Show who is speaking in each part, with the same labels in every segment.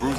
Speaker 1: News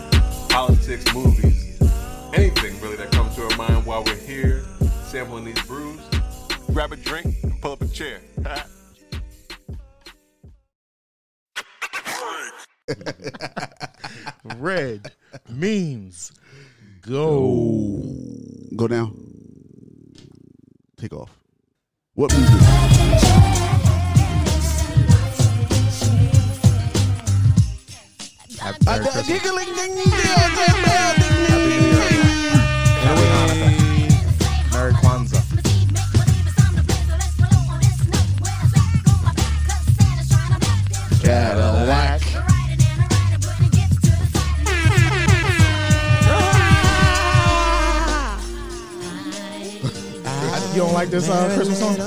Speaker 1: politics, movies, anything really that comes to our mind while we're here sampling these brews. Grab a drink and pull up a chair.
Speaker 2: red means go.
Speaker 3: Go down. Take off. What music?
Speaker 2: Merry Christmas. Merry Kwanzaa.
Speaker 3: Cadillac.
Speaker 2: You don't like this uh, Christmas song?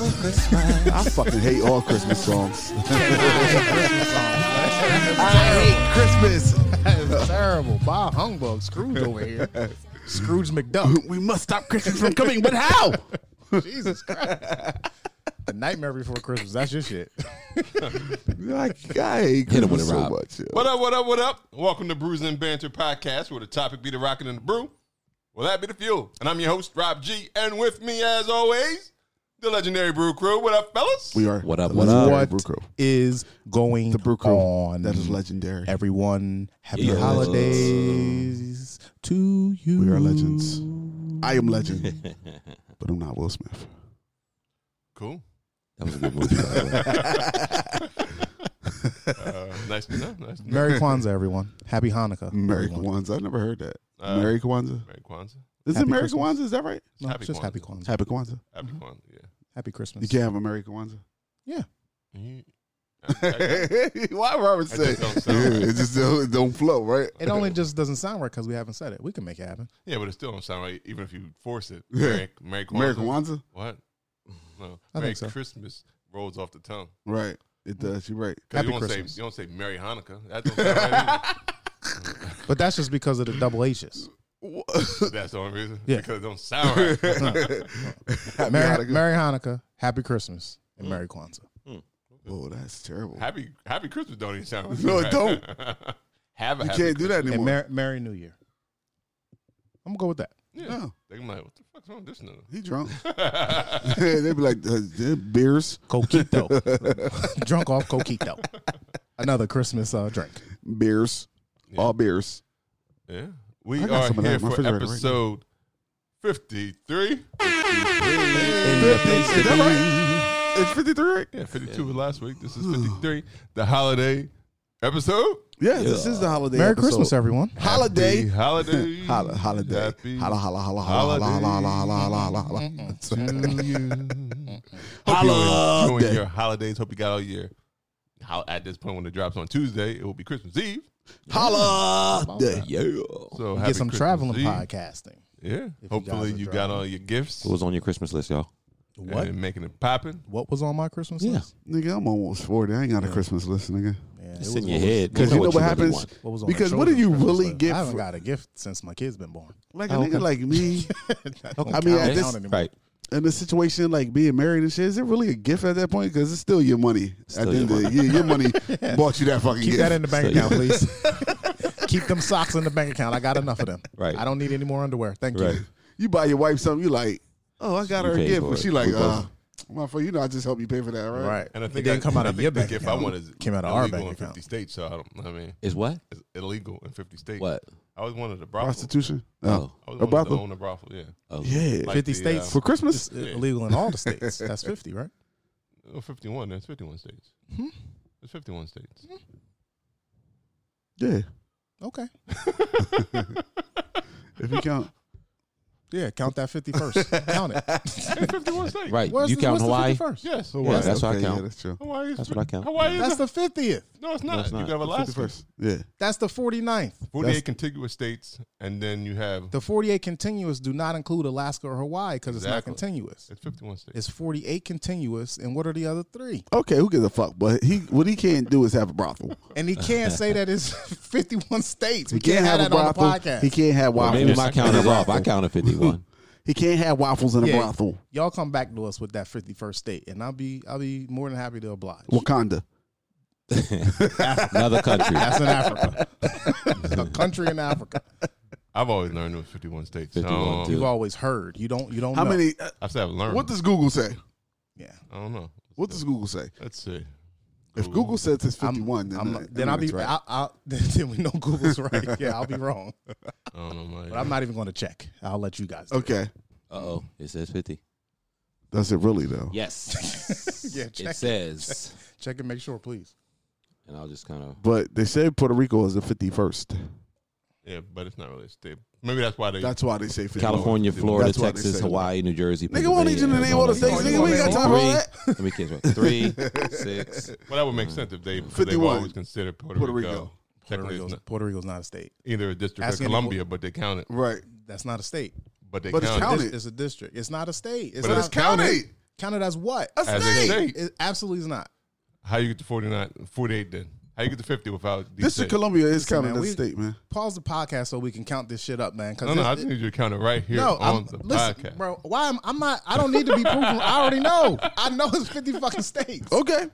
Speaker 3: I fucking hate all Christmas songs.
Speaker 2: Christmas. It's terrible. Bob Humbug. Scrooge over here. Scrooge McDuck.
Speaker 3: we must stop Christmas from coming, but how?
Speaker 2: Jesus Christ. A Nightmare Before Christmas. That's your shit.
Speaker 3: I, I hate
Speaker 4: Hit him with
Speaker 3: Christmas
Speaker 4: it,
Speaker 3: so
Speaker 4: Rob.
Speaker 3: much. yo.
Speaker 1: What up, what up, what up? Welcome to Brews and Banter Podcast, where the topic be the rocket and the brew. Well, that be the fuel. And I'm your host, Rob G. And with me, as always, the legendary Brew Crew. What up, fellas?
Speaker 3: We are.
Speaker 4: What up,
Speaker 3: the
Speaker 4: what up?
Speaker 3: legendary
Speaker 2: What
Speaker 3: Brew Crew.
Speaker 2: is going
Speaker 3: The Brew Crew.
Speaker 2: on?
Speaker 3: That is legendary.
Speaker 2: Everyone, happy
Speaker 4: Yeah.
Speaker 2: holidays to you.
Speaker 3: We are legends. I am legend, but I'm not Will Smith.
Speaker 1: cool.
Speaker 4: That was a good movie. by the way.
Speaker 1: Uh, nice to know. Nice to know.
Speaker 2: Merry Kwanzaa, everyone. Happy Hanukkah.
Speaker 3: Merry
Speaker 2: everyone.
Speaker 3: Kwanzaa. I never heard that.
Speaker 1: Uh,
Speaker 3: Merry Kwanzaa.
Speaker 1: Merry Kwanzaa.
Speaker 3: Is it
Speaker 2: Happy
Speaker 3: Merry
Speaker 2: Christmas.
Speaker 3: Kwanzaa? Is that right?
Speaker 2: No,
Speaker 1: Happy
Speaker 2: it's just
Speaker 1: Kwanzaa.
Speaker 2: Happy Kwanzaa.
Speaker 3: Happy Kwanzaa.
Speaker 1: Happy Kwanzaa, yeah.
Speaker 2: Happy Christmas.
Speaker 3: You can't have a Merry Kwanzaa.
Speaker 1: You-
Speaker 3: Why Robert
Speaker 1: That
Speaker 3: say?
Speaker 1: just don't sound
Speaker 3: Yeah,
Speaker 1: right.
Speaker 3: it just don't, don't flow, right?
Speaker 2: It only just doesn't sound right because we haven't said it. We can make it happen.
Speaker 1: yeah, but it still don't sound right, even if you force it.
Speaker 3: Yeah.
Speaker 1: Merry, Merry Kwanzaa.
Speaker 3: Merry Kwanzaa,
Speaker 1: What? No.
Speaker 2: I
Speaker 1: Merry
Speaker 2: think so.
Speaker 1: Christmas rolls off the tongue.
Speaker 3: right? It does. You're right.
Speaker 1: 'Cause
Speaker 2: Happy
Speaker 1: you don't
Speaker 2: Christmas.
Speaker 1: Say, you don't say Merry Hanukkah. That don't sound right either.
Speaker 2: But that's just because of the double H's.
Speaker 1: That's the only reason.
Speaker 2: Yeah.
Speaker 1: Because it don't sound right.
Speaker 3: Happy
Speaker 2: Merry,
Speaker 3: Hanukkah.
Speaker 2: Merry Hanukkah, Happy Christmas, and Merry Kwanzaa.
Speaker 3: oh, that's terrible.
Speaker 1: Happy Happy Christmas don't even sound right.
Speaker 3: No, it don't.
Speaker 1: Have a
Speaker 3: You
Speaker 1: happy
Speaker 3: can't do that
Speaker 2: And
Speaker 3: anymore.
Speaker 2: Merry, Merry New Year. I'm going to go with that.
Speaker 1: Christmas. Yeah.
Speaker 3: no,
Speaker 1: They're like, what the fuck's wrong with this nigga?
Speaker 3: he drunk. they be like uh, yeah, beers,
Speaker 2: Coquito. Drunk off Coquito. Another Christmas uh, drink.
Speaker 3: beers,
Speaker 1: Yeah.
Speaker 3: all beers.
Speaker 1: Yeah. We
Speaker 3: I got
Speaker 1: are
Speaker 3: some of that
Speaker 1: here
Speaker 3: in my
Speaker 1: for
Speaker 3: refrigerator right now.
Speaker 1: episode 53.
Speaker 3: Is that right? It's 53. right?
Speaker 1: Yeah, 52 was last week. This is 53. The holiday episode.
Speaker 3: Yeah, this is the holiday.
Speaker 2: Merry
Speaker 3: episode.
Speaker 2: Christmas, everyone.
Speaker 3: Holiday.
Speaker 1: Happy holiday.
Speaker 3: Holla, holiday.
Speaker 1: Happy
Speaker 3: Holla, holla, holla, holla, holla,
Speaker 1: holiday.
Speaker 3: holla, holla, holla, holla, holla.
Speaker 1: to you. Hope
Speaker 3: Holiday.
Speaker 1: you're enjoying your holidays. Hope you got all your. How, at this point, when it drops on Tuesday, it will be Christmas Eve.
Speaker 3: Holiday.
Speaker 4: yeah.
Speaker 1: So happy
Speaker 2: Get some
Speaker 1: Christmas
Speaker 2: traveling
Speaker 1: Eve.
Speaker 2: podcasting.
Speaker 1: Yeah.
Speaker 2: guys
Speaker 1: Hopefully,
Speaker 2: are
Speaker 1: you got
Speaker 2: driving.
Speaker 1: all your gifts.
Speaker 4: What was on your Christmas list, y'all?
Speaker 2: What?
Speaker 1: And making it poppin'.
Speaker 2: What was on my Christmas
Speaker 4: Yeah.
Speaker 2: list?
Speaker 3: Nigga, I'm almost 40. I ain't got a Christmas list, nigga.
Speaker 2: Yeah, it
Speaker 4: It's
Speaker 2: was
Speaker 4: in your
Speaker 2: what was-
Speaker 4: head.
Speaker 3: Because you know what,
Speaker 4: really
Speaker 3: happens?
Speaker 4: want.
Speaker 2: What was on
Speaker 3: because
Speaker 2: the
Speaker 3: what do you
Speaker 2: children's
Speaker 3: really
Speaker 2: Christmas list?
Speaker 3: get?
Speaker 2: I haven't
Speaker 3: For,
Speaker 2: got a gift since my kid's been born.
Speaker 3: like a
Speaker 4: Oh, okay.
Speaker 3: nigga like me,
Speaker 2: I
Speaker 3: mean, at this-
Speaker 4: Right.
Speaker 3: in a situation like being married and shit, is it really a gift at that point? Because it's still your money.
Speaker 4: Still
Speaker 3: at the end
Speaker 4: your
Speaker 3: of the year, your money bought you that fucking
Speaker 2: Keep
Speaker 3: gift.
Speaker 2: that in the bank
Speaker 4: So,
Speaker 2: account, please. Keep them socks in the bank account. I got enough of them.
Speaker 4: Right.
Speaker 2: I don't need any more underwear. Thank
Speaker 4: Right.
Speaker 2: you.
Speaker 3: you buy your wife something, you like, oh, I got
Speaker 4: You
Speaker 3: her a
Speaker 4: paid
Speaker 3: gift.
Speaker 4: for
Speaker 3: But
Speaker 4: it.
Speaker 3: she like,
Speaker 4: We
Speaker 3: uh, motherfucker, you know I just helped you pay for that, right?
Speaker 2: Right.
Speaker 1: And I think
Speaker 2: it didn't
Speaker 1: I,
Speaker 2: come out
Speaker 1: I
Speaker 2: of
Speaker 1: think
Speaker 2: your
Speaker 1: the
Speaker 2: bank
Speaker 1: gift
Speaker 2: account.
Speaker 1: I wanted is
Speaker 2: came out of our
Speaker 1: illegal
Speaker 2: bank
Speaker 1: in 50
Speaker 2: account.
Speaker 1: states, uh, so I don't. I mean,
Speaker 4: Is what?
Speaker 1: it's illegal in 50 states.
Speaker 4: What?
Speaker 1: I was one of the brothel.
Speaker 3: Prostitution.
Speaker 4: Oh.
Speaker 1: I
Speaker 3: a
Speaker 1: was one of the
Speaker 3: brothel?
Speaker 1: owner brothel. Yeah,
Speaker 4: Oh.
Speaker 3: Yeah.
Speaker 1: Like the,
Speaker 2: Fifty
Speaker 1: uh,
Speaker 2: states
Speaker 3: for Christmas?
Speaker 2: It's illegal in all the states. That's fifty, right?
Speaker 1: Oh, 51. There's 51 states.
Speaker 2: Hmm.
Speaker 1: There's 51 states.
Speaker 3: Yeah.
Speaker 2: Okay.
Speaker 3: If you count.
Speaker 2: Yeah, count that fifty first. count it.
Speaker 1: There's 51 states.
Speaker 4: Right.
Speaker 2: Where's
Speaker 4: you
Speaker 2: the-
Speaker 4: count
Speaker 2: what's the
Speaker 4: Hawaii?
Speaker 2: 51st?
Speaker 1: Yes.
Speaker 4: Yeah, that's what I
Speaker 3: Okay,
Speaker 4: count.
Speaker 3: Yeah, that's true.
Speaker 1: Hawaii is
Speaker 4: That's what I count.
Speaker 1: Hawaii is
Speaker 2: That's the fiftieth.
Speaker 1: No, it's not.
Speaker 4: it's
Speaker 1: You
Speaker 4: not.
Speaker 1: have Alaska.
Speaker 3: First, yeah.
Speaker 2: That's the 49th.
Speaker 1: 48
Speaker 3: That's-
Speaker 1: contiguous states, and then you have
Speaker 2: The 48 continuous do not include Alaska or Hawaii because it's not
Speaker 1: Exactly.
Speaker 2: continuous.
Speaker 1: it's 51 states.
Speaker 2: It's 48 continuous, and what are the other three?
Speaker 3: Okay, who gives a fuck? But he, what he can't do is have a brothel.
Speaker 2: And he can't say that it's 51 states. We
Speaker 3: He can't have a
Speaker 2: that on the
Speaker 3: brothel.
Speaker 2: podcast.
Speaker 3: He can't have
Speaker 4: Well,
Speaker 3: waffles.
Speaker 4: maybe my count is off. I counted 51.
Speaker 3: He can't have waffles in a
Speaker 2: Yeah.
Speaker 3: brothel.
Speaker 2: Y'all come back to us with that 51st state, and I'll be I'll be more than happy to oblige.
Speaker 3: Wakanda.
Speaker 4: Another country.
Speaker 2: That's in Africa, a country in Africa.
Speaker 1: I've always learned it was 51 states.
Speaker 4: 51
Speaker 1: so,
Speaker 4: too.
Speaker 2: You've always heard. You don't. You don't.
Speaker 3: How
Speaker 2: know.
Speaker 3: many? uh,
Speaker 1: I said I've learned.
Speaker 3: what does Google say?
Speaker 2: Yeah.
Speaker 1: I don't know.
Speaker 3: What does Google say?
Speaker 1: Let's see.
Speaker 3: If Google says it's
Speaker 2: I'm-
Speaker 3: 51, then,
Speaker 2: I'm-
Speaker 3: that-
Speaker 2: then I'll be.
Speaker 3: that's right.
Speaker 2: I'll, I'll, then we know Google's right. Yeah, I'll be wrong,
Speaker 1: I don't know, Mike.
Speaker 2: but I'm not even going to check. I'll let you guys. do it.
Speaker 3: okay.
Speaker 4: Uh oh. It says 50.
Speaker 3: Does it really though?
Speaker 4: Yes.
Speaker 2: Yeah, check it.
Speaker 4: it says.
Speaker 2: Check and make sure, please.
Speaker 4: And I'll just kind of.
Speaker 3: But they say Puerto Rico is the 51st.
Speaker 1: yeah, but it's not really a state. Maybe that's why they.
Speaker 3: That's why they say 51.
Speaker 4: California, Florida,
Speaker 3: That's why they
Speaker 4: Texas,
Speaker 3: say-
Speaker 4: Hawaii, New Jersey.
Speaker 3: Nigga, won't need you to
Speaker 4: Pennsylvania,
Speaker 3: name all the
Speaker 4: Arizona,
Speaker 3: states.
Speaker 2: you
Speaker 3: Nigga,
Speaker 2: want
Speaker 3: we ain't got
Speaker 2: to
Speaker 3: time for all that.
Speaker 4: Three. Let me catch right. Three, six.
Speaker 1: well, that would make sense if they. 51. They've
Speaker 3: 51.
Speaker 1: always considered Puerto,
Speaker 3: Puerto
Speaker 1: Rico.
Speaker 3: Rico.
Speaker 2: Puerto
Speaker 1: Technically, it's
Speaker 2: Rico's,
Speaker 1: not
Speaker 2: Puerto Rico's not a state.
Speaker 1: either a district
Speaker 2: Ask
Speaker 1: or
Speaker 2: any-
Speaker 1: Columbia, but they count it.
Speaker 3: Right.
Speaker 2: That's not a state.
Speaker 1: But they
Speaker 3: But it's
Speaker 1: count it
Speaker 3: counted.
Speaker 2: It's, it's a district. It's not a state. It's
Speaker 1: But
Speaker 2: not,
Speaker 1: it's
Speaker 3: County.
Speaker 2: Counted as what?
Speaker 3: A
Speaker 1: as a
Speaker 3: state.
Speaker 1: state.
Speaker 2: It absolutely is not.
Speaker 1: How you get to 49, 48 then? How you get to 50 without these
Speaker 3: District
Speaker 1: states?
Speaker 3: of Columbia is
Speaker 2: Listen,
Speaker 3: counted
Speaker 2: man,
Speaker 3: as a
Speaker 2: we-
Speaker 3: state, man.
Speaker 2: Pause the podcast so we can count this shit up, man. 'cause
Speaker 1: No, no,
Speaker 2: this-
Speaker 1: I just need you to count it right here
Speaker 2: No,
Speaker 1: on
Speaker 2: I'm,
Speaker 1: the
Speaker 2: listen,
Speaker 1: podcast.
Speaker 2: bro. Why am I'm not? I don't need to be proven. I already know. I know it's fifty fucking states.
Speaker 3: Okay.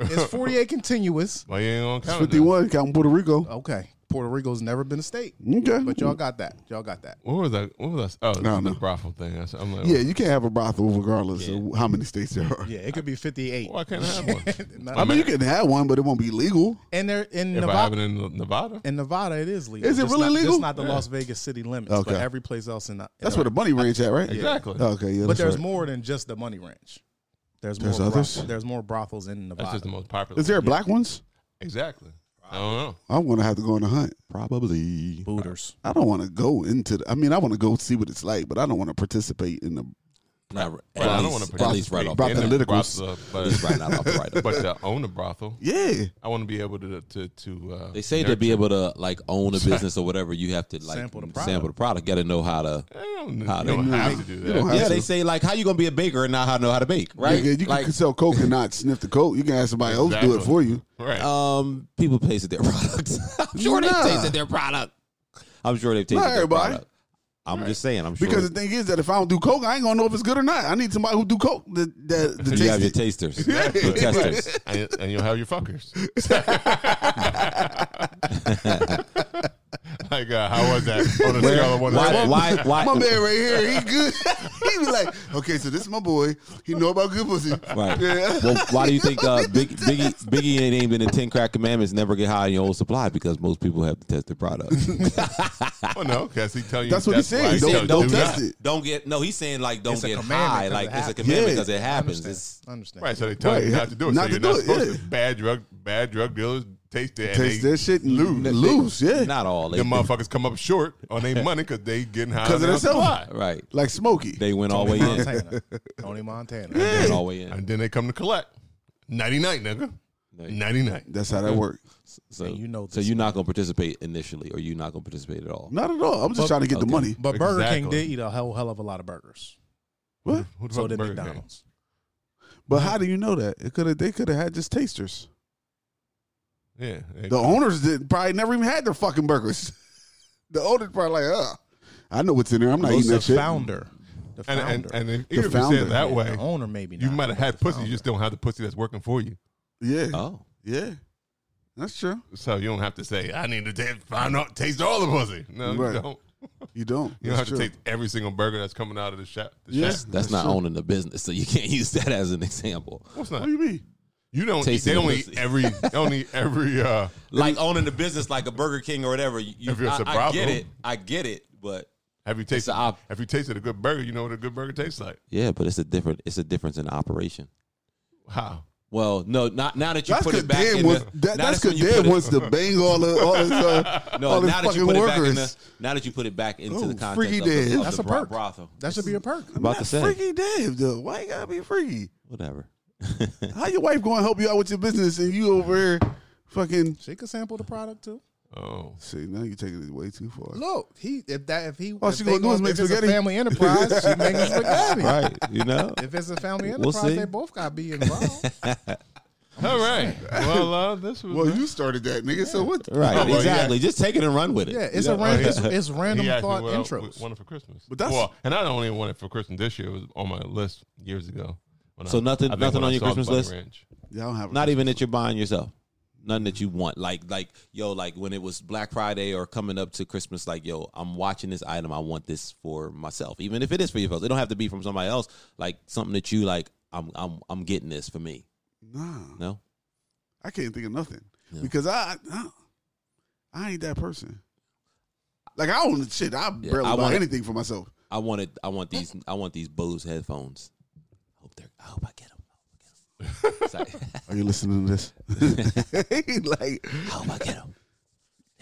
Speaker 2: It's forty eight continuous.
Speaker 1: Why you ain't gonna count it? then?
Speaker 3: 51 counting Puerto Rico.
Speaker 2: Okay, Puerto Rico's never been a state,
Speaker 3: Okay.
Speaker 2: but y'all got that. Y'all got that.
Speaker 1: What was that? What was that? Oh, no,
Speaker 3: No,
Speaker 1: the
Speaker 3: no.
Speaker 1: brothel thing. I said- I'm like,
Speaker 3: Yeah, you can't have a brothel regardless of how many states there are.
Speaker 2: Yeah, it could be fifty eight.
Speaker 1: Well, I can't have one.
Speaker 3: I mean, you can have one, but it won't be legal.
Speaker 2: And they're in
Speaker 1: if I have it
Speaker 2: Nevada.
Speaker 1: in Nevada,
Speaker 2: In Nevada, it is legal.
Speaker 3: Is it
Speaker 2: Just
Speaker 3: really
Speaker 2: not, just
Speaker 3: legal?
Speaker 2: not the Las Vegas city limits, but
Speaker 3: Okay.
Speaker 2: every place else in. the- in
Speaker 3: That's where the bunny ranch at, right?
Speaker 1: exactly.
Speaker 3: Okay, yeah.
Speaker 2: But
Speaker 3: that's
Speaker 2: there's
Speaker 3: right.
Speaker 2: more than just the Money Ranch. There's,
Speaker 3: There's
Speaker 2: more
Speaker 3: others?
Speaker 2: broth- there's more brothels in
Speaker 1: That's
Speaker 2: Nevada.
Speaker 1: just the most popular.
Speaker 3: Is there black ones?
Speaker 1: Exactly. I don't know.
Speaker 3: I'm gonna have to go on a hunt.
Speaker 4: Probably.
Speaker 2: Booters.
Speaker 3: I don't want to go into. The, I mean, I want to go see what it's like, but I don't want to participate in the.
Speaker 4: Not, right,
Speaker 1: Well, I don't want to
Speaker 4: At least right off the
Speaker 3: Brothel-
Speaker 4: bat.
Speaker 3: Brotheliticals.
Speaker 4: At least
Speaker 1: but,
Speaker 4: right off the right.
Speaker 1: but to own a brothel,
Speaker 3: Yeah,
Speaker 1: I want to be able to to. to uh,
Speaker 4: They say to be able to like own a business or whatever, you have to like
Speaker 2: Sample the product.
Speaker 4: Sample the product. Got to know how to.
Speaker 1: I don't,
Speaker 4: How
Speaker 1: you don't
Speaker 4: they-
Speaker 1: have to do
Speaker 3: You don't
Speaker 1: that.
Speaker 3: have
Speaker 4: Yeah,
Speaker 3: to.
Speaker 4: they say like how you gonna be a baker and not how to know how to bake, right?
Speaker 3: Nigga, you
Speaker 4: like,
Speaker 3: can sell coke and not sniff the coke. You can have somebody else do it
Speaker 1: Exactly.
Speaker 3: for you.
Speaker 1: Right.
Speaker 4: um, people tasted their products. I'm sure
Speaker 3: Nah.
Speaker 4: they tasted their product. I'm sure they've tasted
Speaker 3: Not
Speaker 4: their
Speaker 3: everybody.
Speaker 4: product. I'm just saying. I'm sure
Speaker 3: Because the thing is that if I don't do coke, I ain't gonna know if it's good or not. I need somebody who do coke. The the, the
Speaker 4: you have your
Speaker 3: taste.
Speaker 4: tasters, your testers.
Speaker 1: and, and you'll have your fuckers. like, uh, how was that? On a scale of one to
Speaker 4: Why?
Speaker 1: ten.
Speaker 4: Why? Why?
Speaker 3: My man right here, he good. he be like, okay, so this is my boy. He know about good pussy.
Speaker 4: Right.
Speaker 3: Yeah.
Speaker 4: Well, why do you think uh, Big, Biggie Biggie ain't named in the Ten Crack Commandments? Never get high on your own supply because most people have to test their product.
Speaker 1: Well, Oh, no, because he telling you
Speaker 3: That's what he
Speaker 1: why
Speaker 3: said.
Speaker 1: he
Speaker 3: Don't-
Speaker 1: said
Speaker 3: don't
Speaker 1: do
Speaker 3: test
Speaker 1: not.
Speaker 3: it.
Speaker 4: Don't get no. He's saying like don't
Speaker 2: It's a
Speaker 4: get
Speaker 2: commandment
Speaker 4: high.
Speaker 2: 'cause
Speaker 4: Like
Speaker 2: it
Speaker 4: it's a
Speaker 2: happens.
Speaker 4: commandment
Speaker 3: Yeah.
Speaker 4: because it
Speaker 2: I
Speaker 4: happens.
Speaker 2: understand.
Speaker 4: It's
Speaker 2: I understand.
Speaker 1: Right, so they tell you
Speaker 3: Right,
Speaker 1: not to do it.
Speaker 3: not
Speaker 1: so
Speaker 3: to
Speaker 1: you're
Speaker 3: do
Speaker 1: not
Speaker 3: it,
Speaker 1: supposed
Speaker 3: yeah.
Speaker 1: to. Bad drug, bad drug dealers taste it.
Speaker 3: Taste
Speaker 1: and
Speaker 3: that shit and
Speaker 1: Lose.
Speaker 3: Loose, yeah.
Speaker 4: not all. They,
Speaker 1: The motherfuckers come up short on their money because they getting high
Speaker 3: 'Cause
Speaker 1: on
Speaker 3: of
Speaker 1: their
Speaker 3: themselves.
Speaker 1: supply.
Speaker 4: right.
Speaker 3: Like Smokey.
Speaker 4: They went all the way
Speaker 2: Tony
Speaker 4: in.
Speaker 2: Montana. Tony Montana.
Speaker 4: They went all the way in.
Speaker 1: And then they come to collect. 99, nigga.
Speaker 4: There you
Speaker 1: 99.
Speaker 3: That's how that works.
Speaker 4: So
Speaker 2: And you know
Speaker 4: So
Speaker 2: this
Speaker 4: you're not gonna participate initially, or you're not gonna participate at all.
Speaker 3: Not at all. I'm just trying to get
Speaker 4: okay.
Speaker 3: the money.
Speaker 2: But Burger King
Speaker 1: Exactly.
Speaker 2: did eat a hell, hell of a lot of burgers.
Speaker 3: What?
Speaker 1: Who the
Speaker 2: So
Speaker 1: fuck
Speaker 2: did
Speaker 1: Burger King?
Speaker 2: McDonald's.
Speaker 3: But
Speaker 4: Mm-hmm.
Speaker 3: how do you know that? It could have. They could have had just tasters.
Speaker 1: Yeah. they-
Speaker 3: The owners did, probably never even had their fucking burgers. the owners probably like, uh, I know what's in there. I'm not
Speaker 2: Well,
Speaker 3: eating
Speaker 2: the
Speaker 3: that shit.
Speaker 2: founder. The
Speaker 1: and,
Speaker 2: founder.
Speaker 1: and, and if, even if you
Speaker 3: founder.
Speaker 1: said it that
Speaker 2: Yeah,
Speaker 1: way,
Speaker 2: The owner, maybe.
Speaker 1: you
Speaker 2: not,
Speaker 1: might have
Speaker 2: but
Speaker 1: had
Speaker 2: the
Speaker 1: pussy. You
Speaker 2: founder.
Speaker 1: just don't have the pussy that's working for you.
Speaker 3: Yeah,
Speaker 4: Oh,
Speaker 3: yeah, that's true.
Speaker 1: So you don't have to say, I need to taste, find out, taste all the pussy. No, you
Speaker 3: Right.
Speaker 1: don't. You
Speaker 3: You don't.
Speaker 1: don't have
Speaker 3: That's
Speaker 1: to
Speaker 3: true.
Speaker 1: taste every single burger that's coming out of the shop. The
Speaker 3: Yeah.
Speaker 1: shop.
Speaker 4: that's
Speaker 3: That's
Speaker 4: not
Speaker 3: true.
Speaker 4: owning the business, so you can't use that as an example.
Speaker 1: What's
Speaker 3: What
Speaker 1: not?
Speaker 3: do you mean?
Speaker 1: You don't. Eat,
Speaker 4: Tasting
Speaker 1: they
Speaker 4: the
Speaker 1: only
Speaker 4: pussy.
Speaker 1: eat every. Only every. Uh,
Speaker 4: Like owning the business, like a Burger King or whatever. You, you-
Speaker 1: If it's
Speaker 4: I-
Speaker 1: a
Speaker 4: I get
Speaker 1: brothel.
Speaker 4: it. I get it, but
Speaker 1: have you tasted?
Speaker 4: a op-
Speaker 1: Have you tasted a good burger? You know what a good burger tastes like.
Speaker 4: Yeah, but it's a different. It's a difference in operation.
Speaker 1: How?
Speaker 4: Well, no, not now that you
Speaker 3: That's
Speaker 4: put it
Speaker 3: good.
Speaker 4: back in
Speaker 3: Dan wants.
Speaker 4: the. now
Speaker 3: That, that's
Speaker 4: that's when
Speaker 3: good.
Speaker 4: you put
Speaker 3: Dan
Speaker 4: it-
Speaker 3: wants to bang all the all his, uh,
Speaker 4: No,
Speaker 3: all his
Speaker 4: now that
Speaker 3: fucking
Speaker 4: you put it back in the.
Speaker 3: workers.
Speaker 4: Now that you put it back into
Speaker 3: Ooh,
Speaker 4: the context
Speaker 3: freaky
Speaker 4: of the,
Speaker 3: Dan.
Speaker 4: of
Speaker 2: That's
Speaker 4: the
Speaker 2: a
Speaker 4: bro-
Speaker 2: perk.
Speaker 4: brothel.
Speaker 2: That should be a perk.
Speaker 4: I'm about to
Speaker 3: Not
Speaker 4: say
Speaker 3: freaky Dave though. Why you gotta be freaky?
Speaker 4: whatever.
Speaker 3: How your wife gonna help you out with your business and you over here Fucking
Speaker 2: She could sample the product too.
Speaker 1: Oh.
Speaker 3: see, now you're taking it way too far.
Speaker 2: Look, he if that if he
Speaker 3: All
Speaker 2: if
Speaker 3: she
Speaker 2: they
Speaker 3: gonna do is
Speaker 2: want-
Speaker 3: make
Speaker 2: if it's a
Speaker 3: spaghetti.
Speaker 2: family enterprise, she making spaghetti.
Speaker 4: Right. You know?
Speaker 2: If it's a family
Speaker 4: We'll
Speaker 2: enterprise,
Speaker 4: see.
Speaker 2: they both gotta be involved.
Speaker 1: All right. Well, uh, this was.
Speaker 3: Well, you started that, nigga. So what?
Speaker 4: Right.
Speaker 1: Oh, well,
Speaker 4: exactly. Just take it and run with it.
Speaker 2: Yeah, it's
Speaker 4: You
Speaker 2: a
Speaker 4: know?
Speaker 2: random
Speaker 1: yeah.
Speaker 2: it's, it's random
Speaker 1: he asked me
Speaker 2: thought
Speaker 1: what I
Speaker 2: intros.
Speaker 1: w- wanted for Christmas.
Speaker 3: But that's-
Speaker 1: well, and I don't only want it for Christmas this year. It was on my list years ago. when
Speaker 4: So
Speaker 1: I-
Speaker 4: nothing-
Speaker 1: I think
Speaker 4: nothing
Speaker 1: when
Speaker 4: on
Speaker 1: I
Speaker 4: your
Speaker 1: saw the
Speaker 4: Christmas
Speaker 1: Buck
Speaker 4: list?
Speaker 1: Ranch.
Speaker 3: Y'all have
Speaker 4: Not even that you're buying yourself. Nothing that you want. Like like yo, like when it was Black Friday or coming up to Christmas, like yo, I'm watching this item. I want this for myself. Even if it is for yourself. It don't have to be from somebody else. Like something that you like, I'm I'm I'm getting this for me.
Speaker 3: Nah,
Speaker 4: No?
Speaker 3: I can't think of nothing
Speaker 4: Yeah.
Speaker 3: because I, I, I ain't that person. Like I own the shit. I barely
Speaker 4: I
Speaker 3: buy
Speaker 4: wanna-
Speaker 3: anything for myself.
Speaker 4: I wanted I want these I want these Bose headphones. Hope they're I hope I get them. I hope I get 'em.
Speaker 3: Are you listening to this? like,
Speaker 4: Sorry. I hope I get them.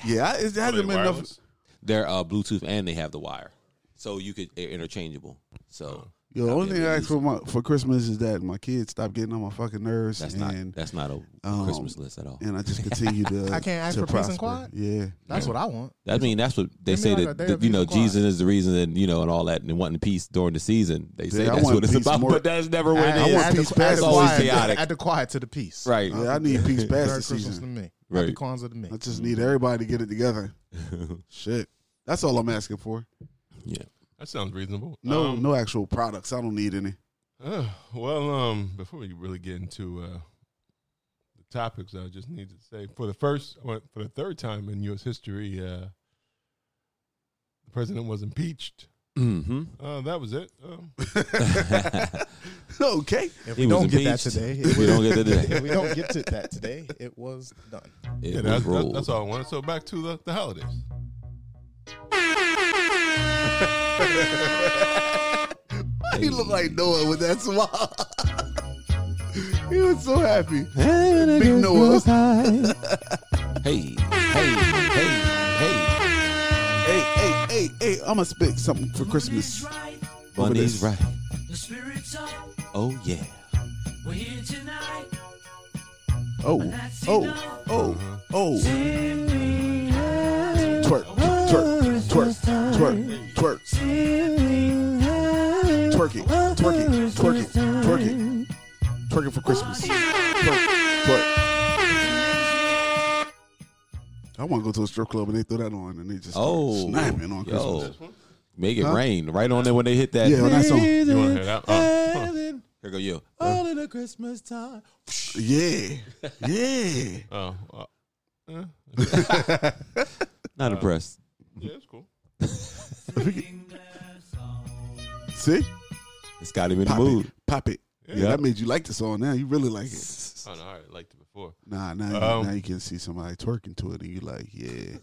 Speaker 3: yeah, it hasn't
Speaker 1: Are they
Speaker 3: been enough.
Speaker 1: wireless?
Speaker 4: They're uh, Bluetooth and they have the wire, so you could they're interchangeable. So
Speaker 3: Yo, the
Speaker 4: That'd
Speaker 3: only
Speaker 4: be
Speaker 3: thing I ask
Speaker 4: amazing.
Speaker 3: for my for Christmas is that my kids stop getting on my fucking nerves,
Speaker 4: that's not
Speaker 3: and
Speaker 4: that's not a
Speaker 3: um,
Speaker 4: Christmas list at all.
Speaker 3: and I just continue to.
Speaker 2: I can't ask
Speaker 3: to
Speaker 2: for peace and
Speaker 3: prosper.
Speaker 2: quiet?
Speaker 3: Yeah,
Speaker 2: That's what I want.
Speaker 4: I mean, that's what they
Speaker 2: Give
Speaker 4: say
Speaker 2: me like a
Speaker 4: that,
Speaker 2: day
Speaker 4: that,
Speaker 2: of
Speaker 4: you
Speaker 2: peace
Speaker 4: know
Speaker 2: and quiet.
Speaker 4: Jesus is the reason, and you know, and all that, and wanting peace during the season. They say
Speaker 3: Yeah, I
Speaker 4: that's
Speaker 3: want
Speaker 4: what it's
Speaker 3: peace
Speaker 4: about,
Speaker 3: more-
Speaker 4: but that's never what
Speaker 2: Add-
Speaker 4: it is.
Speaker 3: want
Speaker 2: add the-
Speaker 3: peace Uh,
Speaker 2: add
Speaker 3: past
Speaker 2: the
Speaker 4: the always
Speaker 2: quiet-
Speaker 4: chaotic.
Speaker 2: Add the quiet to the peace.
Speaker 4: Right,
Speaker 3: yeah, I need peace
Speaker 2: Merry
Speaker 3: past the
Speaker 2: Christmas
Speaker 3: season.
Speaker 2: to me. Happy
Speaker 4: Right.
Speaker 2: Kwanzaa to me.
Speaker 3: I just need everybody to get it together. Shit. That's all I'm asking for.
Speaker 4: yeah.
Speaker 1: That sounds reasonable.
Speaker 3: No,
Speaker 1: Um,
Speaker 3: no actual products. I don't need any.
Speaker 1: Uh, well, um, before we really get into uh, the topics, I just need to say for the first, well, for the third time in U.S. history, uh, the president was impeached.
Speaker 4: Mm-hmm.
Speaker 1: Uh, that was it. Um,
Speaker 3: okay.
Speaker 2: If
Speaker 4: He
Speaker 2: we
Speaker 4: was
Speaker 2: don't get that
Speaker 4: impeached.
Speaker 2: today, it
Speaker 4: We
Speaker 2: was-
Speaker 4: don't get it today.
Speaker 2: if we don't get to that today, it was done.
Speaker 4: It
Speaker 1: yeah,
Speaker 4: was
Speaker 1: that's, that,
Speaker 4: rolled.
Speaker 1: that's all I wanted. So back to the, the holidays.
Speaker 3: He looked like Noah with that smile. he was so happy. Big Noah.
Speaker 4: Hey, hey, hey, hey.
Speaker 3: Hey, hey, hey, hey, I'ma spit something for Christmas.
Speaker 4: Bunny's
Speaker 3: this.
Speaker 4: right.
Speaker 5: The spirit's up.
Speaker 4: Oh yeah.
Speaker 5: We're here tonight.
Speaker 3: Oh, oh, oh, oh. Twerk, twerk, twerk, twerk, twerk. Twerk it, twerk it, twerk it, twerk it. Twerk it for Christmas. Twerk, twerk. I want to go to a strip club and they throw that on and they just start
Speaker 4: Oh,
Speaker 3: snapping on
Speaker 4: yo.
Speaker 3: Christmas.
Speaker 4: Make it
Speaker 3: Huh?
Speaker 4: rain right on there when they hit that.
Speaker 3: Yeah, on that song.
Speaker 1: You wanna hear that? Oh, huh.
Speaker 4: Here go you. All in the Christmas time.
Speaker 3: Yeah, yeah.
Speaker 1: Oh, uh, eh, Uh,
Speaker 4: Not impressed.
Speaker 1: yeah, it's cool.
Speaker 3: See,
Speaker 4: It's got him in the
Speaker 3: pop
Speaker 4: mood.
Speaker 3: it, pop it. Yeah,
Speaker 4: Yeah.
Speaker 3: that made you like the song. Now you really like it.
Speaker 1: Oh, no, I already liked it before.
Speaker 3: Nah, now you,
Speaker 1: Um,
Speaker 3: now you can see somebody twerking to it and you like, yeah.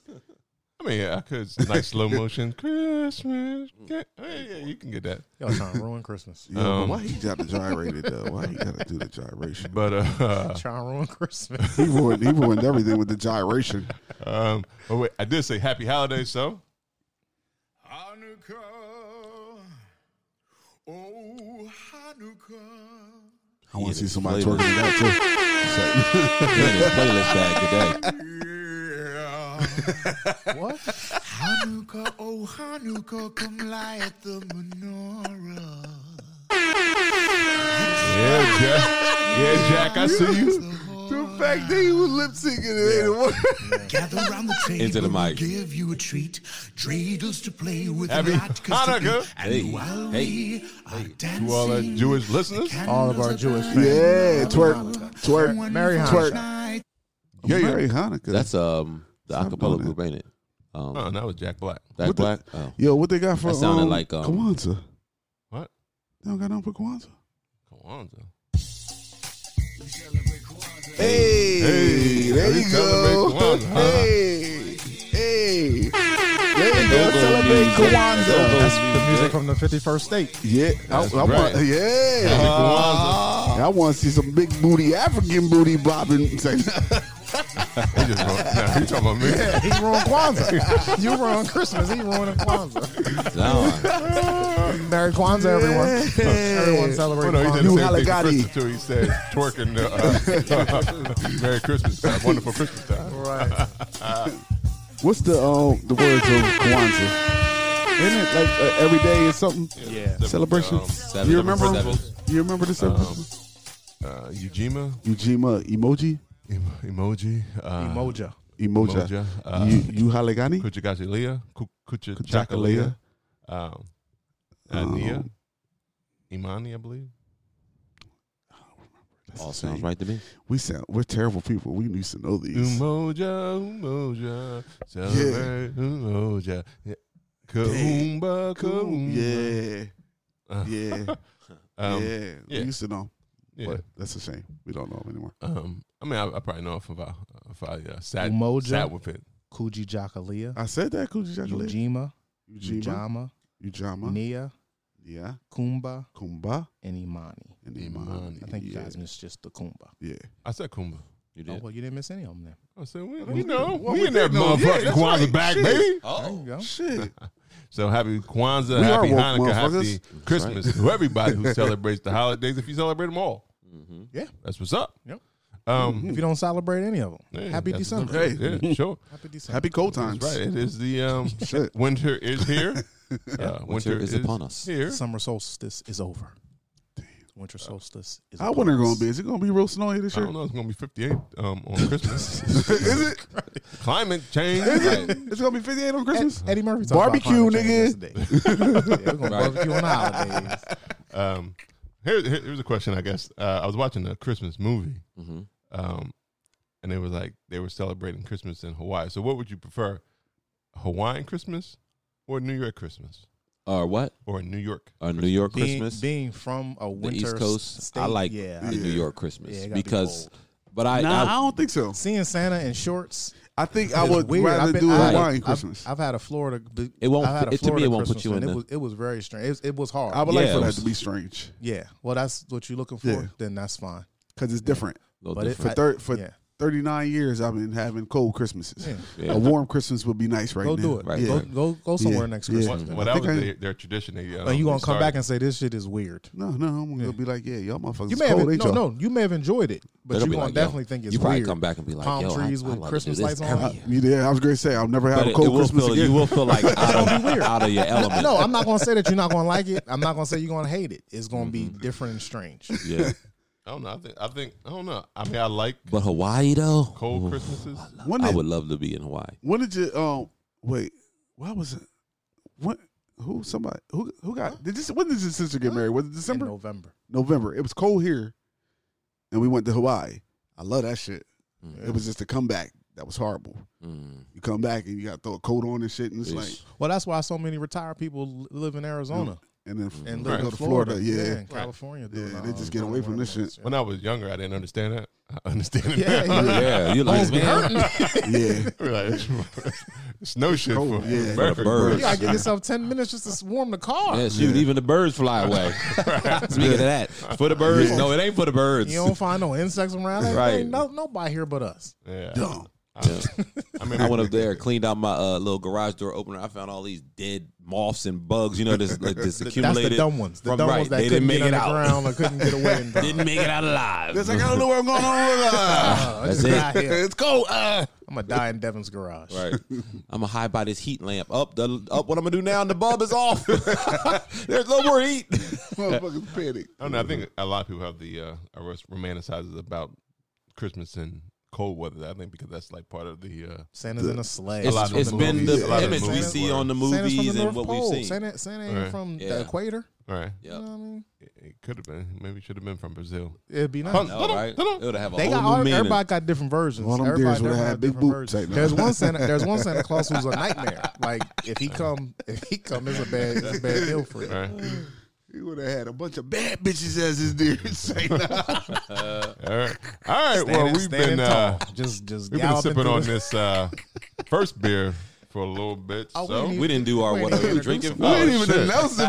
Speaker 1: I mean, yeah, I could it's nice slow motion Christmas. ca- Hey, yeah, you can get that.
Speaker 2: Y'all trying to ruin Christmas.
Speaker 3: Yo, but
Speaker 1: Um,
Speaker 3: why he got to gyrate it though? Why he got to do the gyration?
Speaker 1: But uh,
Speaker 2: Trying to ruin Christmas.
Speaker 3: He ruined, he ruined everything with the gyration.
Speaker 1: um, but wait, I did say happy holidays, so
Speaker 6: Hanukkah. Oh, Hanukkah.
Speaker 3: I want
Speaker 4: Yeah,
Speaker 3: to see
Speaker 4: the
Speaker 3: somebody
Speaker 4: flavor.
Speaker 3: twerking to that too. It's like-
Speaker 4: He had his playlist back today.
Speaker 6: Yeah.
Speaker 2: what?
Speaker 6: Hanukkah, oh Hanukkah, come light the menorah.
Speaker 1: yeah, Jack, yeah, Jack, I see you.
Speaker 3: the fact that he was lip syncing it ain't work.
Speaker 7: Gather around the table.
Speaker 4: Into the mic.
Speaker 7: We'll give you a treat. Dreidels to play with.
Speaker 1: Happy
Speaker 7: latkes to eat.
Speaker 1: Hanukkah.
Speaker 7: And
Speaker 4: Hey,
Speaker 7: while
Speaker 4: hey,
Speaker 7: we are dancing,
Speaker 1: To all our Jewish listeners,
Speaker 2: All of our Jewish fans.
Speaker 3: Yeah, twerk, twerk,
Speaker 2: Merry
Speaker 3: twerk.
Speaker 2: Hanukkah.
Speaker 7: night.
Speaker 3: Yeah, Merry Hanukkah.
Speaker 4: That's um the
Speaker 3: Stop
Speaker 4: acapella
Speaker 3: doing that.
Speaker 4: group, ain't it? Um,
Speaker 1: oh, that was Jack Black.
Speaker 4: Jack
Speaker 3: what the-
Speaker 4: Black. Oh.
Speaker 3: yo, what they got for
Speaker 4: That sounded
Speaker 3: um,
Speaker 4: like, um,
Speaker 3: Kwanzaa?
Speaker 1: What?
Speaker 3: They don't got nothing for Kwanzaa.
Speaker 1: Kwanzaa.
Speaker 3: Hey,
Speaker 1: Hey,
Speaker 3: there
Speaker 1: we
Speaker 3: you
Speaker 1: celebrate
Speaker 3: go.
Speaker 1: Kwanzaa, huh?
Speaker 3: Hey, hey, there you
Speaker 4: Go-go
Speaker 3: go. Celebrate
Speaker 4: music. Go-go
Speaker 3: Kwanzaa.
Speaker 2: The music from the 51st state.
Speaker 3: Yeah, I, I want.
Speaker 1: right.
Speaker 3: Yeah, I want to see some big booty African booty bobbing. It's like,
Speaker 1: He just wrote, nah, he talking about me.
Speaker 2: He ruined Kwanzaa. you ruined Christmas. He ruined Kwanzaa.
Speaker 4: Nah.
Speaker 2: Merry Kwanzaa, everyone. Everyone
Speaker 1: Oh,
Speaker 2: celebrate
Speaker 1: no, he
Speaker 2: Kwanzaa.
Speaker 1: did the
Speaker 3: You
Speaker 1: same thing for
Speaker 3: Haligati.
Speaker 1: Christmas too. He said twerking. Uh, uh, Merry Christmas time. Wonderful Christmas time.
Speaker 2: Right.
Speaker 3: What's the um the words of Kwanzaa? Isn't it like uh, every day is something
Speaker 2: Yeah.
Speaker 3: celebration?
Speaker 1: Um,
Speaker 4: Seven,
Speaker 3: you
Speaker 4: number
Speaker 3: remember?
Speaker 4: seven.
Speaker 3: You remember the celebration?
Speaker 1: uh, Ujima
Speaker 3: Ujima emoji,
Speaker 1: em- emoji. Uh,
Speaker 2: Emoja.
Speaker 3: emoji.
Speaker 1: Emoja, uh,
Speaker 3: you you Haligani,
Speaker 1: Kuchagachilia. Ku- Kuchagachilia.
Speaker 3: Kuchakalia.
Speaker 1: Um, Ania. Imani, I believe.
Speaker 4: All sounds right to me.
Speaker 3: We sound we're terrible people. We used to know these.
Speaker 1: Umoja, umoja, celebrate umoja. Yeah. Kaumba, kaumba.
Speaker 3: Yeah, yeah,
Speaker 1: Uh, Um, yeah.
Speaker 3: yeah. We used to know,
Speaker 1: yeah.
Speaker 3: but that's a shame. We don't know them anymore.
Speaker 1: Um, I mean, I, I probably know if I if I uh, sat
Speaker 2: Umoja.
Speaker 1: sat with it.
Speaker 2: Kuji Jakalia.
Speaker 3: I said that Kuji Chocolate.
Speaker 2: Ujima.
Speaker 3: Ujima,
Speaker 2: Ujama.
Speaker 3: Ujama,
Speaker 2: Nia.
Speaker 3: yeah,
Speaker 2: Kumba.
Speaker 3: Kumba,
Speaker 2: And Imani.
Speaker 3: and
Speaker 1: Imani.
Speaker 3: Iman.
Speaker 2: I think you
Speaker 3: Yeah.
Speaker 2: guys missed just the Kumba.
Speaker 3: Yeah.
Speaker 1: I said Kumba.
Speaker 4: You
Speaker 2: Oh,
Speaker 4: did.
Speaker 2: well, you didn't miss any of them then.
Speaker 1: I said we, we know we, in that
Speaker 3: know. Yeah,
Speaker 1: motherfucking
Speaker 3: that's
Speaker 1: Kwanzaa
Speaker 3: right.
Speaker 1: back,
Speaker 3: Shit.
Speaker 1: baby.
Speaker 2: There you go.
Speaker 3: Shit.
Speaker 1: So happy Kwanzaa,
Speaker 3: We
Speaker 1: happy
Speaker 3: are woke
Speaker 1: Hanukkah, happy
Speaker 3: motherfuckers.
Speaker 1: Christmas to everybody who celebrates the holidays. If you celebrate them all,
Speaker 3: Mm-hmm.
Speaker 2: Yeah.
Speaker 1: that's what's up.
Speaker 2: Yep.
Speaker 1: Um,
Speaker 2: If you don't celebrate any of them,
Speaker 1: yeah,
Speaker 2: happy
Speaker 1: that's
Speaker 2: December.
Speaker 1: what's up. Yeah, sure.
Speaker 2: Happy December.
Speaker 3: Happy cold times.
Speaker 1: That's right. It is the um,
Speaker 3: Shit.
Speaker 1: winter is here. Uh,
Speaker 4: Winter is upon us.
Speaker 1: Here.
Speaker 2: Summer solstice is over. Winter solstice is
Speaker 3: How
Speaker 2: upon
Speaker 3: winter
Speaker 2: us.
Speaker 3: gonna be? Is it gonna be real snowy this
Speaker 1: I
Speaker 3: year?
Speaker 1: don't know. It's gonna be 58 um, on Christmas.
Speaker 3: Is it?
Speaker 1: Climate change. Right.
Speaker 3: It's gonna be 58 on Christmas.
Speaker 2: Ed- Eddie Murphy talked
Speaker 3: Barbecue,
Speaker 2: about climate change yesterday. yeah, we're gonna
Speaker 4: Right.
Speaker 2: barbecue on the holidays.
Speaker 1: Um, here, here- here's a question. I guess uh, I was watching a Christmas movie, um, and they were like they were celebrating Christmas in Hawaii. So, what would you prefer, Hawaiian Christmas or New York Christmas
Speaker 4: Or Uh, what?
Speaker 1: or New York?
Speaker 4: Or New York
Speaker 2: Being-
Speaker 4: Christmas?
Speaker 2: being, from a
Speaker 4: the
Speaker 2: winter
Speaker 4: East Coast.
Speaker 2: state,
Speaker 4: I like
Speaker 2: yeah,
Speaker 4: the New York Christmas
Speaker 2: Yeah, it gotta be
Speaker 4: because,
Speaker 2: cold.
Speaker 4: but I,
Speaker 3: Nah, I,
Speaker 4: I-
Speaker 3: don't think so.
Speaker 2: seeing Santa in shorts.
Speaker 3: I think I
Speaker 2: is
Speaker 3: would
Speaker 2: weird.
Speaker 3: rather
Speaker 2: I've been-
Speaker 3: do
Speaker 2: I've-
Speaker 3: Hawaiian
Speaker 2: I've-
Speaker 3: Christmas.
Speaker 2: I've, had a Florida.
Speaker 4: It won't
Speaker 2: I've had a
Speaker 4: fit- to me,
Speaker 2: Florida
Speaker 4: it won't put
Speaker 2: Christmas,
Speaker 4: you in
Speaker 2: and
Speaker 4: the-
Speaker 2: It was, it was very strange. It was, it was hard.
Speaker 3: I would like
Speaker 4: Yeah,
Speaker 3: for
Speaker 4: it
Speaker 3: that
Speaker 4: was-
Speaker 3: to be strange
Speaker 2: yeah. Well, that's what you're looking for.
Speaker 3: Yeah.
Speaker 2: Then that's fine.
Speaker 3: because it's different.
Speaker 4: a little
Speaker 2: But it,
Speaker 4: different.
Speaker 3: For thir- for
Speaker 2: yeah.
Speaker 3: 39 years, I've been having cold Christmases.
Speaker 4: Yeah.
Speaker 3: A warm Christmas would be nice right
Speaker 2: Go
Speaker 3: now.
Speaker 2: do it.
Speaker 4: Right,
Speaker 2: Go,
Speaker 4: right.
Speaker 2: go go somewhere
Speaker 3: Yeah,
Speaker 2: next
Speaker 3: yeah.
Speaker 2: Christmas.
Speaker 1: Well,
Speaker 2: man.
Speaker 1: well, that was
Speaker 3: think I-
Speaker 1: their, their tradition. They, um,
Speaker 2: Are Oh, you gonna
Speaker 1: they
Speaker 2: come back
Speaker 1: started-
Speaker 2: and say this shit is weird?
Speaker 3: No, no, I'm gonna be like, yeah, y'all motherfuckers.
Speaker 2: You
Speaker 3: it's
Speaker 2: may have
Speaker 3: cold, ain't
Speaker 2: no,
Speaker 3: y'all?
Speaker 2: no, you may have enjoyed it, but
Speaker 4: It'll
Speaker 2: you're
Speaker 4: be
Speaker 2: gonna
Speaker 4: like, yo,
Speaker 2: definitely think it's
Speaker 4: you probably
Speaker 2: weird.
Speaker 4: come back and be like,
Speaker 2: palm
Speaker 4: yo, I-
Speaker 2: trees
Speaker 4: I love
Speaker 2: with
Speaker 4: to do
Speaker 2: Christmas
Speaker 4: this
Speaker 2: lights on.
Speaker 4: every
Speaker 2: Uh,
Speaker 4: year.
Speaker 3: You did. I was gonna say I've never had
Speaker 4: But
Speaker 3: a
Speaker 4: it, it
Speaker 3: cold
Speaker 4: will
Speaker 3: Christmas
Speaker 4: feel
Speaker 3: again.
Speaker 4: you will feel like out
Speaker 2: gonna
Speaker 4: of,
Speaker 2: be weird.
Speaker 4: out of your element.
Speaker 2: No, I'm not gonna say that you're not gonna like it. I'm not gonna say you're gonna hate it. It's gonna
Speaker 4: Mm-hmm.
Speaker 2: be different and strange.
Speaker 4: Yeah,
Speaker 1: I don't know. I think. I think. I don't know. I mean, I like
Speaker 4: but Hawaii though,
Speaker 1: cold
Speaker 4: Ooh,
Speaker 1: Christmases.
Speaker 3: When
Speaker 4: I
Speaker 3: did,
Speaker 4: would love to be in Hawaii.
Speaker 3: when did you? Um, wait, why was it? What? Who? Somebody? Who? Who got? Did this? When did your sister get married? Was it
Speaker 2: In
Speaker 3: December?
Speaker 2: November.
Speaker 3: November. It was cold here, and we went to Hawaii. I love that shit.
Speaker 1: Mm-hmm.
Speaker 3: It was just a comeback that was horrible. You come back and you got to throw a coat on and shit, and it's
Speaker 4: Ish.
Speaker 3: like,
Speaker 2: Well, that's why so many retired people li- live in Arizona
Speaker 3: and then
Speaker 1: Mm-hmm.
Speaker 2: and
Speaker 3: they
Speaker 2: live
Speaker 3: go
Speaker 2: in
Speaker 3: to Florida.
Speaker 2: Florida.
Speaker 3: yeah.
Speaker 2: in California.
Speaker 3: Yeah,
Speaker 2: doing
Speaker 3: they
Speaker 2: all
Speaker 3: just
Speaker 2: the
Speaker 3: get away
Speaker 2: time
Speaker 3: from this
Speaker 2: whatever
Speaker 3: shit.
Speaker 2: it is.
Speaker 1: When I was younger, I didn't understand that. I understand it.
Speaker 2: Yeah,
Speaker 1: now.
Speaker 4: Yeah, you like man.
Speaker 3: yeah.
Speaker 1: Like, it's no shit
Speaker 2: Oh,
Speaker 1: for
Speaker 3: cold, yeah.
Speaker 1: America.
Speaker 4: For birds.
Speaker 2: You gotta give yourself ten minutes just to warm the car.
Speaker 4: Yeah, shoot, even the birds fly away. Speaking of that, for the birds, no, it ain't for the birds.
Speaker 2: You don't find no insects around. There
Speaker 4: Right.
Speaker 2: ain't no, nobody here but us.
Speaker 1: Yeah.
Speaker 3: Dumb.
Speaker 1: I mean,
Speaker 4: I went up there, cleaned out my uh, little garage door opener. I found all these dead moths and bugs. You know, this like this
Speaker 2: That's
Speaker 4: accumulated.
Speaker 2: the dumb ones. The
Speaker 4: from-
Speaker 2: dumb
Speaker 4: right,
Speaker 2: ones that
Speaker 4: they
Speaker 2: couldn't
Speaker 4: didn't make it
Speaker 2: get on the
Speaker 4: out.
Speaker 2: ground or couldn't get away in time.
Speaker 4: didn't make it out alive.
Speaker 3: It's like, I don't know where I'm going on. with, uh,
Speaker 2: Uh, it's
Speaker 4: That's it.
Speaker 2: not here.
Speaker 3: it's cold. Uh.
Speaker 2: I'm gonna die in Devin's garage.
Speaker 4: Right. I'm gonna hide by this heat lamp. Up the up. What I'm gonna do now? The bulb is off. There's no more heat.
Speaker 3: Motherfuckers panic.
Speaker 1: I don't know. I think a lot of people have the uh, I guess romanticizes about Christmas and cold weather. I think because that's like part of the. Uh,
Speaker 2: Santa's in a sleigh.
Speaker 4: It's,
Speaker 1: lot of
Speaker 4: it's
Speaker 1: the
Speaker 4: been
Speaker 1: movies-
Speaker 4: the
Speaker 1: a lot of
Speaker 4: image we
Speaker 1: movies
Speaker 4: see
Speaker 1: were-
Speaker 4: on the
Speaker 2: Santa's from
Speaker 4: movies
Speaker 2: the
Speaker 4: and
Speaker 2: North
Speaker 4: what
Speaker 2: Pole.
Speaker 4: we've seen.
Speaker 2: Santa, Santa ain't
Speaker 1: Right.
Speaker 2: from
Speaker 4: Yeah.
Speaker 2: the equator.
Speaker 1: all right,
Speaker 4: Yep.
Speaker 2: You know what I mean?
Speaker 1: it, it could have been. Maybe should have been from Brazil.
Speaker 2: It'd be nice.
Speaker 1: Punk.
Speaker 4: No, right? It would have a
Speaker 2: They
Speaker 4: whole
Speaker 2: got
Speaker 4: new
Speaker 2: all,
Speaker 4: meaning.
Speaker 2: everybody got different versions.
Speaker 3: All them
Speaker 2: everybody
Speaker 3: deers would've
Speaker 2: everybody
Speaker 3: had
Speaker 2: got
Speaker 3: big
Speaker 2: different
Speaker 3: boots right
Speaker 2: versions.
Speaker 3: now.
Speaker 2: There's one Santa. There's one Santa Claus who's a nightmare. Like if he come, if he come, it's a bad, it's a bad deal for you.
Speaker 1: All right,
Speaker 3: He would have had a bunch of bad bitches as his dear Saint.
Speaker 1: all right, all right. Well,
Speaker 2: Standing-
Speaker 1: we've
Speaker 2: standing
Speaker 1: been uh,
Speaker 2: tall. just just
Speaker 1: we've been
Speaker 2: galloping
Speaker 1: sipping
Speaker 2: through
Speaker 1: on
Speaker 2: the-
Speaker 1: this uh, first beer for a little bit.
Speaker 2: Oh,
Speaker 1: so
Speaker 2: we
Speaker 4: We didn't do our
Speaker 2: We
Speaker 4: what
Speaker 2: ain't
Speaker 4: are we
Speaker 2: even
Speaker 4: drinking?
Speaker 3: we didn't
Speaker 4: Oh,
Speaker 3: even
Speaker 4: shit.
Speaker 3: announce the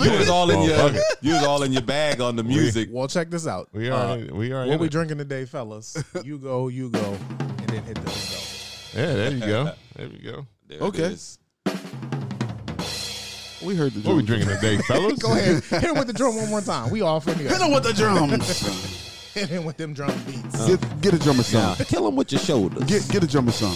Speaker 4: You was all in
Speaker 1: Oh,
Speaker 4: your
Speaker 1: fuck it.
Speaker 4: you was all in your bag on the music.
Speaker 2: Well, check this out.
Speaker 1: we
Speaker 2: Uh,
Speaker 1: are we are
Speaker 2: what
Speaker 1: in
Speaker 2: we
Speaker 1: it.
Speaker 2: drinking today, fellas? You go, you go, and then hit the go.
Speaker 1: Yeah, there you go. There you go.
Speaker 4: There it
Speaker 3: Okay.
Speaker 4: is.
Speaker 2: Ooh,
Speaker 3: We heard the
Speaker 1: What we
Speaker 3: drums.
Speaker 1: drinking today, fellas?
Speaker 2: Go ahead. Hit him with the drum one more time. We all finna
Speaker 3: Hit
Speaker 2: go.
Speaker 3: him with the drums.
Speaker 2: Hit him with them drum beats.
Speaker 1: Uh.
Speaker 3: get, get a drummer
Speaker 4: Now,
Speaker 3: song.
Speaker 4: kill him with your shoulders.
Speaker 3: Get get a drummer song.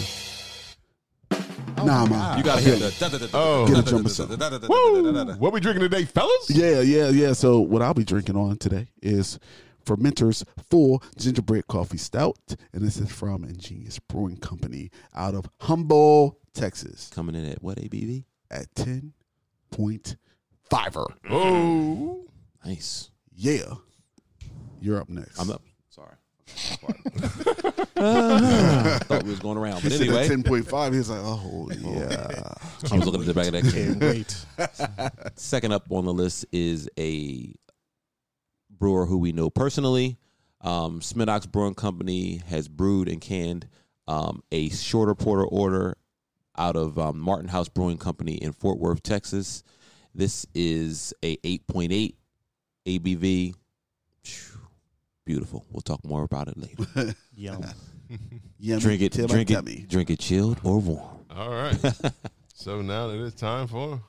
Speaker 3: Oh nah, man.
Speaker 4: you gotta hear the.
Speaker 1: Oh.
Speaker 3: Get a jumper set.
Speaker 1: Woo! What we drinking today, fellas?
Speaker 3: Yeah, yeah, yeah. So what I'll be drinking on today is Fermenter's Full Gingerbread Coffee Stout, and this is from Ingenious Brewing Company out of Humble, Texas,
Speaker 4: Coming in at what ABV?
Speaker 3: at ten point fiver.
Speaker 1: Oh.
Speaker 4: Nice.
Speaker 3: Yeah, you're up next.
Speaker 4: I'm up. Sorry. uh, thought we was going around, but
Speaker 3: He
Speaker 4: anyway,
Speaker 3: ten point five. He's like, oh yeah.
Speaker 4: I was looking at the back of that can.
Speaker 2: Wait.
Speaker 4: Second up on the list is a brewer who we know personally. Um, Smidox Brewing Company has brewed and canned um, a shorter porter order out of um, Martin House Brewing Company in Fort Worth, Texas. This is a 8.8 ABV. Phew, Beautiful. We'll talk more about it later.
Speaker 2: Yum.
Speaker 3: Yummy
Speaker 4: Drink it,
Speaker 3: till my
Speaker 4: drink
Speaker 3: tummy.
Speaker 4: it, drink it chilled or warm.
Speaker 1: All right. so now it is time for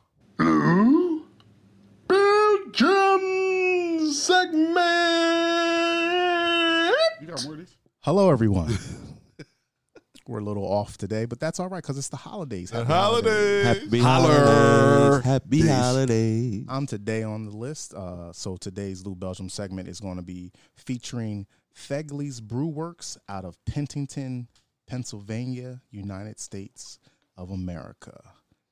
Speaker 1: Belgium segment.
Speaker 2: Hello, everyone. We're a little off today, but that's all right because it's the holidays. Happy
Speaker 1: Holiday.
Speaker 4: Happy
Speaker 3: Holler.
Speaker 4: holidays. Happy holidays.
Speaker 3: Mm-hmm.
Speaker 2: I'm today on the list. Uh, so today's Lou Belgium segment is going to be featuring Fegley's Brew Works out of Pentington, Pennsylvania, United States of America.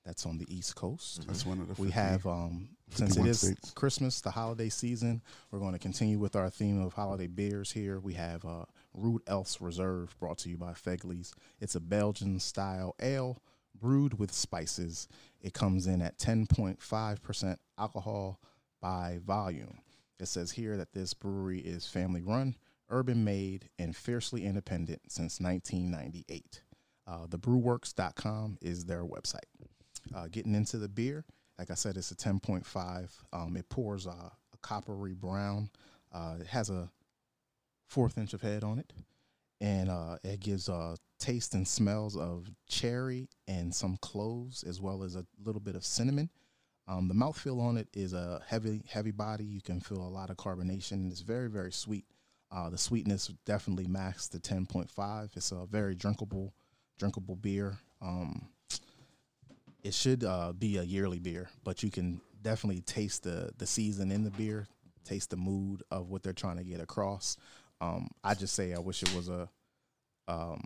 Speaker 2: That's on the East Coast.
Speaker 3: Mm-hmm. That's one of the.
Speaker 2: We
Speaker 3: 50.
Speaker 2: have, um, since it
Speaker 3: 51
Speaker 2: is
Speaker 3: states.
Speaker 2: Christmas, the holiday season, we're going to continue with our theme of holiday beers here. We have uh, Rude Else Reserve brought to you by Fegley's. It's a Belgian style ale brewed with spices. It comes in at 10.5% alcohol by volume. It says here that this brewery is family run, urban made, and fiercely independent since 1998. Uh, thebrewworks.com is their website uh, getting into the beer. Like I said, it's a 10.5. Um, it pours uh, a coppery brown. Uh, it has a fourth inch of head on it, and uh, it gives uh, taste and smells of cherry and some cloves, as well as a little bit of cinnamon. Um, the mouthfeel on it is a heavy, heavy body. You can feel a lot of carbonation. and It's very, very sweet. Uh, the sweetness definitely max the 10.5. It's a very drinkable, drinkable beer. Um, it should uh, be a yearly beer, but you can definitely taste the the season in the beer, taste the mood of what they're trying to get across. Um, I just say I wish it was a um,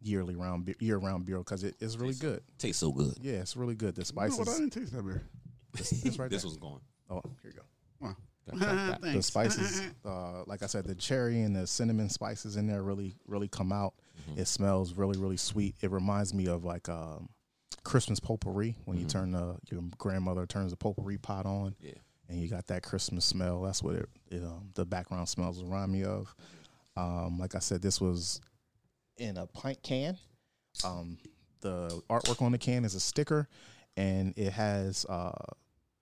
Speaker 2: yearly round year round beer because it is really good.
Speaker 4: Tastes so good.
Speaker 2: Yeah, it's really good. The
Speaker 3: You know what? I
Speaker 2: spices.
Speaker 3: didn't taste that beer.
Speaker 2: It's right
Speaker 4: This
Speaker 2: there.
Speaker 4: was going.
Speaker 2: Oh, here you go.
Speaker 3: Wow.
Speaker 2: the
Speaker 3: Thanks.
Speaker 2: spices uh, like i said the cherry and the cinnamon spices in there really really come out it smells really really sweet it reminds me of like um, christmas potpourri when you turn the your grandmother turns the potpourri pot on
Speaker 4: Yeah.
Speaker 2: and you got that christmas smell that's what it, it um, the background smells remind me of um, like i said this was in a pint can um, the artwork on the can is a sticker and it has uh,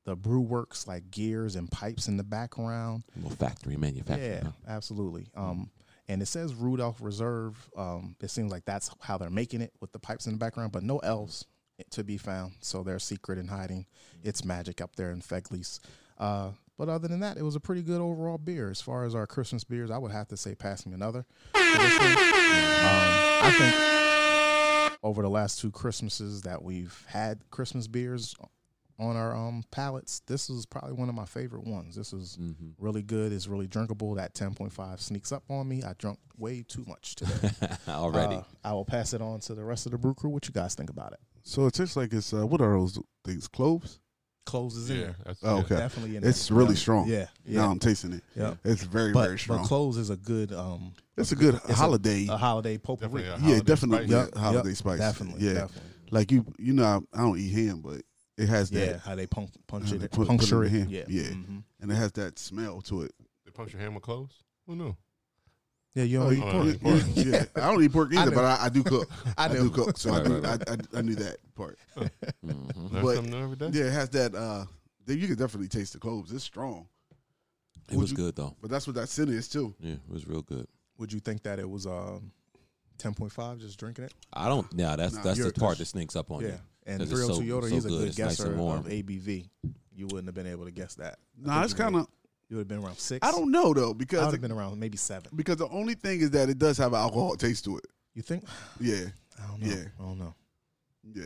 Speaker 2: the brew works like gears and pipes in the background
Speaker 4: Little factory manufacturing.
Speaker 2: yeah,
Speaker 4: huh?
Speaker 2: absolutely. Um, and it says Rudolph Reserve. Um, it seems like that's how they're making it with the pipes in the background, but no elves to be found. So they're secret and hiding. It's magic up there in Feglis. Uh, but other than that, it was a pretty good overall beer. As far as our Christmas beers, I would have to say pass me another. for this one. Um, I think over the last two Christmases that we've had Christmas beers on our um palates, this is probably one of my favorite ones. This is really good. It's really drinkable. That 10.5 sneaks up on me. I drunk way too much today.
Speaker 4: Already.
Speaker 2: Uh, I will pass it on to the rest of the brew crew. What you guys think about it?
Speaker 3: So it tastes like it's uh, what are those things? Cloves?
Speaker 2: Closes in
Speaker 1: Yeah,
Speaker 2: there.
Speaker 1: that's
Speaker 3: Oh, okay.
Speaker 2: Definitely in there.
Speaker 3: It's really strong.
Speaker 2: Yeah, yeah.
Speaker 3: Now I'm tasting it.
Speaker 2: Yeah.
Speaker 3: It's very
Speaker 2: But,
Speaker 3: very strong.
Speaker 2: but close is a good um
Speaker 3: it's a good
Speaker 2: a- uh,
Speaker 3: holiday.
Speaker 2: a holiday potpourri.
Speaker 1: Definitely a
Speaker 3: yeah,
Speaker 1: holiday
Speaker 3: definitely
Speaker 1: spice.
Speaker 3: yeah,
Speaker 2: Yep,
Speaker 3: holiday
Speaker 2: yep,
Speaker 3: spice.
Speaker 2: definitely,
Speaker 3: Yeah.
Speaker 2: definitely.
Speaker 3: Like you, you know, I, I don't eat ham, but it has that.
Speaker 2: Yeah, how they punk, punch
Speaker 3: They
Speaker 2: it,
Speaker 3: Mm-hmm. put- put it in
Speaker 2: puncture
Speaker 3: the
Speaker 2: it.
Speaker 3: ham.
Speaker 2: Yeah,
Speaker 3: Yeah.
Speaker 2: Mhm.
Speaker 3: And it has that smell to it.
Speaker 1: They punch your hand with clothes? Who knew?
Speaker 2: yeah. You
Speaker 3: Oh,
Speaker 2: don't
Speaker 3: you
Speaker 2: eat
Speaker 1: yeah.
Speaker 3: pork.
Speaker 1: eat
Speaker 3: Yeah, yeah. I don't eat pork either,
Speaker 2: know.
Speaker 3: but I, I do cook.
Speaker 2: I
Speaker 3: I,
Speaker 2: know.
Speaker 3: do cook, so I, do, I, I I knew that part.
Speaker 1: Learn
Speaker 3: But-
Speaker 1: Mm-hmm. something new every day?
Speaker 3: Yeah, it has that. uh then You can definitely taste the cloves. It's strong,
Speaker 4: it was
Speaker 3: you-
Speaker 4: good though.
Speaker 3: but that's what that scent is too.
Speaker 4: Yeah, it was real good.
Speaker 2: Would you think that it was um Ten point five, just drinking it.
Speaker 4: I don't. Nah, that's that's
Speaker 2: you're
Speaker 4: the
Speaker 2: a
Speaker 4: part
Speaker 2: Kush.
Speaker 4: that sneaks up on
Speaker 2: Yeah,
Speaker 4: you.
Speaker 2: and
Speaker 4: 'Cause it's
Speaker 2: 302 Yoda, he's a good
Speaker 4: it's nice
Speaker 2: guesser
Speaker 4: and warm.
Speaker 2: of ABV. You wouldn't have been able to guess that. I
Speaker 3: Nah,
Speaker 2: think
Speaker 3: it's
Speaker 2: you would've-
Speaker 3: kinda-
Speaker 2: You would have been around six.
Speaker 3: I don't know though
Speaker 2: I would
Speaker 3: because
Speaker 2: have been around maybe seven.
Speaker 3: because the only thing is that it does have an alcohol taste to it.
Speaker 2: You think?
Speaker 3: Yeah,
Speaker 2: I don't know.
Speaker 3: Yeah.
Speaker 2: I don't know.
Speaker 3: yeah.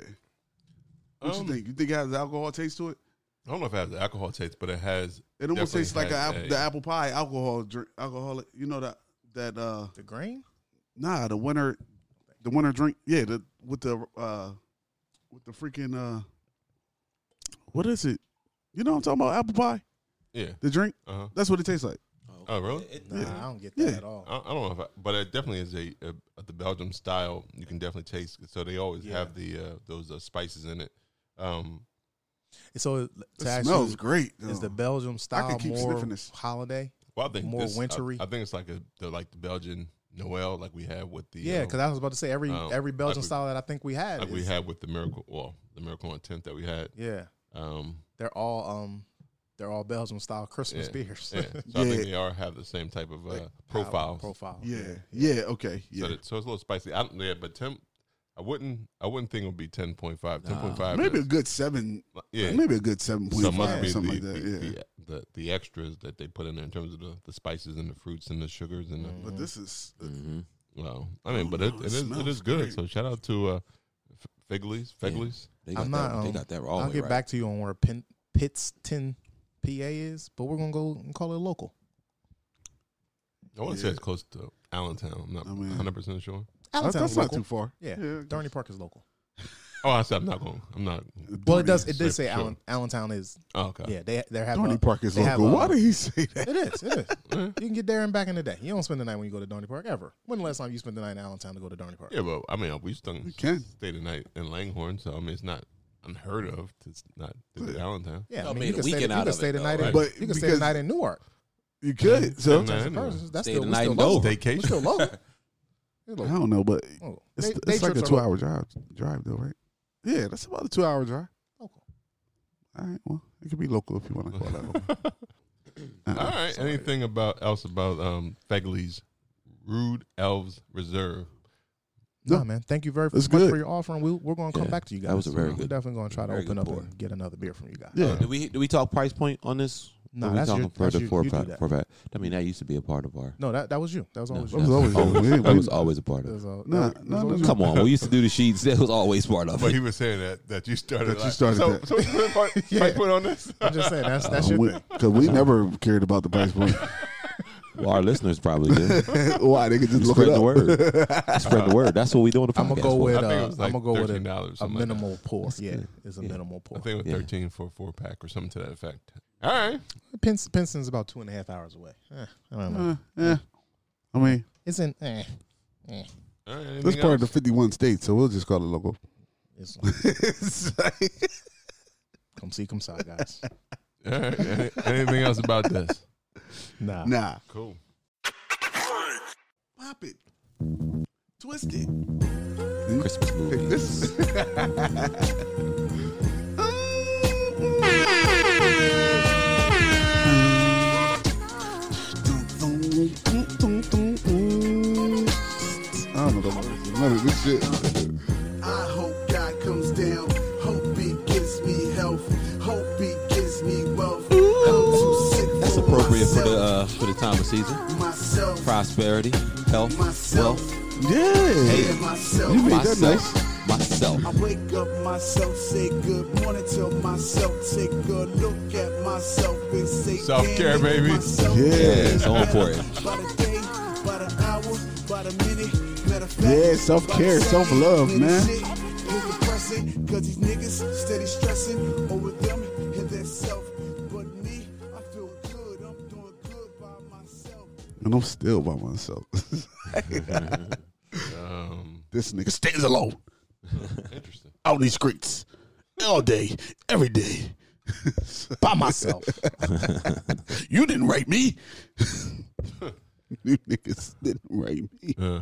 Speaker 3: What
Speaker 1: Um,
Speaker 3: you think? You think it has alcohol taste to it?
Speaker 1: I don't know if it has the alcohol taste, but it has.
Speaker 3: It almost
Speaker 1: definitely
Speaker 3: tastes like a,
Speaker 1: has
Speaker 3: app- the apple pie alcohol drink. Alcoholic, you know that that uh
Speaker 2: The grain?
Speaker 3: nah the winter the winter drink yeah the with the uh with the freaking uh what is it? You know what I'm talking about apple pie
Speaker 1: Yeah.
Speaker 3: the drink
Speaker 1: Uh-huh.
Speaker 3: that's what it tastes like.
Speaker 1: Oh, really?
Speaker 2: Nah, I don't get that
Speaker 3: Yeah. Uh,
Speaker 2: at all.
Speaker 1: I, I don't know if, I, but it definitely is a, a, the Belgium style. You can definitely taste. So they always
Speaker 2: Yeah.
Speaker 1: have the uh, those uh, spices in it. Um,
Speaker 2: So to
Speaker 3: It
Speaker 2: ask you,
Speaker 3: smells great.
Speaker 2: Is
Speaker 3: though.
Speaker 2: the Belgium style
Speaker 3: uh, keep
Speaker 2: more
Speaker 3: sniffing this.
Speaker 2: holiday?
Speaker 1: well, I think
Speaker 2: More
Speaker 1: this- I-
Speaker 2: wintry?
Speaker 1: I, think it's like a the, like the Belgian Noel, like we have with the
Speaker 2: Yeah,
Speaker 1: um,
Speaker 2: because I was about to say every
Speaker 1: um,
Speaker 2: every Belgian
Speaker 1: like we-
Speaker 2: style that I think we had.
Speaker 1: like we
Speaker 2: is-
Speaker 1: had with the miracle, well, the miracle on tenth that we had.
Speaker 2: Yeah,
Speaker 1: Um,
Speaker 2: they're all um, they're all Belgium style Christmas
Speaker 1: yeah,
Speaker 2: beers.
Speaker 1: yeah. So I
Speaker 3: Yeah.
Speaker 1: think they all have the same type of uh, profiles.
Speaker 2: profile.
Speaker 3: yeah yeah, okay yeah.
Speaker 1: So, that- so it's a little spicy. I don't, yeah, but ten, I wouldn't, I wouldn't think it would be ten point five. Ten point five,
Speaker 3: Maybe a good seven.
Speaker 1: yeah.
Speaker 3: Maybe a good seven point
Speaker 1: So it
Speaker 3: five,
Speaker 1: must be
Speaker 3: something
Speaker 1: the,
Speaker 3: like that.
Speaker 1: the,
Speaker 3: yeah.
Speaker 1: the, the the extras that they put in there in terms of the, the spices and the fruits and the sugars and the,
Speaker 3: Mm-hmm. But this is uh,
Speaker 4: Mm-hmm.
Speaker 1: well, I mean, but it,
Speaker 3: no,
Speaker 1: it
Speaker 3: it
Speaker 1: is it
Speaker 3: smells
Speaker 1: is good.
Speaker 3: great.
Speaker 1: So shout out to uh, F- Figley's, Figley's.
Speaker 4: They got
Speaker 2: I'm
Speaker 4: that.
Speaker 2: not. Um,
Speaker 4: they got that all
Speaker 2: I'll
Speaker 4: the way
Speaker 2: get
Speaker 4: right.
Speaker 2: back to you on where Pin, Pitts Ten PA is, but we're gonna go and call it local.
Speaker 1: I want to say it's close to Allentown. I'm not
Speaker 3: I mean-
Speaker 1: 100 percent sure.
Speaker 3: that's,
Speaker 2: Allentown's
Speaker 3: that's not
Speaker 2: local.
Speaker 3: too far.
Speaker 2: yeah,
Speaker 3: yeah.
Speaker 2: Darney Park is local.
Speaker 1: Oh, I said I'm not going. I'm not.
Speaker 2: Well, it does. It
Speaker 1: Sure,
Speaker 2: did say
Speaker 1: sure.
Speaker 2: Allen, Allentown is.
Speaker 1: Oh, okay.
Speaker 2: Yeah, they they have.
Speaker 3: Dorney
Speaker 2: a-
Speaker 3: Park is
Speaker 2: they have
Speaker 3: local.
Speaker 2: a-
Speaker 3: Why did he say that?
Speaker 2: It is. It is. you can get there and back in the day. You don't spend the night when you go to Darney Park ever. When the last time you spent the night in Allentown to go to Darney Park?
Speaker 1: Yeah, but I mean, we still we
Speaker 3: can.
Speaker 1: stay the night in Langhorne, so I mean, it's not unheard of. to s not to do Allentown.
Speaker 2: Yeah,
Speaker 4: No,
Speaker 2: I mean,
Speaker 4: made
Speaker 2: you
Speaker 4: a
Speaker 2: can stay,
Speaker 4: weekend
Speaker 2: you
Speaker 4: out
Speaker 2: can
Speaker 4: of
Speaker 2: stay
Speaker 4: it,
Speaker 2: the
Speaker 4: though,
Speaker 2: night.
Speaker 4: right?
Speaker 2: in,
Speaker 3: But
Speaker 2: you can stay the
Speaker 3: because-
Speaker 2: night in Newark.
Speaker 3: You could. So
Speaker 1: Nah,
Speaker 2: That's
Speaker 1: anyway.
Speaker 2: the
Speaker 4: Stay
Speaker 2: still,
Speaker 4: the
Speaker 2: we
Speaker 4: night
Speaker 2: still
Speaker 4: in
Speaker 2: local.
Speaker 4: Dover.
Speaker 2: We still local.
Speaker 3: I don't know, but
Speaker 2: Oh,
Speaker 3: it's,
Speaker 2: day- day
Speaker 3: it's like a
Speaker 2: trips are
Speaker 3: two hour drive drive though, right? Yeah, that's about a two hour drive.
Speaker 2: Local.
Speaker 3: All right. Well, it could be local if you want to call that local.
Speaker 1: All right. Anything about else about um Fegley's Rude Elves Reserve?
Speaker 2: No, man. Thank you very
Speaker 3: It's
Speaker 2: much
Speaker 3: good.
Speaker 2: for your offering. We, we're going to come
Speaker 4: Yeah,
Speaker 2: back to you guys.
Speaker 4: that was a very
Speaker 2: We're
Speaker 4: good-
Speaker 2: definitely going to try to
Speaker 4: very good
Speaker 2: open up
Speaker 4: pour.
Speaker 2: and get another beer from you guys.
Speaker 3: Yeah.
Speaker 4: Did we did we talk price point on this?
Speaker 2: No,
Speaker 4: Or we
Speaker 2: that's
Speaker 4: talking
Speaker 2: your-
Speaker 4: for
Speaker 2: that's
Speaker 4: the
Speaker 2: you-
Speaker 4: four
Speaker 2: you do
Speaker 4: pack-
Speaker 2: that.
Speaker 4: four pack. I mean, that used to be a part of our.
Speaker 2: No, that that was you. That was always
Speaker 4: no,
Speaker 2: you.
Speaker 3: was always- we didn't-
Speaker 4: that was always a part
Speaker 2: That
Speaker 4: of.
Speaker 2: was,
Speaker 4: it.
Speaker 2: uh,
Speaker 3: No,
Speaker 2: that was-
Speaker 3: no,
Speaker 2: that was
Speaker 3: no.
Speaker 2: you.
Speaker 4: Come on, we used to do the sheets. That was always part of
Speaker 1: But he
Speaker 4: it.
Speaker 1: was saying that that you started.
Speaker 3: That you
Speaker 1: like-
Speaker 3: started
Speaker 1: So,
Speaker 3: that.
Speaker 1: so what's the part, price point on this?
Speaker 2: I'm just saying that's that's your thing.
Speaker 3: Because we never cared about the price point.
Speaker 4: Well, our listeners probably did.
Speaker 3: Why they could just look
Speaker 4: Spread
Speaker 3: it
Speaker 4: the
Speaker 3: up.
Speaker 4: word. Spread the word. That's what we do on the podcast.
Speaker 2: I'm gonna go
Speaker 4: for.
Speaker 2: with
Speaker 1: I
Speaker 2: uh,
Speaker 1: think it was
Speaker 2: I'm gonna
Speaker 1: like
Speaker 2: go with
Speaker 1: $13 or
Speaker 2: a, a
Speaker 1: something like that.
Speaker 2: minimal pour. Yeah, it's a minimal pour.
Speaker 1: I think it was
Speaker 4: Yeah.
Speaker 1: 13 for a four pack or something to that effect. All right.
Speaker 2: Pins, Pinston's about two and a half hours away. Eh, I don't know.
Speaker 3: Uh, yeah. I mean,
Speaker 2: It's in. Eh, eh,
Speaker 1: All right
Speaker 3: this
Speaker 1: anything
Speaker 3: part of
Speaker 1: else?
Speaker 3: the 51 states, so we'll just call it local.
Speaker 2: it's,
Speaker 3: It's like-
Speaker 2: come see, come side, guys.
Speaker 1: All right. Any- anything else about this?
Speaker 2: Nah.
Speaker 3: nah.
Speaker 1: Cool.
Speaker 3: Pop it. Twist it.
Speaker 4: Christmas movies.
Speaker 3: This I don't know none of this shit.
Speaker 8: I hope God comes down. Hope He gives me health. Hope He gives me wealth. I'm too sick
Speaker 4: That's
Speaker 8: for
Speaker 4: appropriate for
Speaker 8: myself.
Speaker 4: the uh, for the time of season.
Speaker 8: myself,
Speaker 4: Prosperity, health,
Speaker 8: myself,
Speaker 4: wealth,
Speaker 3: Yeah.
Speaker 8: and myself.
Speaker 3: You made that nice.
Speaker 4: myself, myself.
Speaker 8: I wake up myself, say good morning to myself, take a look at myself and say
Speaker 1: Self-care,
Speaker 8: damn,
Speaker 1: baby.
Speaker 8: myself
Speaker 3: Yeah,
Speaker 8: is
Speaker 4: it's on
Speaker 8: better.
Speaker 4: for it.
Speaker 8: By the day, by the hour, by the minute, matter of fact,
Speaker 3: Yeah, self-care,
Speaker 8: by the second,
Speaker 3: self-love,
Speaker 8: nigga
Speaker 3: man.
Speaker 8: shit is depressing, Cause these niggas steady stressing over them and their self. But me, I feel good, I'm doing good by myself.
Speaker 3: And I'm still by myself.
Speaker 4: Um,
Speaker 3: this nigga stays alone
Speaker 1: Interesting.
Speaker 3: out these streets all day, every day.
Speaker 2: By myself.
Speaker 3: You didn't write me. you niggas didn't write me.
Speaker 4: Uh.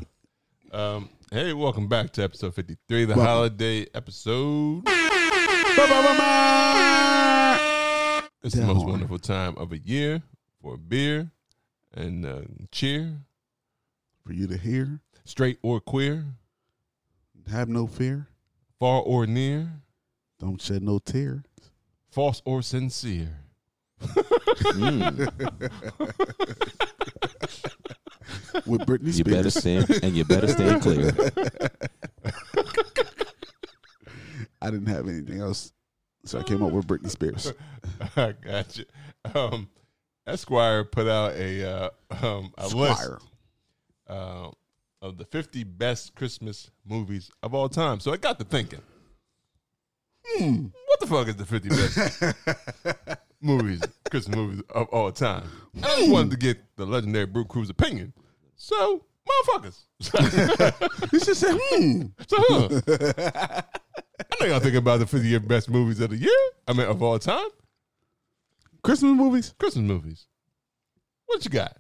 Speaker 1: Yeah. Um, hey, welcome back to episode 53, the holiday episode. It's the most
Speaker 3: Down.
Speaker 1: wonderful time of a year for a beer and uh, cheer.
Speaker 3: For you to hear,
Speaker 1: Straight or queer,
Speaker 3: Have no fear.
Speaker 1: far or near,
Speaker 3: Don't shed no tear.
Speaker 1: false or sincere.
Speaker 3: With Britney
Speaker 4: You better
Speaker 3: Spears.
Speaker 4: stand and you better stand clear.
Speaker 3: I didn't have anything else, so I came up with Britney Spears.
Speaker 1: I got you. Um, Esquire put out a uh, um, a list
Speaker 3: Squire.
Speaker 1: uh, of the 50 best Christmas movies of all time. So it got to thinking. hmm, What the fuck is the 50 best movies, Christmas movies of all time? And I just wanted to get the legendary Brute Crew's opinion. So, motherfuckers.
Speaker 3: He just said, hmm.
Speaker 1: So, huh. I know y'all thinking about the 50 best movies of the year. I mean, of all time.
Speaker 3: Christmas movies?
Speaker 1: Christmas movies. What you got?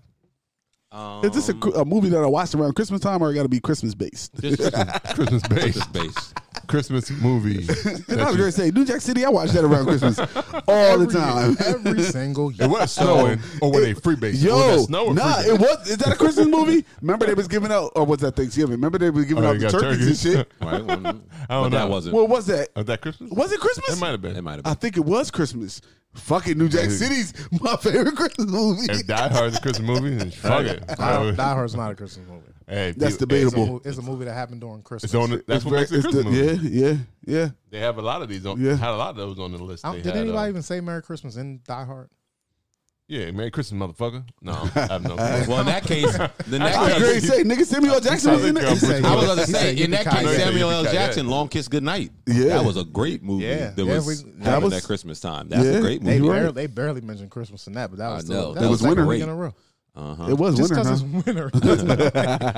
Speaker 3: Is this a, cr- a movie that I watched around Christmas time or it got to be Christmas based?
Speaker 1: Christmas based.
Speaker 4: Space.
Speaker 1: Christmas movie.
Speaker 3: I was going to say, New Jack City, I watch that around Christmas all the time.
Speaker 2: Every single year.
Speaker 1: It was snowing, or were they free based?
Speaker 3: Yo,
Speaker 1: was that snow or
Speaker 3: nah,
Speaker 1: free-based?
Speaker 3: it was. Is that a Christmas movie? Remember they was giving out, or was that Thanksgiving? Remember they was giving
Speaker 1: Oh,
Speaker 3: out
Speaker 1: you
Speaker 3: the
Speaker 1: got
Speaker 3: turkeys, and
Speaker 1: turkeys?
Speaker 3: shit.
Speaker 4: Right? Well,
Speaker 1: don't
Speaker 4: but that
Speaker 1: know.
Speaker 4: wasn't.
Speaker 3: What was that?
Speaker 1: Was that Christmas?
Speaker 3: Was it Christmas?
Speaker 1: It might have been.
Speaker 4: it might have
Speaker 3: I
Speaker 4: been.
Speaker 3: think it was Christmas. Fucking New Jack City's my favorite Christmas movie.
Speaker 1: If Die Hard's a Christmas movie, then fuck it.
Speaker 2: Die, Die Hard's not a Christmas movie.
Speaker 1: Hey,
Speaker 3: That's
Speaker 1: people,
Speaker 2: It's a,
Speaker 3: debatable.
Speaker 2: mo- it's a movie that happened during Christmas.
Speaker 1: It's on. The, that's
Speaker 3: It's
Speaker 1: what
Speaker 3: very-
Speaker 1: makes it a
Speaker 3: it's
Speaker 1: Christmas
Speaker 3: the-
Speaker 1: movie.
Speaker 3: Yeah, yeah, yeah.
Speaker 1: They have a lot of these. On,
Speaker 3: Yeah.
Speaker 1: Had a lot of those on the list.
Speaker 2: I
Speaker 1: They
Speaker 2: don't- Oh, did
Speaker 1: had,
Speaker 2: anybody
Speaker 1: uh,
Speaker 2: even say Merry Christmas in Die Hard?
Speaker 1: yeah, Merry Christmas, motherfucker. No, I have no. clue.
Speaker 4: Well, in that case, in
Speaker 3: I was
Speaker 4: that
Speaker 3: great.
Speaker 4: case,
Speaker 3: Say, nigga, Samuel Jackson was in
Speaker 1: I
Speaker 3: it.
Speaker 1: think,
Speaker 2: said-
Speaker 4: I was about to
Speaker 2: He
Speaker 4: say,
Speaker 2: said
Speaker 4: in that case,
Speaker 2: Yippee-ki-yay.
Speaker 4: Samuel L.
Speaker 1: Yippee-ki-yay.
Speaker 4: Jackson, Long Kiss Goodnight.
Speaker 3: Yeah.
Speaker 4: That was a great movie.
Speaker 2: Yeah.
Speaker 4: That
Speaker 2: Yeah,
Speaker 4: was
Speaker 2: we-
Speaker 4: that was
Speaker 3: was-
Speaker 4: that Christmas time. That's
Speaker 3: Yeah.
Speaker 4: a great
Speaker 2: They,
Speaker 4: movie.
Speaker 2: barely, they barely mentioned Christmas in that, but that was
Speaker 4: I
Speaker 2: the,
Speaker 4: know.
Speaker 2: that
Speaker 4: That was
Speaker 2: was the second
Speaker 4: great.
Speaker 2: week in a row.
Speaker 3: It was
Speaker 2: Just
Speaker 3: winter,
Speaker 2: because
Speaker 3: huh?
Speaker 2: it's winter. doesn't matter.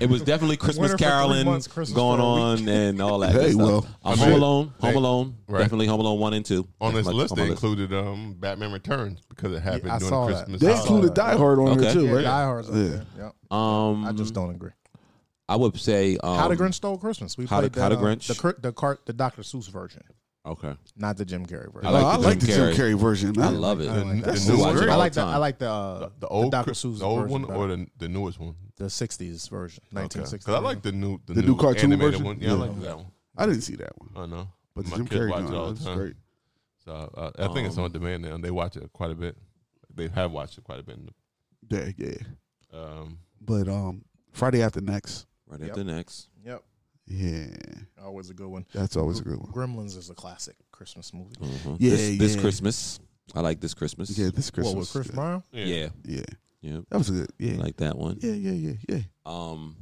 Speaker 4: It was definitely Christmas
Speaker 2: Winter for three
Speaker 4: caroling
Speaker 2: months, Christmas
Speaker 4: going
Speaker 2: for
Speaker 4: on
Speaker 2: a
Speaker 4: and all that.
Speaker 3: Hey,
Speaker 4: good stuff.
Speaker 3: well.
Speaker 4: I'm
Speaker 1: Hey.
Speaker 4: Home Alone, Home
Speaker 1: Hey.
Speaker 4: Alone,
Speaker 1: Right.
Speaker 4: definitely Home Alone one and two.
Speaker 1: on
Speaker 4: That's
Speaker 1: this
Speaker 4: my-
Speaker 1: list,
Speaker 4: on
Speaker 1: they
Speaker 4: my
Speaker 1: included um, Batman Returns because it happened
Speaker 2: I
Speaker 1: during
Speaker 2: saw that.
Speaker 1: Christmas.
Speaker 3: They
Speaker 1: holiday.
Speaker 3: included Die Hard on there
Speaker 4: Okay.
Speaker 3: too,
Speaker 2: yeah,
Speaker 3: right?
Speaker 2: Die Hard's up
Speaker 3: Yeah.
Speaker 2: there. Yep.
Speaker 4: Um,
Speaker 2: I just don't agree.
Speaker 4: I would say um,
Speaker 2: How the Grinch Stole Christmas. We
Speaker 4: How
Speaker 2: played
Speaker 4: to- How
Speaker 2: that,
Speaker 4: to Grinch?
Speaker 2: the cr- the cart the Dr. Seuss version,
Speaker 4: Okay,
Speaker 2: not the Jim Carrey version.
Speaker 4: I
Speaker 3: Oh, I
Speaker 4: like
Speaker 3: like
Speaker 4: the
Speaker 3: the
Speaker 4: Jim
Speaker 3: Jim Carrey version.
Speaker 4: I love it.
Speaker 1: The-
Speaker 2: like
Speaker 1: the
Speaker 2: that.
Speaker 4: new
Speaker 1: newest
Speaker 4: watch it
Speaker 1: one?
Speaker 2: I
Speaker 4: all
Speaker 2: like
Speaker 4: the
Speaker 2: the I
Speaker 4: time.
Speaker 2: like the uh,
Speaker 1: the old,
Speaker 2: Dr.
Speaker 1: Chris-
Speaker 2: Seuss
Speaker 1: the old
Speaker 2: version
Speaker 1: one,
Speaker 2: better.
Speaker 1: or the, the newest one.
Speaker 2: the '60s version, 1960s.
Speaker 1: Because I like the new, the,
Speaker 3: The new cartoon
Speaker 1: animated
Speaker 3: version?
Speaker 1: one. Yeah, I
Speaker 3: Yeah.
Speaker 1: like that one.
Speaker 3: I didn't see that one,
Speaker 1: I know,
Speaker 3: but the
Speaker 1: my
Speaker 3: Jim
Speaker 1: kids
Speaker 3: Carrey
Speaker 1: watch it
Speaker 3: one,
Speaker 1: all the
Speaker 3: that's
Speaker 1: time.
Speaker 3: great.
Speaker 1: So uh, I think it's on
Speaker 4: Um,
Speaker 1: demand now. They watch it quite a bit. They have watched it quite a bit. in the-
Speaker 3: Yeah, yeah.
Speaker 1: Um,
Speaker 3: But um, Friday after next,
Speaker 4: right after next.
Speaker 2: Yep,
Speaker 3: yeah,
Speaker 2: always a good one.
Speaker 3: that's always a good one.
Speaker 2: Gremlins is a classic Christmas movie.
Speaker 4: Mhm.
Speaker 3: Yeah,
Speaker 4: this, this
Speaker 3: yeah.
Speaker 4: Christmas, I like this Christmas.
Speaker 3: Yeah, this Christmas.
Speaker 2: What with Chris
Speaker 3: yeah.
Speaker 2: Brown?
Speaker 1: yeah.
Speaker 4: yeah,
Speaker 3: Yeah,
Speaker 4: yeah.
Speaker 3: that was good. Yeah,
Speaker 4: I like that one.
Speaker 3: yeah, yeah, yeah, yeah.
Speaker 4: Um,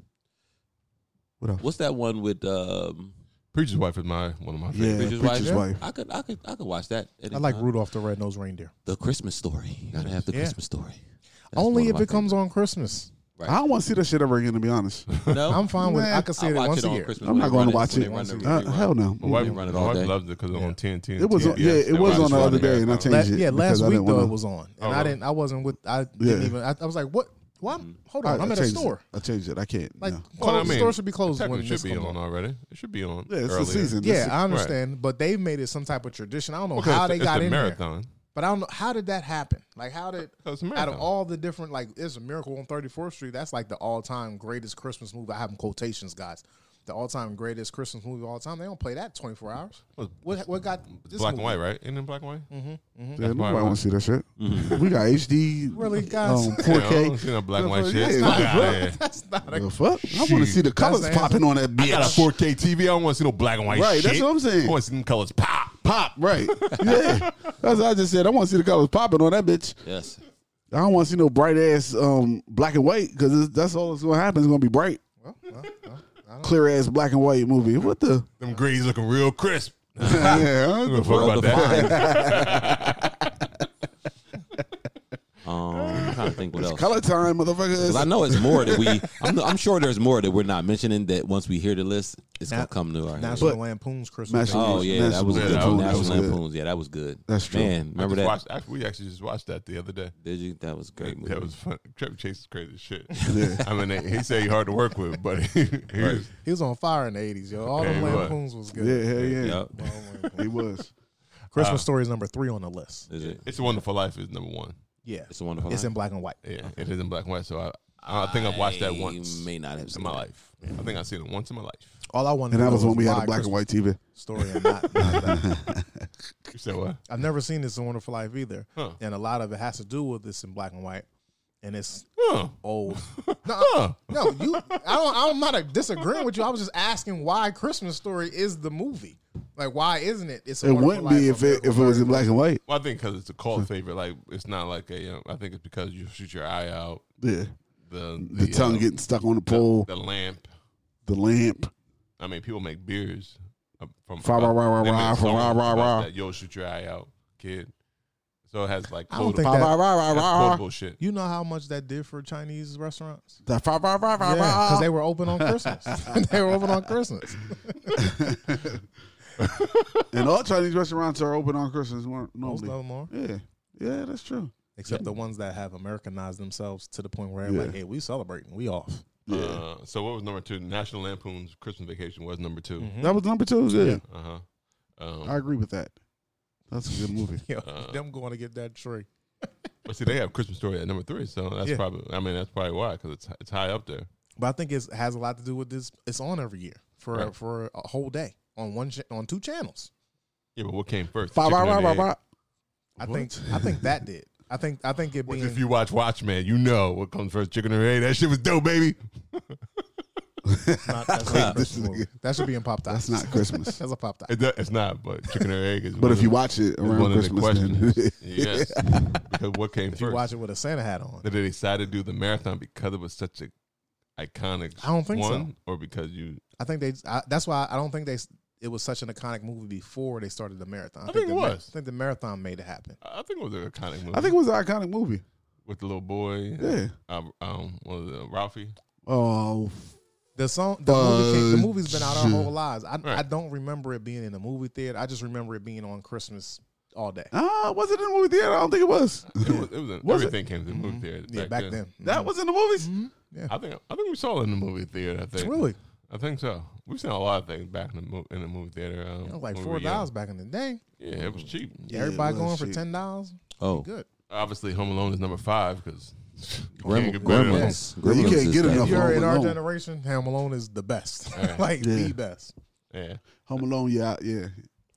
Speaker 3: What else?
Speaker 4: what's that one with um?
Speaker 1: Preacher's Wife is my one of my
Speaker 3: yeah,
Speaker 1: favorites.
Speaker 4: Preacher's
Speaker 3: preacher's,
Speaker 4: Wife?
Speaker 3: wife.
Speaker 4: I could, I could, I could watch that.
Speaker 2: I like
Speaker 4: anytime.
Speaker 2: Rudolph the Red-Nosed Reindeer.
Speaker 4: the Christmas story. Gotta have the
Speaker 2: Yeah.
Speaker 4: Christmas story. That's
Speaker 2: Only
Speaker 4: one of
Speaker 2: if
Speaker 4: my
Speaker 2: it comes on Christmas.
Speaker 3: I don't want to see that shit ever again. To be honest,
Speaker 4: favorites. No,
Speaker 2: I'm fine with it. Oh, I
Speaker 4: Nah,
Speaker 2: could see
Speaker 4: I'll
Speaker 2: it
Speaker 4: watch
Speaker 2: once a
Speaker 4: on
Speaker 2: year.
Speaker 4: Christmas
Speaker 3: I'm
Speaker 4: when
Speaker 3: not
Speaker 4: they
Speaker 3: going
Speaker 4: run
Speaker 3: to watch
Speaker 4: when
Speaker 3: it.
Speaker 4: they run the
Speaker 3: Uh,
Speaker 4: rerun.
Speaker 3: hell no.
Speaker 1: My wife,
Speaker 4: They run it
Speaker 1: my
Speaker 4: all
Speaker 1: wife
Speaker 4: day.
Speaker 1: loves it because it's on TNT.
Speaker 3: It was on, yeah, it
Speaker 4: They
Speaker 3: was
Speaker 4: run
Speaker 3: on
Speaker 4: it
Speaker 3: the
Speaker 4: all
Speaker 3: other
Speaker 4: day.
Speaker 3: day, and I
Speaker 2: La-
Speaker 3: changed it.
Speaker 2: yeah, last
Speaker 3: because I
Speaker 2: week
Speaker 3: didn't
Speaker 2: though
Speaker 3: wanna-
Speaker 2: it was on, and
Speaker 1: Oh,
Speaker 2: I
Speaker 1: really?
Speaker 2: didn't. I wasn't with. I
Speaker 3: Yeah.
Speaker 2: didn't even. I, I was like, "What? Why? am Hold on,
Speaker 3: I-
Speaker 2: I'm
Speaker 3: I
Speaker 2: at a
Speaker 3: changed it.
Speaker 2: store.
Speaker 3: I changed it. I can't.
Speaker 2: Like,
Speaker 3: no.
Speaker 1: Well, I
Speaker 2: close-
Speaker 1: mean,
Speaker 2: stores should be closed
Speaker 1: technically
Speaker 2: when
Speaker 1: it
Speaker 2: this
Speaker 1: should be
Speaker 2: comes
Speaker 1: on already. It should be on.
Speaker 3: Yeah, it's
Speaker 1: earlier.
Speaker 3: the season.
Speaker 2: Yeah,
Speaker 3: It's the-
Speaker 2: I understand, but they made it some type of tradition. I don't know
Speaker 1: Because
Speaker 2: how
Speaker 1: it's,
Speaker 2: they
Speaker 1: it's
Speaker 2: got
Speaker 1: a
Speaker 2: in there,
Speaker 1: marathon.
Speaker 2: but I don't know how did that happen. Like, how did
Speaker 1: It's a
Speaker 2: out
Speaker 1: marathon.
Speaker 2: of all the different like, it's a miracle on 34th Street. That's like the all time greatest Christmas movie. I have in quotations, guys. The all time greatest Christmas movie of all time. They don't play that 24 hours.
Speaker 1: Well,
Speaker 2: What what got
Speaker 1: It's
Speaker 2: this
Speaker 1: black and
Speaker 2: movie?
Speaker 1: white, right? Isn't it black and white?
Speaker 3: Yeah,
Speaker 1: why I
Speaker 3: nobody want
Speaker 1: watch
Speaker 3: to see that shit. We got HD,
Speaker 2: Really, guys?
Speaker 3: um,
Speaker 1: Yeah, I
Speaker 3: 4K.
Speaker 1: don't see no black and
Speaker 3: Yeah,
Speaker 1: white shit.
Speaker 3: yeah,
Speaker 1: Fuck
Speaker 3: nah,
Speaker 1: outta here.
Speaker 2: That's not a
Speaker 3: The fuck? I want to see the colors
Speaker 2: the
Speaker 3: popping on that bitch.
Speaker 1: I got a 4K TV. I don't want to see no black and white
Speaker 3: Right,
Speaker 1: shit.
Speaker 3: that's what I'm saying.
Speaker 1: I want to see them colors pop, pop.
Speaker 3: Right. Yeah. That's what I just said. I want to see the colors popping on that bitch.
Speaker 4: Yes.
Speaker 3: I don't want to see no bright ass um, black and white because that's all that's going to happen. It's going to be bright. Clear ass black and white movie. What the?
Speaker 1: Them greens looking real crisp.
Speaker 3: yeah, I
Speaker 1: I
Speaker 3: don't
Speaker 1: don't
Speaker 3: give
Speaker 1: give a fuck about that.
Speaker 4: Um, I'm trying to think what
Speaker 3: a-
Speaker 4: else.
Speaker 3: Color time,
Speaker 4: 'Cause I
Speaker 3: motherfuckers.
Speaker 4: know it's more that we. I'm, I'm sure there's more that we're not mentioning. That once we hear the list, it's gonna
Speaker 2: Nat-
Speaker 4: come to our. head.
Speaker 2: National
Speaker 3: But-
Speaker 2: Lampoon's Christmas.
Speaker 3: National-
Speaker 4: Oh yeah, that was
Speaker 3: National
Speaker 4: a good.
Speaker 1: Lampoon,
Speaker 4: one.
Speaker 1: that was
Speaker 4: National
Speaker 3: good.
Speaker 4: Lampoons. Yeah, that was good.
Speaker 3: That's true.
Speaker 4: Man, remember that?
Speaker 1: Watched, actually, we actually just watched that the other day.
Speaker 4: Did you? That was a great movie.
Speaker 1: That was fun. Trevor Chase is crazy as shit. I mean, they- he said he hard to work with, but he, he was-
Speaker 2: He was on fire in the 80s, yo. All
Speaker 1: Yeah,
Speaker 2: the
Speaker 1: he was.
Speaker 2: Lampoons was
Speaker 3: Yeah,
Speaker 2: good.
Speaker 3: hell yeah.
Speaker 4: Yup.
Speaker 2: All the Lampoons.
Speaker 3: He was.
Speaker 1: Uh,
Speaker 2: Christmas Story is number three on the list.
Speaker 4: Is it?
Speaker 1: It's a Wonderful Life is number one.
Speaker 2: Yeah.
Speaker 4: It's a wonderful.
Speaker 2: It's
Speaker 4: Life?
Speaker 2: in black and white.
Speaker 1: Yeah, it is in black and white. So I, I think I've watched that once
Speaker 4: may not have
Speaker 1: in
Speaker 4: seen
Speaker 1: my
Speaker 4: that.
Speaker 1: life. I think I've seen it once in my life.
Speaker 2: All I want to
Speaker 3: And that
Speaker 2: know
Speaker 3: was when
Speaker 2: is
Speaker 3: we had
Speaker 2: why
Speaker 3: a black and
Speaker 2: Christmas
Speaker 3: white TV.
Speaker 2: story. And not, not that.
Speaker 1: You said what?
Speaker 2: I've never seen this in Wonderful Life either,
Speaker 1: Huh.
Speaker 2: and a lot of it has to do with this in black and white, and it's
Speaker 1: Huh.
Speaker 2: old.
Speaker 1: Huh.
Speaker 2: No, you. I don't. I'm not uh, disagreeing with you. I was just asking why Christmas Story is the movie. Like, why isn't it? It's a
Speaker 3: It
Speaker 2: Wonderful
Speaker 3: wouldn't be if
Speaker 2: Life on
Speaker 3: it if it
Speaker 2: Miracle
Speaker 3: was in
Speaker 2: Working.
Speaker 3: black and white.
Speaker 1: Well, I think because it's a cult favorite. Like it's not like a. Um, I think it's because you shoot your eye out.
Speaker 3: Yeah,
Speaker 1: The
Speaker 3: the tongue
Speaker 1: um,
Speaker 3: getting stuck on the
Speaker 1: the-
Speaker 3: pole,
Speaker 1: The lamp.
Speaker 3: the lamp.
Speaker 1: I mean, people make beers uh, from.
Speaker 3: Fa- ra- ra- ra-
Speaker 1: they make
Speaker 3: ra-
Speaker 1: songs
Speaker 3: ra- ra-
Speaker 1: about
Speaker 3: ra.
Speaker 1: that, Yo, shoot your eye out, kid. So it has like
Speaker 2: I don't
Speaker 1: code
Speaker 2: think
Speaker 3: Rah,
Speaker 2: that-
Speaker 3: rah, rah, rah,
Speaker 1: that's
Speaker 3: rah.
Speaker 1: code bullshit.
Speaker 2: You know how much that did for Chinese restaurants?
Speaker 3: The fa- rah, rah, rah,
Speaker 2: Yeah, because
Speaker 3: rah.
Speaker 2: they were open on Christmas. they were open on Christmas.
Speaker 3: And all Chinese restaurants are open on Christmas weren't
Speaker 2: Most of
Speaker 3: normally.
Speaker 2: them are,
Speaker 3: Yeah, yeah, that's true.
Speaker 2: except the ones that have Americanized themselves to the point where, like, hey, we celebrating, we off.
Speaker 1: Uh, so what was number two? National Lampoon's Christmas Vacation was number 2
Speaker 3: That was number two. Yeah,
Speaker 1: Uh huh.
Speaker 3: I
Speaker 1: Um,
Speaker 3: agree with that. That's a good movie.
Speaker 2: Yo,
Speaker 1: Uh.
Speaker 2: them going to get that tree.
Speaker 1: but see, they have Christmas Story at number three, so that's
Speaker 2: Yeah.
Speaker 1: probably. I mean, that's probably why because it's it's high up there.
Speaker 2: But I think it has a lot to do with this. It's on every year for
Speaker 1: Right.
Speaker 2: for a whole day on one cha- on two channels.
Speaker 1: Yeah, but what came first?
Speaker 3: Fa-
Speaker 1: The
Speaker 3: rah,
Speaker 1: chicken
Speaker 3: rah,
Speaker 1: or the
Speaker 3: rah,
Speaker 1: egg?
Speaker 3: rah.
Speaker 2: I think I think that did. I think I think it
Speaker 1: Which
Speaker 2: being
Speaker 1: if you watch Watchmen, you know what comes first, chicken or egg. That shit was dope, baby.
Speaker 2: not, that's not a Christmas movie. That should be in pop
Speaker 3: That's not Christmas.
Speaker 2: That's a pop top.
Speaker 1: It do- it's not, but chicken or egg is.
Speaker 3: But if you watch it around Christmas, then
Speaker 1: yes. Because what came
Speaker 2: You
Speaker 1: first?
Speaker 2: watch it with a Santa hat on.
Speaker 1: Did they decide to do the marathon because it was such a iconic?
Speaker 2: I don't think so.
Speaker 1: one, or because you.
Speaker 2: I think they. I, that's why I don't think they. s- It was such an iconic movie before they started the marathon. I,
Speaker 1: think
Speaker 2: the
Speaker 1: it
Speaker 2: ma-
Speaker 1: was.
Speaker 2: I think the marathon made it happen.
Speaker 1: I think it was an iconic movie.
Speaker 3: I think it was an iconic movie.
Speaker 1: with the little boy.
Speaker 3: Yeah.
Speaker 1: Um, um what was it, Ralphie?
Speaker 3: Oh,
Speaker 2: The song, the movie, came, the
Speaker 3: Fudge.
Speaker 2: movie's been out our whole lives. I, I
Speaker 1: Right.
Speaker 2: don't remember it being in a movie theater. I just remember it being on Christmas all day.
Speaker 3: ah, was it in the movie theater? I don't think it was.
Speaker 1: It was. It was, a,
Speaker 3: Was it?
Speaker 1: everything came to the movie theater.
Speaker 2: yeah, back then. Mm-hmm.
Speaker 3: That was in the movies.
Speaker 1: I think. I think we saw it in the movie theater. I think.
Speaker 2: Really?
Speaker 1: I think so. We've seen a lot of things back in the mo- in the movie theater. Um,
Speaker 2: It was like
Speaker 1: when we
Speaker 2: four
Speaker 1: were young.
Speaker 2: dollars back in the day.
Speaker 1: Yeah, it was cheap.
Speaker 2: Everybody
Speaker 3: it
Speaker 2: going
Speaker 3: was
Speaker 2: for
Speaker 3: cheap.
Speaker 2: ten dollars.
Speaker 4: Oh,
Speaker 2: Good.
Speaker 1: Obviously, Home Alone is number five because
Speaker 4: Gremlin-
Speaker 2: than that.
Speaker 4: Gremlins.
Speaker 3: Yeah, you
Speaker 4: Gremlins
Speaker 3: can't
Speaker 4: is
Speaker 3: get
Speaker 4: that.
Speaker 3: enough.
Speaker 2: If you're
Speaker 3: Home
Speaker 2: in our
Speaker 3: Alone.
Speaker 2: generation, Home Alone is the best. like
Speaker 3: Yeah.
Speaker 2: the best.
Speaker 1: Yeah.
Speaker 3: Home Alone, yeah, yeah.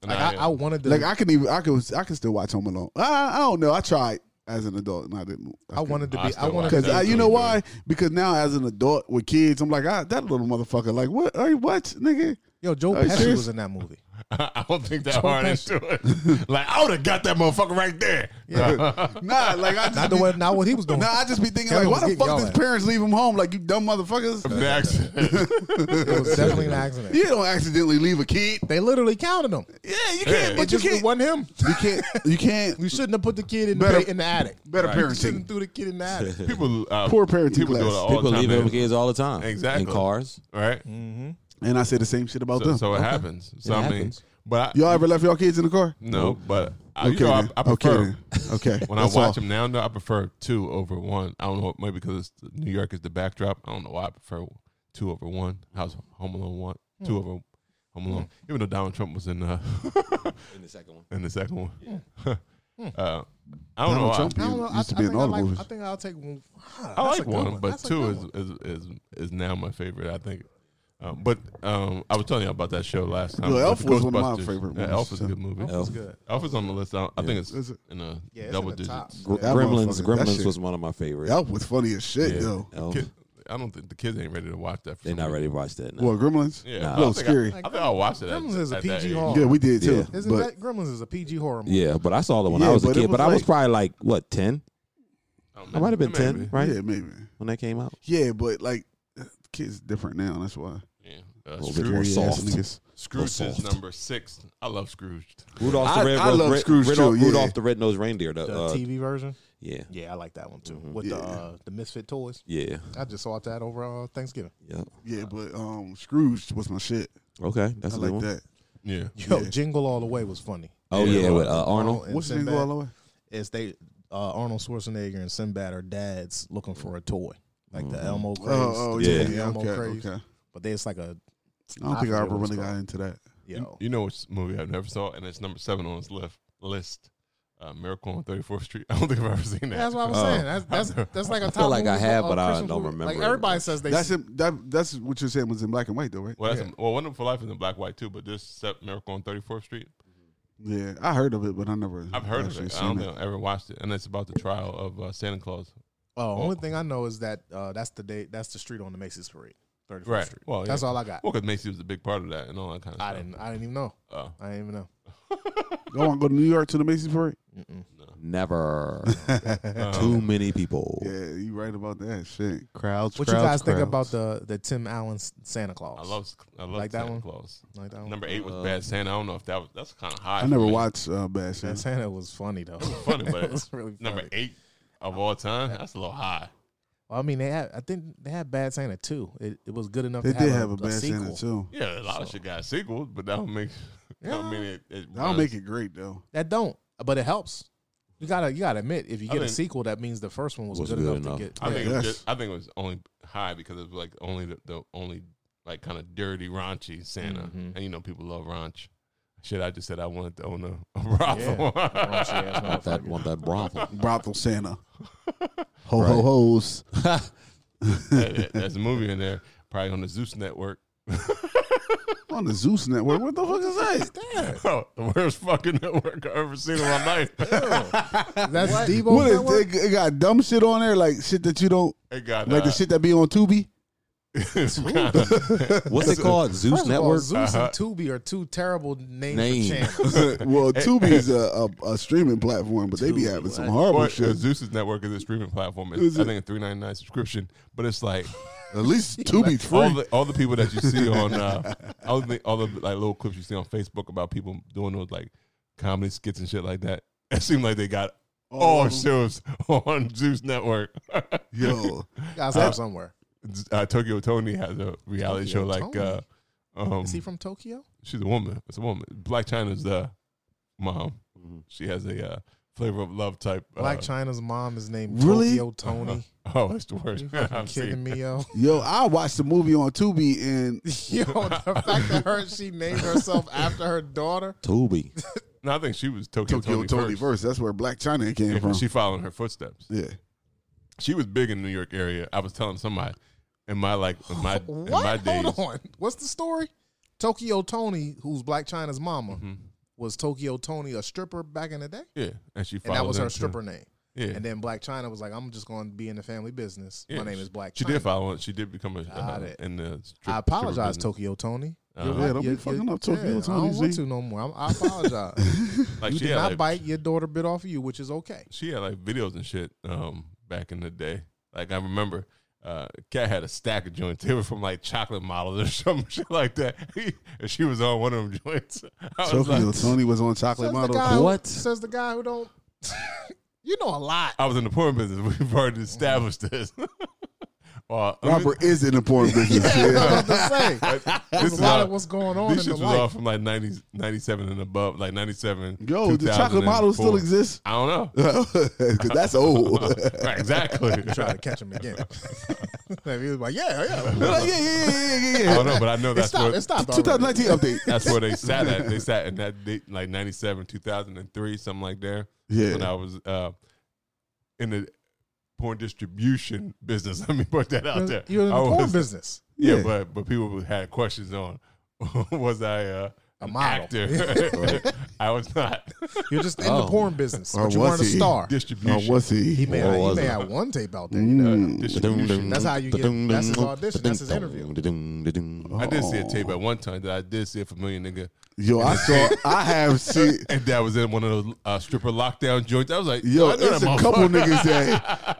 Speaker 2: Like
Speaker 1: Nah,
Speaker 2: I,
Speaker 1: yeah.
Speaker 2: I wanted to.
Speaker 3: Like I can even, I can, I can still watch Home Alone. I, I don't know. I tried as an adult, and I didn't.
Speaker 2: I wanted to
Speaker 1: I
Speaker 2: be. I
Speaker 1: still
Speaker 2: wanted to
Speaker 1: watch
Speaker 3: because
Speaker 2: be.
Speaker 1: that.
Speaker 3: you know why? Because now as an adult with kids, I'm like, ah, that little motherfucker. Like what? Are you what, nigga?
Speaker 2: Yo, Joe
Speaker 3: Are you
Speaker 2: Pesci
Speaker 3: serious?
Speaker 2: was in that movie.
Speaker 1: I don't think that hard into it. Like I would have got that motherfucker right there.
Speaker 3: Nah, like I just
Speaker 2: Not the
Speaker 3: be-
Speaker 2: way. Not what he was doing.
Speaker 3: Nah, I just be thinking
Speaker 2: Kelly
Speaker 3: like,
Speaker 2: was
Speaker 3: why the
Speaker 2: getting
Speaker 3: fuck
Speaker 2: y'all
Speaker 3: does
Speaker 2: at.
Speaker 3: parents leave him home? Like you dumb motherfuckers.
Speaker 1: The accident.
Speaker 2: It was definitely an accident.
Speaker 3: You don't accidentally leave a kid.
Speaker 2: They literally counted him.
Speaker 3: Yeah, you can't.
Speaker 2: It
Speaker 3: But you
Speaker 2: just
Speaker 3: can't.
Speaker 2: wasn't him.
Speaker 3: You can't. You can't.
Speaker 2: We shouldn't have put the kid in the,
Speaker 3: Better-
Speaker 2: ba- in the attic.
Speaker 3: Better
Speaker 1: Right.
Speaker 2: Shouldn't
Speaker 3: parenting.
Speaker 2: threw the kid in the attic.
Speaker 1: People uh,
Speaker 3: Poor parenting
Speaker 1: people Do it
Speaker 3: class.
Speaker 1: all
Speaker 4: People
Speaker 1: the time,
Speaker 4: leave
Speaker 1: man.
Speaker 4: their kids all the time.
Speaker 1: Exactly.
Speaker 4: In cars.
Speaker 1: right?
Speaker 3: And I say the same shit about
Speaker 1: So,
Speaker 3: them.
Speaker 1: so it happens. So
Speaker 4: It
Speaker 1: I mean,
Speaker 4: happens.
Speaker 1: but I,
Speaker 3: Y'all ever left y'all kids in the car?
Speaker 1: no, but I, you know, I,
Speaker 3: then.
Speaker 1: I prefer
Speaker 3: okay, then. okay.
Speaker 1: when I
Speaker 3: That's
Speaker 1: watch
Speaker 3: all.
Speaker 1: them now. No, I prefer two over one. I don't know, maybe because it's, New York is the backdrop. I don't know why I prefer two over one. How's Home Alone one? Two
Speaker 2: Hmm.
Speaker 1: over Home Alone. Even though Donald Trump was in uh,
Speaker 4: In the second one.
Speaker 1: in the second one.
Speaker 2: Hmm.
Speaker 1: uh, I don't know.
Speaker 3: Donald
Speaker 1: why.
Speaker 3: Trump
Speaker 2: I don't know. I, I,
Speaker 3: used to be
Speaker 2: think
Speaker 3: in
Speaker 2: I,
Speaker 3: all the
Speaker 2: like,
Speaker 3: movies.
Speaker 2: I think I'll take one. Ah,
Speaker 1: I
Speaker 2: that's a
Speaker 1: like
Speaker 2: good
Speaker 1: one, but
Speaker 2: That's a
Speaker 1: two
Speaker 2: good
Speaker 1: is,
Speaker 2: one.
Speaker 1: is is is now my favorite. I think. Um, but um, I was telling you about that show last time.
Speaker 3: Well,
Speaker 1: with
Speaker 3: Elf
Speaker 1: the
Speaker 3: was one of my
Speaker 1: Ghostbusters.
Speaker 3: favorite
Speaker 1: Yeah,
Speaker 3: ones,
Speaker 1: Elf is a
Speaker 3: so.
Speaker 1: good movie.
Speaker 4: Elf.
Speaker 2: good.
Speaker 1: Elf is on the list. I, don't- I think
Speaker 3: Is
Speaker 1: it's
Speaker 3: it?
Speaker 1: in a
Speaker 2: Yeah, it's
Speaker 1: double
Speaker 2: in the top.
Speaker 1: digits.
Speaker 4: Gr-
Speaker 3: That
Speaker 4: Gremlins.
Speaker 3: motherfucker, that
Speaker 4: Gremlins
Speaker 3: shit-
Speaker 4: was one of my favorites.
Speaker 3: That was funny as shit,
Speaker 1: Yeah.
Speaker 3: though.
Speaker 4: Elf.
Speaker 1: Kid, I don't think the kids ain't ready to watch that. For
Speaker 4: They're
Speaker 1: some
Speaker 4: not
Speaker 1: reason.
Speaker 4: ready to watch that. now.
Speaker 3: What Gremlins?
Speaker 1: Yeah,
Speaker 4: Nah.
Speaker 1: I
Speaker 3: A little
Speaker 1: think I-
Speaker 3: scary.
Speaker 1: I, think I watched it. at-
Speaker 2: Gremlins is a
Speaker 1: at that
Speaker 2: PG
Speaker 1: age.
Speaker 2: horror.
Speaker 3: yeah, we did too.
Speaker 4: Yeah.
Speaker 2: Isn't
Speaker 3: but
Speaker 2: that Gremlins is a PG horror movie?
Speaker 4: Yeah, but I saw the one
Speaker 3: Yeah,
Speaker 4: I was a
Speaker 3: but it
Speaker 4: kid,
Speaker 3: was
Speaker 4: but I was
Speaker 3: like-
Speaker 4: probably like what ten
Speaker 1: don't
Speaker 4: I
Speaker 1: know.
Speaker 4: might have been ten,
Speaker 1: Maybe.
Speaker 4: right?
Speaker 3: yeah, maybe.
Speaker 4: When that came out,
Speaker 3: Yeah, but like uh, kids different now. That's why.
Speaker 1: Yeah. Uh,
Speaker 4: Well,
Speaker 1: Scrooge,
Speaker 4: More
Speaker 3: Scary ass
Speaker 4: soft.
Speaker 3: niggas.
Speaker 1: Scrooge
Speaker 4: Little
Speaker 1: is
Speaker 4: soft.
Speaker 1: number six. I love Scrooge.
Speaker 4: Rudolph
Speaker 3: I-
Speaker 4: the Red
Speaker 3: I love
Speaker 4: Red-
Speaker 3: Scrooge
Speaker 4: Rudolph,
Speaker 3: too, yeah.
Speaker 4: Rudolph the Red Nosed Reindeer. The,
Speaker 2: The
Speaker 4: uh,
Speaker 2: TV version.
Speaker 4: yeah,
Speaker 2: Yeah, I like that one too. With
Speaker 3: Yeah.
Speaker 2: the uh, the Misfit toys.
Speaker 4: yeah,
Speaker 2: I just saw that over uh, Thanksgiving.
Speaker 4: yeah.
Speaker 3: Yeah, but um, Scrooge was my shit.
Speaker 4: Okay, that's
Speaker 3: I
Speaker 4: a
Speaker 3: like
Speaker 4: good one.
Speaker 3: that.
Speaker 1: Yeah.
Speaker 2: Yo, Jingle All the Way was funny.
Speaker 4: Oh
Speaker 1: Yeah.
Speaker 4: yeah, with uh, Arnold.
Speaker 2: and
Speaker 3: What's the name
Speaker 2: Sinbad.
Speaker 3: all the way?
Speaker 2: It's they uh, Arnold Schwarzenegger and Sinbad are dads looking for a toy, like
Speaker 4: Mm-hmm.
Speaker 2: the Elmo craze.
Speaker 3: Oh, oh
Speaker 2: the
Speaker 3: yeah,
Speaker 2: toy, the
Speaker 3: yeah,
Speaker 2: Elmo
Speaker 3: okay,
Speaker 2: craze.
Speaker 3: okay.
Speaker 2: But they, it's like a
Speaker 3: I don't
Speaker 2: I
Speaker 3: think I
Speaker 2: forget
Speaker 3: ever
Speaker 2: what it's
Speaker 3: really got
Speaker 2: called.
Speaker 3: into that.
Speaker 2: you know,
Speaker 1: You know which movie I never saw, and it's number seven on its left list. uh, Miracle on 34th Street. I don't think I've ever seen that.
Speaker 2: That's what I'm
Speaker 4: Oh.
Speaker 2: saying. That's that's that's like a top.
Speaker 4: feel like I
Speaker 2: movie,
Speaker 4: have,
Speaker 2: uh,
Speaker 4: but I
Speaker 2: Christmas
Speaker 4: don't
Speaker 2: movie.
Speaker 4: remember
Speaker 2: Like
Speaker 4: it.
Speaker 2: everybody says they.
Speaker 3: That's in, that, that's what you're saying was in black and white though, right?
Speaker 1: Well, that's well, Wonderful Life is in black and white too, but this set Miracle on 34th Street.
Speaker 3: Yeah, I heard of it, but I never.
Speaker 1: I've heard of
Speaker 3: actually
Speaker 1: it. I
Speaker 3: seen
Speaker 1: don't think I've ever watched it, and it's about the trial of uh, Santa Claus.
Speaker 2: oh, only thing I know is that uh, that's the day. That's the street on the Macy's Parade, 34th
Speaker 1: Right.
Speaker 2: Street.
Speaker 1: Well,
Speaker 2: that's
Speaker 1: yeah.
Speaker 2: all I got.
Speaker 1: Well, because Macy was a big part of that and all that kind of
Speaker 2: I
Speaker 1: stuff.
Speaker 2: didn't. I didn't even know.
Speaker 1: Oh.
Speaker 2: I didn't even know.
Speaker 3: Y'all want to go to New York to the Macy's parade?
Speaker 4: Never. Too many people.
Speaker 3: Yeah, you right about that shit. Crowds.
Speaker 2: What you guys
Speaker 3: crowds,
Speaker 2: think
Speaker 3: crowds.
Speaker 2: about the the Tim Allen s- Santa Claus?
Speaker 1: I love I love
Speaker 2: Like that
Speaker 1: Santa
Speaker 2: one? Oh,
Speaker 1: Claus.
Speaker 2: like that one.
Speaker 1: Number eight was Bad Santa. I don't know if that was that's kind of high.
Speaker 3: I
Speaker 1: for
Speaker 3: never
Speaker 1: me.
Speaker 3: watched uh, Bad
Speaker 2: That
Speaker 3: Santa.
Speaker 2: Santa was funny though.
Speaker 1: Funny, but
Speaker 2: It was really
Speaker 1: number
Speaker 2: funny.
Speaker 1: eight of all time. That's a little high.
Speaker 2: Well, I mean, they had. I think they had Bad Santa too. It, it was good enough.
Speaker 3: They
Speaker 2: to
Speaker 3: did
Speaker 2: have
Speaker 3: have
Speaker 2: a,
Speaker 3: a Bad Santa
Speaker 2: sequel.
Speaker 3: too.
Speaker 1: Yeah, a lot of shit got sequels, but that don't make. that don't mean it. it
Speaker 3: That'll
Speaker 1: runs.
Speaker 3: make it great though.
Speaker 2: That don't, but it helps. You gotta you gotta admit if you
Speaker 1: I
Speaker 2: get a
Speaker 1: mean-
Speaker 2: sequel, that means the first one was,
Speaker 4: Was
Speaker 2: good,
Speaker 4: good
Speaker 2: enough,
Speaker 4: enough.
Speaker 2: to get.
Speaker 1: I think it was
Speaker 3: Yes.
Speaker 1: just, I think it was only high because it was like only the, the only like kind of dirty raunchy Santa,
Speaker 3: Mm-hmm.
Speaker 1: and you know people love raunch. Shit, I just said I wanted to own a, a brothel.
Speaker 2: Yeah.
Speaker 4: Want that want that brothel.
Speaker 3: Brothel Santa. Ho ho ho's.
Speaker 1: That- that- that's a movie in there, probably on the Zeus Network.
Speaker 3: On the Zeus Network. What the fuck is that?
Speaker 1: Bro, the worst fucking network I've ever seen in my life.
Speaker 2: That's Debo.
Speaker 3: What is
Speaker 2: Network?
Speaker 3: it, it got dumb shit on there, like shit that you don't
Speaker 1: It got
Speaker 3: like the
Speaker 1: uh,
Speaker 3: shit that be on Tubi.
Speaker 4: What's it called? Zeus
Speaker 2: First of all,
Speaker 4: Network.
Speaker 2: Zeus
Speaker 1: Uh-huh.
Speaker 2: and Tubi are two terrible names
Speaker 4: Name.
Speaker 2: for channels.
Speaker 3: well, Tubi is a, a, a streaming platform, but they be having some horrible
Speaker 1: Or, uh,
Speaker 3: shit.
Speaker 1: Zeus's network is a streaming platform. It's,
Speaker 3: Is
Speaker 1: I
Speaker 3: it?
Speaker 1: think a three ninety nine subscription, but it's like
Speaker 3: At least Tubi's
Speaker 1: all
Speaker 3: free.
Speaker 1: the all the people that you see on uh, all the all the like little clips you see on Facebook about people doing those like comedy skits and shit like that. It seemed like they got all shows on Zeus Network.
Speaker 3: Oh. Yo,
Speaker 2: Guys are somewhere.
Speaker 1: uh, Tokyo Tony has a reality
Speaker 2: Tokyo
Speaker 1: show like uh, um,
Speaker 2: Is he from Tokyo?
Speaker 1: she's a woman. It's a woman. Black China's the mom.
Speaker 3: Mm-hmm.
Speaker 1: She has a uh, flavor of love type.
Speaker 2: Black
Speaker 1: uh,
Speaker 2: China's mom is named
Speaker 3: really?
Speaker 2: Tokyo Tony.
Speaker 1: Oh, it's the worst.
Speaker 2: You fucking
Speaker 1: I've seen
Speaker 2: kidding
Speaker 1: it.
Speaker 2: me, yo?
Speaker 3: yo, I watched the movie on Tubi, and
Speaker 2: yo, the fact that her she named herself after her daughter.
Speaker 4: Tubi.
Speaker 1: No, I think she was Tokyo,
Speaker 3: Tokyo Tony
Speaker 1: Tony first.
Speaker 3: verse. That's where Black China came
Speaker 1: Yeah,
Speaker 3: from.
Speaker 1: She followed in her footsteps.
Speaker 3: yeah,
Speaker 1: She was big in the New York area. I was telling somebody in my like in my in my
Speaker 2: What?
Speaker 1: days.
Speaker 2: Hold on. What's the story? Tokyo Tony, who's Black China's mama,
Speaker 1: Mm-hmm.
Speaker 2: was Tokyo Tony a stripper back in the day?
Speaker 1: Yeah, and she
Speaker 2: And
Speaker 1: followed
Speaker 2: that was
Speaker 1: them,
Speaker 2: her
Speaker 1: too.
Speaker 2: stripper name.
Speaker 1: Yeah,
Speaker 2: And then Black China was like, I'm just going to be in the family business.
Speaker 1: Yeah,
Speaker 2: My name is Black
Speaker 1: She
Speaker 2: China.
Speaker 1: did follow. it. She did become a
Speaker 2: Got
Speaker 1: uh,
Speaker 2: it.
Speaker 1: in the. Strip,
Speaker 2: I apologize,
Speaker 1: stripper
Speaker 2: Tokyo Tony.
Speaker 1: business. Uh-huh.
Speaker 3: yeah, don't be fucking up Tokyo
Speaker 2: yeah, I
Speaker 3: Tony.
Speaker 2: don't want
Speaker 3: Z.
Speaker 2: to no more. I'm, I apologize.
Speaker 1: Like
Speaker 2: you
Speaker 1: she
Speaker 2: did
Speaker 1: had
Speaker 2: not
Speaker 1: like,
Speaker 2: bite. Your daughter bit off of you, which is okay.
Speaker 1: she had like videos and shit um, back in the day. Like I remember, uh, Cat had a stack of joints. They were from like chocolate models or some shit like that. and she was on one of them joints. I was
Speaker 3: Tokyo
Speaker 1: like-
Speaker 3: Tony was on Chocolate
Speaker 2: Says the,
Speaker 3: Model.
Speaker 2: guy,
Speaker 4: What?
Speaker 2: says the guy who don't. you know a lot.
Speaker 1: I was in the porn business. We've already established this. well, I mean,
Speaker 3: Robert is in the porn business.
Speaker 2: I
Speaker 3: yeah.
Speaker 2: was about to say.
Speaker 1: this
Speaker 2: There's
Speaker 1: is
Speaker 2: a lot
Speaker 1: all-
Speaker 2: of what's going on in
Speaker 1: These shits
Speaker 2: the
Speaker 1: was all from like 90, 97 and above, like ninety seven.
Speaker 3: Yo, the Chocolate Model still exists.
Speaker 1: I don't know.
Speaker 3: 'Cause that's old.
Speaker 1: right, exactly.
Speaker 2: try to catch him again. and he was like, yeah, yeah.
Speaker 3: yeah, yeah, yeah, yeah, yeah,
Speaker 1: I
Speaker 3: yeah.
Speaker 1: don't know, but I know
Speaker 2: It
Speaker 1: that's
Speaker 2: stopped.
Speaker 1: what
Speaker 2: It stopped. already.
Speaker 3: 2019 update.
Speaker 1: that's where they sat at. They sat in that date, like 97, 2003, something like there.
Speaker 3: Yeah.
Speaker 1: When I was uh, in the porn distribution business. Let me put that out there.
Speaker 2: You're in the
Speaker 1: I
Speaker 2: porn
Speaker 1: was-
Speaker 2: business.
Speaker 1: Yeah,
Speaker 3: Yeah.
Speaker 1: but but people had questions on was I uh,
Speaker 2: A
Speaker 1: an
Speaker 2: model.
Speaker 1: actor? I was not.
Speaker 2: You're just in the
Speaker 4: Oh.
Speaker 2: porn business,
Speaker 3: Or
Speaker 2: but you
Speaker 3: was
Speaker 2: weren't a
Speaker 3: he?
Speaker 2: star.
Speaker 3: Or
Speaker 1: Distribution.
Speaker 3: was he?
Speaker 2: He may,
Speaker 4: Or
Speaker 2: have, he
Speaker 4: was
Speaker 2: may
Speaker 4: he?
Speaker 2: have one tape out there. you know.
Speaker 3: Mm.
Speaker 1: Uh, distribution.
Speaker 2: That's how you get- that's his audition, that's his interview.
Speaker 1: I did see a
Speaker 3: Oh.
Speaker 1: tape at one time that I did see a familiar nigga,
Speaker 3: Yo, I saw. I have seen.
Speaker 1: and that was in one of those uh, stripper lockdown joints. I was like,
Speaker 3: Yo,
Speaker 1: Yo, I know
Speaker 3: it's
Speaker 1: that
Speaker 3: a couple
Speaker 1: motherfucker.
Speaker 3: niggas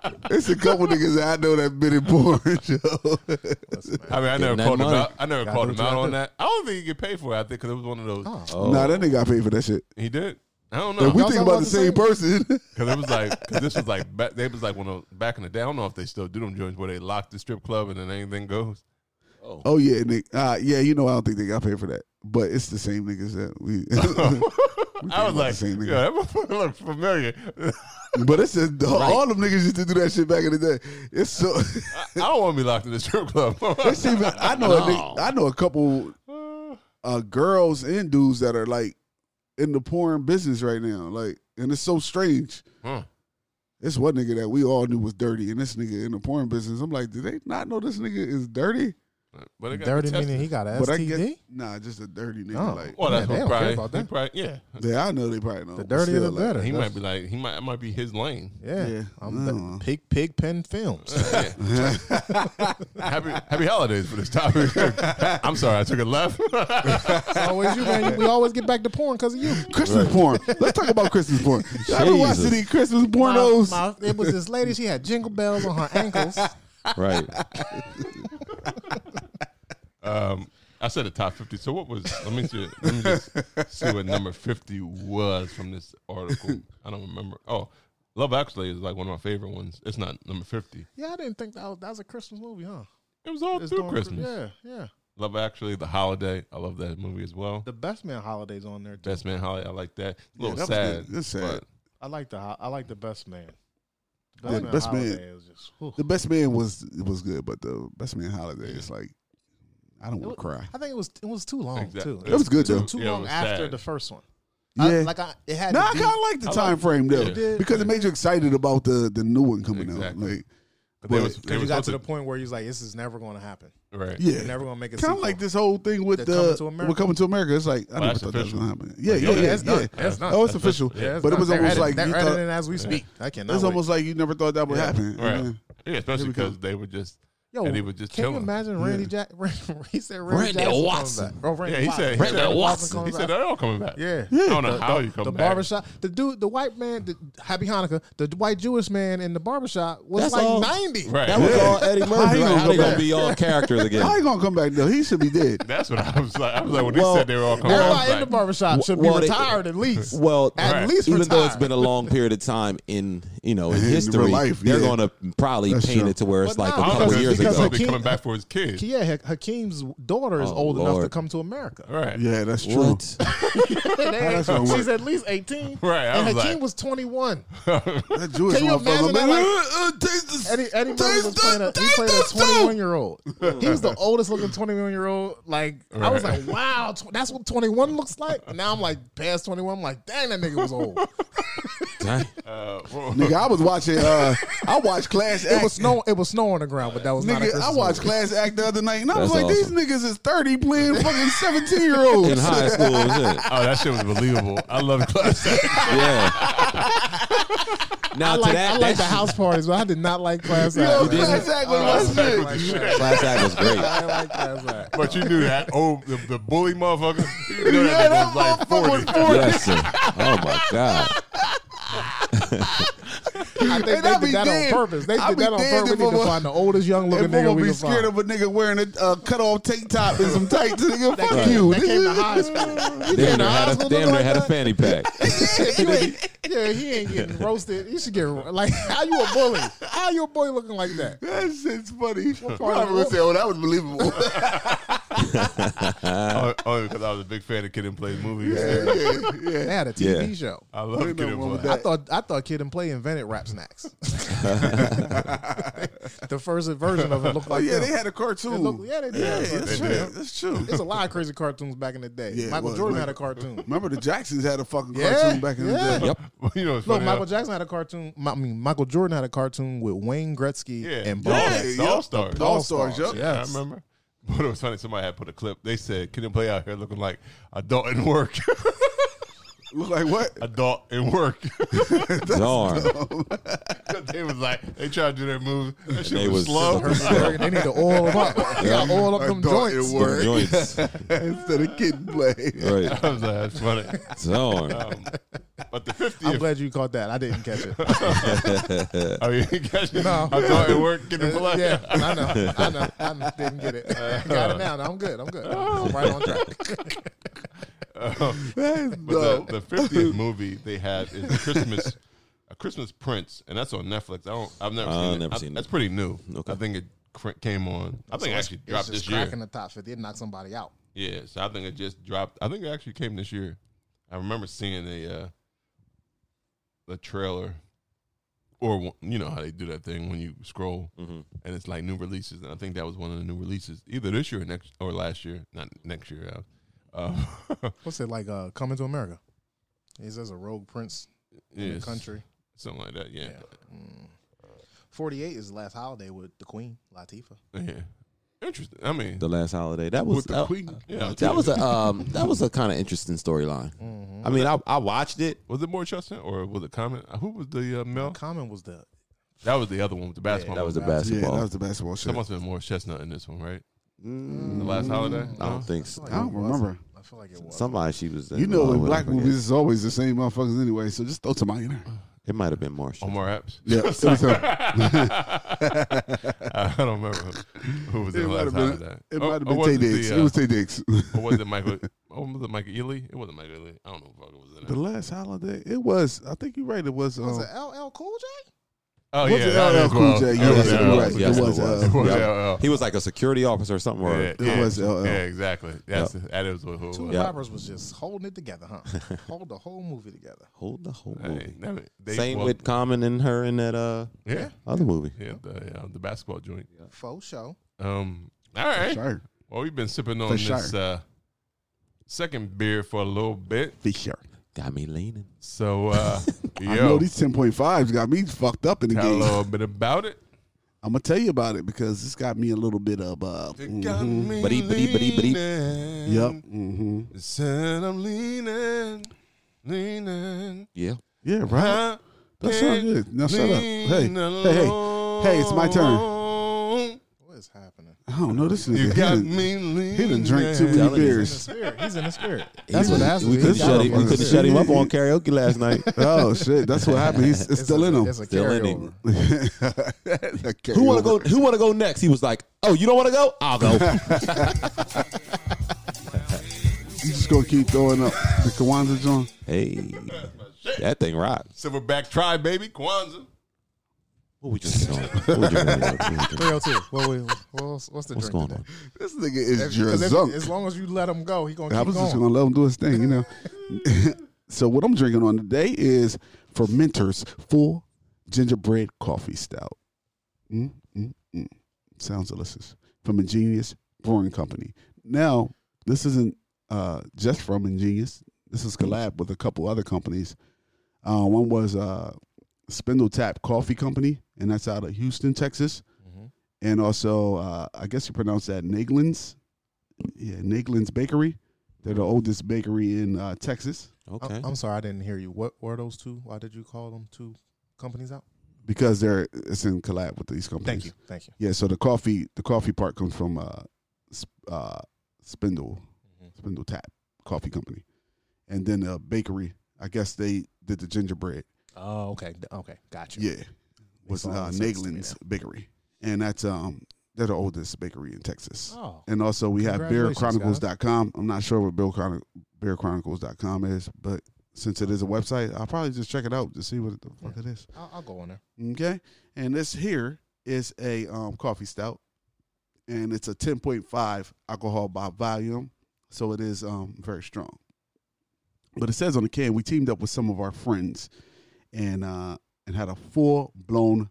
Speaker 3: that. It's a couple niggas that I know that been in porn. Yo.
Speaker 1: I mean, I never
Speaker 4: that
Speaker 1: called him
Speaker 4: money.
Speaker 1: out. I never
Speaker 2: Gotta
Speaker 1: called
Speaker 2: do
Speaker 1: him
Speaker 2: what
Speaker 1: out
Speaker 2: you
Speaker 1: on
Speaker 2: gotta Oh.
Speaker 1: that. I don't think he get paid for it. I think because it was one of those.
Speaker 3: Nah, that nigga got paid for that shit.
Speaker 1: He did. I don't
Speaker 3: If
Speaker 1: know.
Speaker 3: we
Speaker 2: Y'all
Speaker 3: think
Speaker 2: talking
Speaker 3: about the same person.
Speaker 1: Because it was like, because this was like, back, they was like one of back in the day. I don't know if they still do them joints where they lock the strip club and then anything goes.
Speaker 3: Oh yeah, nigga. Uh, yeah, you know I don't think they got paid for that, but it's the same niggas that we.
Speaker 1: I was
Speaker 3: about
Speaker 1: like,
Speaker 3: the same nigga.
Speaker 1: yo, that motherfucker looks familiar.
Speaker 3: but it's just, all them niggas used to do that shit back in the day. It's so.
Speaker 1: I don't want to be locked in the strip club.
Speaker 3: It's even, I know a nigga, I know a couple uh, girls and dudes that are like in the porn business right now. Like and it's so strange.
Speaker 1: Huh.
Speaker 3: It's one nigga that we all knew was dirty, and this nigga in the porn business. I'm like, did they not know this nigga is dirty?
Speaker 1: But it got
Speaker 2: Dirty
Speaker 1: tested.
Speaker 2: meaning he got
Speaker 3: But I
Speaker 2: STD.
Speaker 3: get nah, just a dirty nigga.
Speaker 2: Oh.
Speaker 3: Like,
Speaker 1: Well, that's
Speaker 2: Yeah, they
Speaker 1: what
Speaker 2: don't care
Speaker 1: probably,
Speaker 2: about
Speaker 1: they
Speaker 2: that.
Speaker 1: probably- yeah.
Speaker 3: yeah, I know they probably know.
Speaker 2: The
Speaker 3: but
Speaker 2: dirtier the
Speaker 3: still, like,
Speaker 2: better.
Speaker 1: He
Speaker 2: That's-
Speaker 1: might be like he might it might be his lane.
Speaker 2: Yeah,
Speaker 3: Yeah,
Speaker 2: I'm
Speaker 3: I
Speaker 2: the
Speaker 3: don't know.
Speaker 2: pig pig pen films.
Speaker 1: happy Happy holidays for this topic. I'm sorry, I took a left.
Speaker 2: It's always you, man. We always get back to porn because of you.
Speaker 3: Christmas porn. Let's talk about Christmas porn. Y'all been watching
Speaker 4: Jesus.
Speaker 3: these Christmas pornos.
Speaker 2: My- my- it was this lady. She had jingle bells on her ankles.
Speaker 4: Right.
Speaker 1: um, I said the top fifty. So what was? Let me see. Let me just see what number fifty was from this article. I don't remember. Oh, Love Actually is like one of my favorite ones. It's not number fifty.
Speaker 2: Yeah, I didn't think that was, that was a Christmas movie, huh?
Speaker 1: It was all
Speaker 2: It's
Speaker 1: through
Speaker 2: during Chris-
Speaker 1: Christmas.
Speaker 2: Yeah, yeah.
Speaker 1: Love Actually, The Holiday. I love that movie as well.
Speaker 2: The Best Man holidays on there. Too.
Speaker 1: Best Man Holiday. I like that. A
Speaker 3: Yeah,
Speaker 1: little
Speaker 3: that was
Speaker 1: sad.
Speaker 3: good. That's sad.
Speaker 1: but
Speaker 2: I like the ho- I like the Best Man. The
Speaker 3: Yeah, Best Man-
Speaker 2: holiday is just. whew.
Speaker 3: The best man was it was good, but the best man holiday is like I don't want to cry.
Speaker 2: I think it was it was too long
Speaker 1: Exactly.
Speaker 2: Oh, too.
Speaker 1: It
Speaker 3: was good,
Speaker 2: too,
Speaker 3: though.
Speaker 2: Too
Speaker 1: Yeah, it
Speaker 2: long
Speaker 1: was
Speaker 2: after
Speaker 1: sad.
Speaker 2: the first one. I,
Speaker 3: Yeah,
Speaker 2: like I it had.
Speaker 3: no, I
Speaker 2: to be,
Speaker 3: kind of like the
Speaker 1: I
Speaker 3: time
Speaker 1: like-
Speaker 3: frame though
Speaker 1: Yeah.
Speaker 2: did.
Speaker 3: because it made you excited about the the new one coming
Speaker 1: Exactly.
Speaker 3: out. Like,
Speaker 1: but
Speaker 3: But-
Speaker 1: they was, they
Speaker 2: because you
Speaker 1: was
Speaker 2: got to the
Speaker 1: supposed
Speaker 2: point where he's like, this is never going to happen.
Speaker 1: right.
Speaker 3: yeah,
Speaker 2: They're never going to make a
Speaker 3: kind of
Speaker 2: sequel.
Speaker 3: like this whole thing with
Speaker 2: They're
Speaker 3: the coming
Speaker 2: coming to
Speaker 3: to
Speaker 2: America.
Speaker 3: We're coming to America. It's like I never
Speaker 1: that's
Speaker 3: thought that was
Speaker 1: official.
Speaker 3: gonna happen. Yeah, yeah,
Speaker 1: yeah,
Speaker 3: yeah,
Speaker 2: yeah,
Speaker 3: yeah.
Speaker 2: it's done. That's done.
Speaker 3: Oh, it's
Speaker 1: That's
Speaker 3: official.
Speaker 1: official. Yeah,
Speaker 3: but it was almost like
Speaker 2: they're
Speaker 3: you
Speaker 2: editing
Speaker 3: thought,
Speaker 2: it as we speak. I cannot.
Speaker 3: it's
Speaker 2: wait.
Speaker 3: almost like you never thought that would happen.
Speaker 1: Right.
Speaker 3: Yeah.
Speaker 1: Yeah, especially
Speaker 3: we go.
Speaker 1: because they were just.
Speaker 2: Yo,
Speaker 1: and he was just
Speaker 2: can
Speaker 1: chilling.
Speaker 2: you imagine Randy Jack? he said Randy,
Speaker 4: Randy
Speaker 2: Jackson
Speaker 4: Watson.
Speaker 2: comes back. Oh, Randy
Speaker 1: Yeah, he
Speaker 2: Watson.
Speaker 1: said. He
Speaker 4: Randy
Speaker 1: said,
Speaker 4: Watson.
Speaker 1: he said they're all coming back.
Speaker 2: Yeah.
Speaker 1: I don't know how
Speaker 2: the,
Speaker 1: you come
Speaker 2: the
Speaker 1: back.
Speaker 2: barbershop, the dude, the white man, the, Happy Hanukkah, the white Jewish man in the barbershop was
Speaker 4: That's
Speaker 2: like
Speaker 4: all-
Speaker 2: ninety.
Speaker 1: Right.
Speaker 4: That was
Speaker 1: Yeah.
Speaker 4: all Eddie Murphy.
Speaker 3: How you gonna
Speaker 4: Like, how they
Speaker 3: go
Speaker 4: gonna
Speaker 3: back?
Speaker 4: be all characters
Speaker 3: How
Speaker 4: again?
Speaker 3: you gonna come back though? He should be dead.
Speaker 1: That's what I was like. I was like, when
Speaker 4: Well,
Speaker 1: they said they were all coming
Speaker 2: Everybody
Speaker 1: back.
Speaker 2: in the barbershop should be
Speaker 4: Well, they-
Speaker 2: retired at least.
Speaker 4: Well,
Speaker 2: At
Speaker 1: Right.
Speaker 2: least
Speaker 4: even though it's
Speaker 2: retired.
Speaker 4: been a long period of time in you know in,
Speaker 3: real
Speaker 4: history,
Speaker 3: life,
Speaker 4: they're
Speaker 3: yeah.
Speaker 4: going to probably
Speaker 3: That's
Speaker 4: paint
Speaker 3: true.
Speaker 4: it to where it's
Speaker 2: But
Speaker 4: like a
Speaker 2: nah,
Speaker 1: I
Speaker 4: couple
Speaker 1: was
Speaker 4: years
Speaker 1: because
Speaker 4: ago.
Speaker 1: he'll
Speaker 2: of
Speaker 1: be
Speaker 2: Hakeem-
Speaker 1: coming back for his kids.
Speaker 2: Yeah, Ha- Hakeem's daughter is
Speaker 4: Oh,
Speaker 2: old enough to
Speaker 4: Lord.
Speaker 2: come to America.
Speaker 1: Right.
Speaker 3: Yeah, that's true.
Speaker 4: What?
Speaker 3: that's gonna work.
Speaker 2: She's at least eighteen.
Speaker 1: Right, I
Speaker 2: and
Speaker 1: was
Speaker 2: Hakeem
Speaker 1: like-
Speaker 2: was twenty-one.
Speaker 3: That Jewish
Speaker 2: Can you
Speaker 3: motherfucker.
Speaker 2: imagine that,
Speaker 3: man,
Speaker 2: like-
Speaker 3: uh, uh, taste this-
Speaker 2: Eddie, Eddie Murphy
Speaker 3: taste
Speaker 2: was
Speaker 3: the-
Speaker 2: playing a, he
Speaker 3: taste
Speaker 2: played
Speaker 3: the
Speaker 2: a
Speaker 3: soap.
Speaker 2: 21 year old. He was the oldest looking 21 year old. Like, I was
Speaker 1: Right.
Speaker 2: like, wow, tw- that's what 21 looks like. And now I'm like, past 21, I'm like, dang, that nigga was old.
Speaker 4: Dang.
Speaker 1: Uh, well,
Speaker 3: Nigga, I was watching. Uh, I watched Class Act.
Speaker 2: It was snow, it was snow on the ground, but that was not a
Speaker 3: Nigga, I
Speaker 2: Christmas
Speaker 3: watched
Speaker 2: movie.
Speaker 3: Class Act the other night, and I was
Speaker 4: That's
Speaker 3: like,
Speaker 4: awesome.
Speaker 3: "These niggas is thirty playing fucking seventeen year olds."
Speaker 4: in high school, and shit.
Speaker 1: oh, that shit was believable. I love class. act.
Speaker 4: yeah. Now
Speaker 2: I
Speaker 4: to
Speaker 2: like,
Speaker 4: that,
Speaker 2: I like the
Speaker 4: that
Speaker 2: house parties, but I did not like class
Speaker 3: Yo,
Speaker 2: act.
Speaker 3: Class Act was my shit.
Speaker 4: shit- class act was great.
Speaker 2: I didn't like class act.
Speaker 1: But you knew that. Oh, the, the bully motherfucker. You knew
Speaker 3: Yeah,
Speaker 1: that
Speaker 3: that
Speaker 1: nigga was like
Speaker 3: motherfucker
Speaker 1: 40.
Speaker 3: was forty.
Speaker 4: Yes, sir. Oh my god.
Speaker 2: I think
Speaker 3: And I
Speaker 2: they
Speaker 3: be
Speaker 2: did that
Speaker 3: damned-
Speaker 2: on purpose. They
Speaker 3: I
Speaker 2: did
Speaker 3: be
Speaker 2: that on
Speaker 3: damned
Speaker 2: purpose. We
Speaker 3: if
Speaker 2: need to
Speaker 3: I'm a-
Speaker 2: find the oldest young looking
Speaker 3: If I'm
Speaker 2: nigga
Speaker 3: gonna
Speaker 2: we
Speaker 3: be
Speaker 2: can
Speaker 3: scared
Speaker 2: find.
Speaker 3: of a nigga wearing a uh, cut off tank top and some tights, nigga, fuck
Speaker 2: came-
Speaker 3: you.
Speaker 2: that came to high
Speaker 3: school.
Speaker 4: Damn near had a damn near had a fanny pack.
Speaker 2: yeah, he ain't getting roasted. He should get like, how you a bully? How you a boy looking like that?
Speaker 3: That shit's funny. I'm
Speaker 2: part of
Speaker 3: gonna
Speaker 2: it?
Speaker 3: say, "Oh, that was believable."
Speaker 1: Only only because Oh, I was a big fan of Kid and Play movies.
Speaker 2: They had a TV show.
Speaker 1: I love Kid
Speaker 3: nothing
Speaker 1: and
Speaker 3: wrong with
Speaker 1: Play.
Speaker 2: I thought I thought Kid and Play invented rap snacks. the first version of it looked
Speaker 3: oh
Speaker 2: like
Speaker 3: yeah,
Speaker 2: them.
Speaker 3: they had a cartoon.
Speaker 2: It looked- yeah, they did.
Speaker 3: Yeah,
Speaker 2: They
Speaker 1: did.
Speaker 3: that's true. That's true.
Speaker 2: It's a lot of crazy cartoons back in the day.
Speaker 3: Yeah, it
Speaker 2: Michael
Speaker 3: was.
Speaker 2: Jordan had a
Speaker 3: Michael-
Speaker 2: cartoon.
Speaker 3: Remember the Jacksons had a fucking
Speaker 2: Yeah,
Speaker 3: cartoon back in
Speaker 2: yeah.
Speaker 3: the day.
Speaker 4: Yep.
Speaker 1: you know what's
Speaker 2: Look,
Speaker 1: funny?
Speaker 2: Michael Jackson had a cartoon. I mean, Michael Jordan had a cartoon with Wayne Gretzky
Speaker 1: yeah.
Speaker 2: and Bob.
Speaker 1: yeah,
Speaker 3: Barnes.
Speaker 1: the
Speaker 3: Yep.
Speaker 1: All-Stars.
Speaker 3: All stars. Yep.
Speaker 1: I
Speaker 2: Yes.
Speaker 1: remember. But it was funny. Somebody had put a clip. They said, Kid and Play out here looking like adult in work.
Speaker 3: Look like what?
Speaker 1: adult in work.
Speaker 4: Darn.
Speaker 1: they was like, they tried to do their moves. That shit
Speaker 4: they
Speaker 1: was,
Speaker 4: was-
Speaker 1: slow.
Speaker 2: they need to oil them up. They gotta oil up them
Speaker 3: Adult in
Speaker 2: joints.
Speaker 3: work.
Speaker 4: Them joints.
Speaker 3: Instead of kid and play.
Speaker 4: Right.
Speaker 1: I was like, that's funny.
Speaker 4: Darn.
Speaker 1: Um, but the 50th.
Speaker 2: I'm glad you caught that. I didn't catch it.
Speaker 1: Oh, you didn't catch it?
Speaker 2: No.
Speaker 1: I thought it worked. Get the play.
Speaker 2: yeah, I know, I know, I know. didn't get it. Got it now. I'm good. I'm good. I'm right on track.
Speaker 3: That's
Speaker 1: Um, But
Speaker 3: dope.
Speaker 1: the, the 50th movie they had is a Christmas, a Christmas Prince, and that's on Netflix. I don't, I've never
Speaker 4: I've
Speaker 1: seen it.
Speaker 4: never
Speaker 1: I-
Speaker 4: seen it.
Speaker 1: That's pretty new.
Speaker 4: Okay.
Speaker 1: I think it cr- came on. I think it actually dropped
Speaker 2: it's
Speaker 1: this
Speaker 2: just
Speaker 1: year.
Speaker 2: cracking the top 50. It knocked somebody out.
Speaker 1: Yeah, so I think it just dropped. I think it actually came this year. I remember seeing the uh, the trailer, or one- you know how they do that thing when you scroll
Speaker 4: Mm-hmm.
Speaker 1: and it's like new releases, and I think that was one of the new releases, either this year or next or last year, not next year. Uh, uh,
Speaker 2: What's it like? Uh, Coming to America. Is this a Rogue Prince? in
Speaker 1: Yes.
Speaker 2: the country.
Speaker 1: Something like that, yeah.
Speaker 2: Forty eight is the last holiday with the Queen Latifah.
Speaker 1: Yeah. Interesting. I mean,
Speaker 4: The last holiday that was
Speaker 1: With the
Speaker 4: that-
Speaker 1: Queen? Yeah,
Speaker 4: that was a um, that was a kind of interesting storyline. I mean, I, I watched it.
Speaker 1: was it more Chestnut or was it Common? Who was the uh, male?
Speaker 2: Common was the
Speaker 1: That was the other one with the basketball.
Speaker 4: That was the
Speaker 3: Yeah,
Speaker 4: basketball.
Speaker 3: that was the basketball
Speaker 1: There
Speaker 3: shit. Mm.
Speaker 1: must have been more Chestnut in this one, right? The last holiday.
Speaker 4: Mm-hmm. I
Speaker 1: No?
Speaker 4: don't think so.
Speaker 2: I
Speaker 3: I don't remember.
Speaker 2: I feel like it was.
Speaker 4: somebody she was.
Speaker 3: You know,
Speaker 4: in
Speaker 3: in black movies, it's always the same motherfuckers anyway. So just throw somebody in there.
Speaker 4: it might have been Marshall.
Speaker 1: Omar Epps.
Speaker 3: Yeah, it was her.
Speaker 1: I don't remember who was in
Speaker 3: It
Speaker 1: the
Speaker 3: might
Speaker 1: last
Speaker 3: have
Speaker 1: holiday.
Speaker 3: been.
Speaker 1: Or-
Speaker 3: It might have
Speaker 1: or
Speaker 3: been
Speaker 1: was
Speaker 3: Tay
Speaker 1: it the,
Speaker 3: Diggs.
Speaker 1: uh,
Speaker 3: It was Tay Diggs.
Speaker 1: Or was it Michael? Or was it Michael Ealy? It wasn't Michael Ealy. I don't know who the fuck it was in
Speaker 3: The
Speaker 1: there.
Speaker 3: last holiday, it was. I think you're right. It was. Um,
Speaker 2: was it LL Cool J?
Speaker 1: Oh
Speaker 3: was
Speaker 1: yeah,
Speaker 3: it
Speaker 1: that
Speaker 3: LL
Speaker 1: is
Speaker 3: Cool
Speaker 1: well.
Speaker 3: J?
Speaker 1: It
Speaker 3: Yes,
Speaker 1: was
Speaker 3: you're
Speaker 1: LL.
Speaker 3: right. It
Speaker 4: Yes,
Speaker 3: was, uh,
Speaker 1: It was
Speaker 4: Yep.
Speaker 1: LL.
Speaker 4: He was like a security officer or something. Or,
Speaker 1: Yeah,
Speaker 3: It was LL.
Speaker 1: Yeah, exactly. That's that is who it
Speaker 2: Two
Speaker 1: was.
Speaker 4: Yeah.
Speaker 2: rappers was just holding it together, huh? Hold the whole movie together.
Speaker 4: Hold the whole
Speaker 1: Hey,
Speaker 4: movie.
Speaker 1: that- they-
Speaker 4: Same
Speaker 1: well,
Speaker 4: with Common and her in that uh
Speaker 1: yeah,
Speaker 4: other movie.
Speaker 1: yeah, the, yeah, the basketball joint.
Speaker 2: Faux show.
Speaker 1: Um, all right.
Speaker 3: Sure.
Speaker 1: Well, we've been sipping on
Speaker 3: sure.
Speaker 1: this uh, second beer for a little bit.
Speaker 3: For sure.
Speaker 4: Got me leaning.
Speaker 1: So, uh,
Speaker 3: I know
Speaker 1: yo,
Speaker 3: these 10.5s got me fucked up in the
Speaker 1: tell a
Speaker 3: game.
Speaker 1: little bit about it.
Speaker 3: I'm going to tell you about it because this got me a little bit of. Uh, mhm.
Speaker 4: Ba-dee, ba-dee, ba-dee, ba-dee.
Speaker 1: leaning.
Speaker 3: Yep. hmm
Speaker 1: Said I'm leaning, leaning.
Speaker 4: Yeah.
Speaker 3: Yeah,
Speaker 1: I
Speaker 3: right. That sounds
Speaker 1: can't
Speaker 3: Oh, good. Now shut up. Hey, hey,
Speaker 1: lean
Speaker 3: hey, hey, it's my turn.
Speaker 1: alone.
Speaker 2: What is happening?
Speaker 3: I don't know. This
Speaker 1: You
Speaker 3: nigga.
Speaker 1: got
Speaker 3: he done-
Speaker 1: me leaning.
Speaker 3: He done drank too
Speaker 4: Telling
Speaker 3: many
Speaker 4: you.
Speaker 3: beers.
Speaker 2: Spirit. He's in the spirit. That's
Speaker 3: what
Speaker 2: what
Speaker 3: happened.
Speaker 2: happened.
Speaker 4: We could
Speaker 3: He's out
Speaker 4: shut
Speaker 3: of
Speaker 4: him. We
Speaker 3: his
Speaker 4: could have
Speaker 3: seat.
Speaker 4: shut him up on karaoke last night.
Speaker 3: Oh shit, that's what happened. He's, it's still in him.
Speaker 2: It's a
Speaker 4: Still in
Speaker 2: carryover.
Speaker 4: it. Who want to go? Who want to go next? He was like, "Oh, you don't want to go? I'll go."
Speaker 3: You just gonna keep throwing up the Kwanzaa John.
Speaker 4: hey, that thing rocks.
Speaker 1: Silverback tribe, baby. Kwanzaa.
Speaker 4: What we just on? What we drinking on? What we drinking on?
Speaker 2: 302. What, what, what's, what's the
Speaker 4: What's
Speaker 2: drink
Speaker 4: going on?
Speaker 3: This nigga is
Speaker 2: today? 'Cause if-
Speaker 3: drunk.
Speaker 2: as long as you let him go, he gonna
Speaker 3: I
Speaker 2: keep
Speaker 3: was just
Speaker 2: going.
Speaker 3: gonna let him do his thing, you know. so what I'm drinking on today is Fermenters Full Gingerbread Coffee Stout. Mm, mm, mm. Sounds delicious from Ingenious Brewing Company. Now this isn't uh, just from Ingenious. This is collab with a couple other companies. Uh, one was uh, Spindle Tap Coffee Company, and that's out of Houston, Texas. And also, uh, I guess you pronounce that Naglin's, yeah, Naglin's Bakery. They're the oldest bakery in uh, Texas
Speaker 4: Okay.
Speaker 2: I'm, I'm sorry, I didn't hear you. What were those two? Why did you call them two companies out?
Speaker 3: because they're it's in collab with these companies.
Speaker 2: Thank you. Thank you.
Speaker 3: Yeah, so the coffee the coffee part comes from uh, Sp- uh, Spindle
Speaker 2: Mm-hmm.
Speaker 3: Spindle Tap Coffee Company, and then the bakery. I guess they did the gingerbread.
Speaker 2: Oh, okay. D- Okay. Gotcha.
Speaker 3: Yeah, was
Speaker 2: all
Speaker 3: uh,
Speaker 2: the sense to me
Speaker 3: Naglin's Bakery, and that's um they're the oldest bakery in Texas.
Speaker 2: Oh.
Speaker 3: And also we have
Speaker 2: Congratulations,
Speaker 3: beerchronicles.com. I'm not sure what Bill Chron- beerchronicles.com is, but since it is a website, I'll probably just check it out to see what the fuck it is.
Speaker 2: I'll, I'll go on there.
Speaker 3: Okay. And this here is a um, coffee stout, and it's a 10.5 alcohol by volume, so it is um, very strong. But it says on the can, we teamed up with some of our friends, and uh, and had a full blown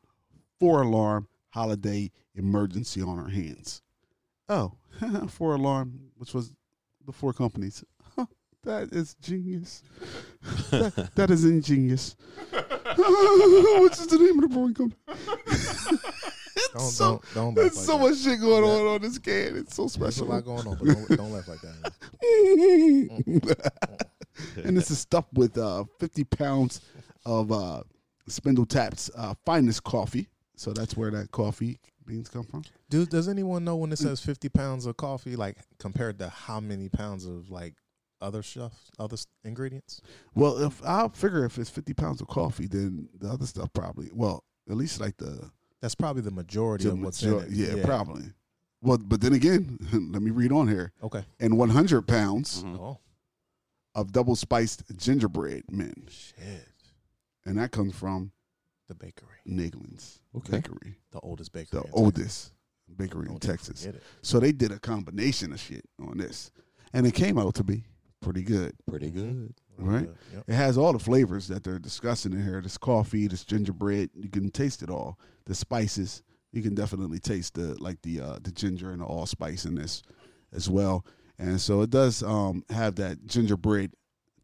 Speaker 3: four alarm holiday emergency on our hands. Oh, four alarm, which was the four companies. Huh, that is genius. that, that is ingenious. Which is the name of the brewing company?
Speaker 2: Don't
Speaker 3: so-
Speaker 2: don't don't laugh
Speaker 3: There's
Speaker 2: like
Speaker 3: so
Speaker 2: that.
Speaker 3: much shit going on on this can. It's so
Speaker 2: There's a
Speaker 3: special.
Speaker 2: lot going on, but don't, don't laugh like that.
Speaker 3: and this is stuffed with uh, 50 pounds of uh, Spindle Tap's uh, finest coffee. So that's where that coffee beans come from.
Speaker 2: Do, does anyone know when it says 50 pounds of coffee, like compared to how many pounds of like other stuff, other s- ingredients?
Speaker 3: Well, if I'll figure if it's 50 pounds of coffee, then the other stuff probably, well, at least like the.
Speaker 2: That's probably the majority
Speaker 3: the
Speaker 2: of what's
Speaker 3: major-
Speaker 2: in it.
Speaker 3: yeah, probably. Well, but then again, let me read on here.
Speaker 2: Okay.
Speaker 3: And 100 pounds
Speaker 2: Oh,
Speaker 3: of double spiced gingerbread men.
Speaker 2: shit.
Speaker 3: And that comes from
Speaker 2: The bakery,
Speaker 3: Naglin's
Speaker 4: Okay.
Speaker 3: Bakery.
Speaker 2: the oldest bakery.
Speaker 3: the
Speaker 2: in Texas.
Speaker 3: oldest bakery in
Speaker 2: Don't
Speaker 3: Texas.
Speaker 2: forget it.
Speaker 3: So they did a combination of shit on this, and it came out to be pretty good,
Speaker 4: Pretty good.
Speaker 3: right?
Speaker 2: Yep.
Speaker 3: It has all the flavors that they're discussing in here. This coffee, this gingerbread, you can taste it all. The spices, you can definitely taste the like the uh, the ginger and the allspice in this as well. And so it does um, have that gingerbread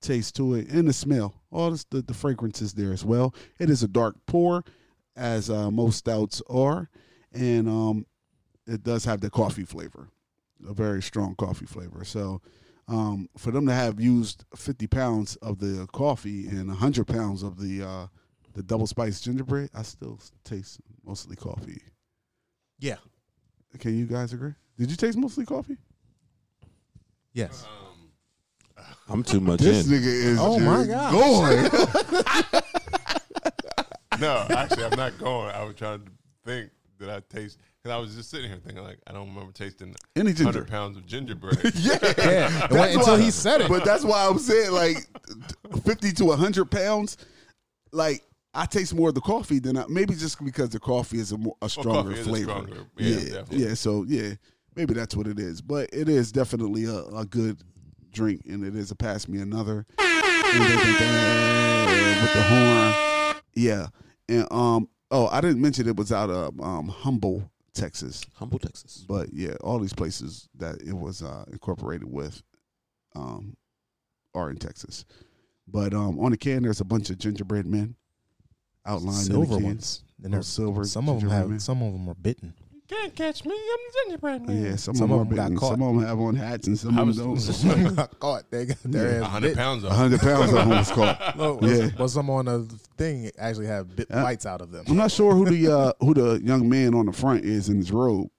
Speaker 3: taste to it and the smell. All this, the, the fragrance is there as well. It is a dark pour, as uh, most stouts are, and um, it does have the coffee flavor, a very strong coffee flavor. So, um, for them to have used 50 pounds of the coffee and 100 pounds of the uh, the double spice gingerbread, I still taste mostly coffee.
Speaker 2: Yeah.
Speaker 3: Can you guys agree? Did you taste mostly coffee?
Speaker 2: Yes.
Speaker 4: I'm too much
Speaker 3: This
Speaker 4: in.
Speaker 3: nigga is
Speaker 2: Oh my
Speaker 3: just
Speaker 2: gosh.
Speaker 3: going.
Speaker 1: No, actually, I'm not going. I was trying to think that I taste because I was just sitting here thinking like I don't remember tasting
Speaker 3: Any ginger.
Speaker 1: 100 pounds of gingerbread.
Speaker 2: yeah. And when- until
Speaker 3: why-
Speaker 2: he said it.
Speaker 3: But that's why I'm saying like 50 to 100 pounds. Like I taste more of the coffee than I, maybe just because the coffee is a, more, a stronger
Speaker 1: coffee is a
Speaker 3: flavor.
Speaker 1: stronger- yeah,
Speaker 3: yeah,
Speaker 1: definitely.
Speaker 3: yeah, So yeah, maybe that's what it is. But it is definitely a, a good drink, and it is a pass me another with the horn. Yeah, and um. Oh, I didn't mention it was out of um, Humble, Texas.
Speaker 4: Humble Texas.
Speaker 3: But yeah, all these places that it was uh, incorporated with um, are in Texas. But um, on the can, there's a bunch of gingerbread men outlined in
Speaker 2: silver
Speaker 3: the can.
Speaker 2: ones. And
Speaker 3: Oh,
Speaker 2: they're
Speaker 3: silver
Speaker 2: Some of them
Speaker 3: gingerbread
Speaker 2: have.
Speaker 3: man.
Speaker 2: Some of them are bitten.
Speaker 4: Can't catch me. I'm the gingerbread
Speaker 3: Yeah, some,
Speaker 2: Some
Speaker 3: of
Speaker 2: of
Speaker 3: them
Speaker 2: 'em got
Speaker 3: are big.
Speaker 2: caught.
Speaker 3: Some of them have on hats and some
Speaker 1: I
Speaker 3: of
Speaker 1: was-
Speaker 3: them don't.
Speaker 2: Got Oh, caught. They got their ass
Speaker 1: 100
Speaker 2: bit.
Speaker 1: pounds of
Speaker 3: hundred pounds of them was caught.
Speaker 2: Well,
Speaker 3: Yeah.
Speaker 2: well, some on the thing actually have bit
Speaker 3: Uh,
Speaker 2: bites out of them.
Speaker 3: I'm not sure who the uh, who the young man on the front is in his robe.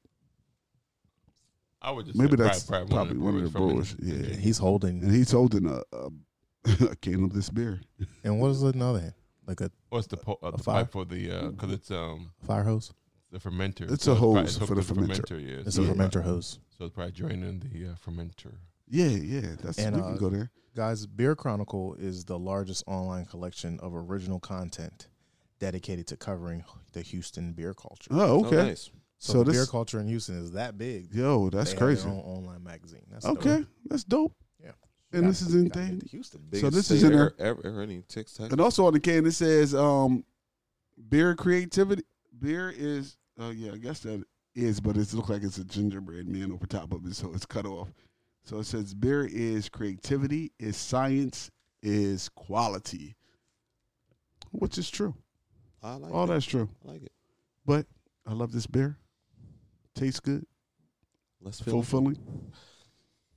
Speaker 1: I would just
Speaker 3: Maybe
Speaker 1: say
Speaker 3: that's probably one of the
Speaker 1: brewers
Speaker 3: brewers.
Speaker 1: from
Speaker 3: Yeah,
Speaker 2: He's holding.
Speaker 3: and he's holding a, a, a can of this beer.
Speaker 2: And what is another? hand? Like a
Speaker 1: What's the, po- uh, the
Speaker 2: fire.
Speaker 1: pipe for the because it's um
Speaker 2: fire hose?
Speaker 1: the fermenter.
Speaker 3: It's a
Speaker 1: probably
Speaker 3: hose
Speaker 1: hooked
Speaker 3: for the
Speaker 1: to
Speaker 3: fermenter.
Speaker 1: yeah.
Speaker 2: It's
Speaker 1: so,
Speaker 2: a fermenter hose.
Speaker 1: so it's probably draining the uh, fermenter.
Speaker 3: Yeah, yeah, that's
Speaker 2: And,
Speaker 3: we
Speaker 2: uh,
Speaker 3: can go there.
Speaker 2: Guys, Beer Chronicle is the largest online collection of original content dedicated to covering the Houston beer culture.
Speaker 3: Oh, okay.
Speaker 4: nice.
Speaker 2: so,
Speaker 3: so
Speaker 2: the
Speaker 3: this-
Speaker 2: beer culture in Houston is that big.
Speaker 3: Yo, that's
Speaker 2: they
Speaker 3: crazy.
Speaker 2: Have their own online magazine. That's dope.
Speaker 3: Okay, that's dope.
Speaker 2: Yeah.
Speaker 3: And this is in
Speaker 2: Gotta get
Speaker 3: thing.
Speaker 2: to Houston.
Speaker 4: Biggest
Speaker 3: this is
Speaker 4: state
Speaker 3: in
Speaker 4: ever, ever, ever any Tex Tex.
Speaker 3: And also on the can it says um beer creativity beer is oh yeah, I guess that is, but it looks like it's a gingerbread man over top of it, so it's cut off. So it says beer is creativity, is science, is quality. Which is true.
Speaker 4: I like
Speaker 3: All
Speaker 4: it.
Speaker 3: that's true.
Speaker 4: I like it.
Speaker 3: But I love this beer. Tastes good,
Speaker 4: Let's feel
Speaker 3: fulfilling.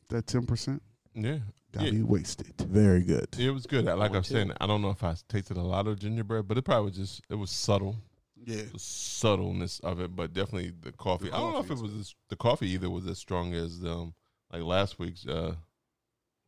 Speaker 3: That ten percent
Speaker 1: Yeah,
Speaker 3: got
Speaker 1: Yeah.
Speaker 3: me wasted.
Speaker 2: Very good.
Speaker 1: it was good. I- Like I'm saying, I don't know if I tasted a lot of gingerbread, but it probably was just it was subtle.
Speaker 3: Yeah.
Speaker 1: the subtleness of it, but definitely the coffee. I don't know if it was as, the coffee either was as strong as um like last week's uh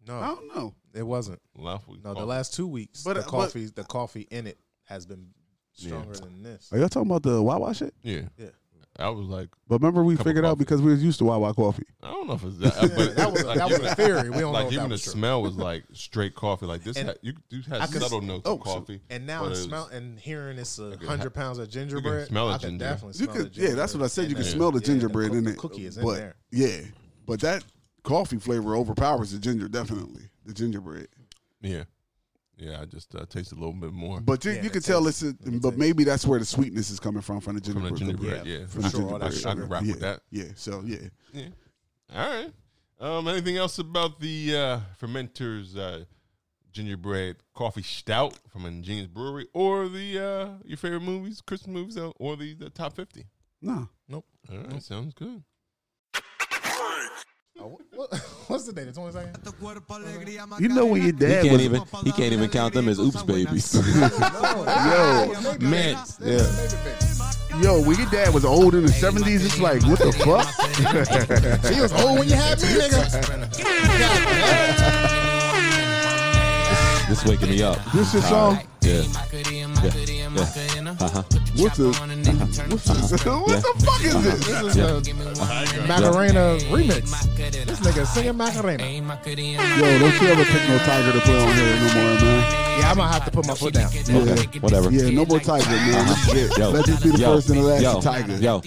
Speaker 2: No,
Speaker 3: I don't know.
Speaker 2: it wasn't.
Speaker 1: last week.
Speaker 2: No, the last two weeks,
Speaker 3: But,
Speaker 2: the
Speaker 3: uh, but-
Speaker 2: coffee, the coffee in it has been stronger than this.
Speaker 3: Are y'all talking about the Wawa shit?
Speaker 1: yeah
Speaker 2: Yeah.
Speaker 1: I was like,
Speaker 3: But remember, we
Speaker 1: Cup of
Speaker 3: figured out
Speaker 1: coffee.
Speaker 3: because we was used to Wawa coffee.
Speaker 1: I don't know if it's that. but
Speaker 2: that was a-
Speaker 1: like,
Speaker 2: that was
Speaker 1: even
Speaker 2: a
Speaker 1: the-
Speaker 2: theory. We don't know
Speaker 1: like
Speaker 2: if
Speaker 1: even
Speaker 2: that
Speaker 1: the
Speaker 2: was true.
Speaker 1: smell was like straight coffee. Like this,
Speaker 2: And-
Speaker 1: had, you you had
Speaker 2: I could-
Speaker 1: subtle notes
Speaker 3: oh,
Speaker 1: of
Speaker 3: so-
Speaker 1: coffee.
Speaker 2: And now
Speaker 1: but
Speaker 2: I'm
Speaker 1: it was-
Speaker 2: smell and hearing it's a
Speaker 1: can
Speaker 2: hundred pounds of gingerbread.
Speaker 1: smell
Speaker 2: I
Speaker 1: the
Speaker 2: can
Speaker 1: ginger.
Speaker 2: definitely
Speaker 3: You
Speaker 2: smell the
Speaker 3: could, yeah,
Speaker 2: gingerbread.
Speaker 3: that's what I said. You
Speaker 2: And
Speaker 3: can
Speaker 2: the-
Speaker 3: smell the
Speaker 2: yeah,
Speaker 3: gingerbread
Speaker 2: cook-
Speaker 3: in it.
Speaker 2: Cookie is in
Speaker 3: but,
Speaker 2: there.
Speaker 3: Yeah, but that coffee flavor overpowers the ginger definitely. The gingerbread,
Speaker 1: yeah, yeah. I just uh, tasted a little bit more
Speaker 3: but you,
Speaker 2: Yeah,
Speaker 3: you
Speaker 2: it
Speaker 3: can tell
Speaker 2: tastes-
Speaker 3: it's. A,
Speaker 2: it
Speaker 3: but
Speaker 2: tastes-
Speaker 3: maybe that's where the sweetness is coming from from the
Speaker 1: from the
Speaker 3: gingerbread.
Speaker 1: gingerbread.
Speaker 2: yeah,
Speaker 1: Yeah,
Speaker 2: for
Speaker 3: the
Speaker 2: sure. All that
Speaker 1: I, I
Speaker 3: sugar.
Speaker 1: could rock
Speaker 3: yeah,
Speaker 1: with that.
Speaker 3: Yeah, so yeah,
Speaker 1: Yeah. All right. Um, anything else about the uh, fermenters uh, gingerbread coffee stout from Ingenious Brewery, or the uh, your favorite movies, Christmas movies, uh, or the, the top fifty?
Speaker 3: nah.
Speaker 1: All right, sounds good.
Speaker 2: Oh, what- what- what's the date? The twenty second.
Speaker 3: You know when your
Speaker 4: He
Speaker 3: dad
Speaker 4: can't
Speaker 3: was
Speaker 4: even he can't even count them as oops babies.
Speaker 3: yo
Speaker 4: Man,
Speaker 3: yeah. yo when your dad was old in the seventies. It's like what the fuck?
Speaker 2: She was old when you had me, nigga.
Speaker 4: this waking me up.
Speaker 3: This your song?
Speaker 4: Yeah.
Speaker 3: What's the what's the what the fuck is this?
Speaker 2: This is the Macarena remix. This nigga singing Macarena.
Speaker 3: Yo, don't you ever pick no tiger to play on here no more, man.
Speaker 2: Yeah, I'm gonna have to put my foot down.
Speaker 4: Okay. Whatever. Uh-huh.
Speaker 3: Yeah, no more Tiger, man. This is it.
Speaker 4: Yo,
Speaker 3: Let this be the
Speaker 4: yo,
Speaker 3: first and the last
Speaker 4: yo,
Speaker 3: Tiger.
Speaker 4: Yo,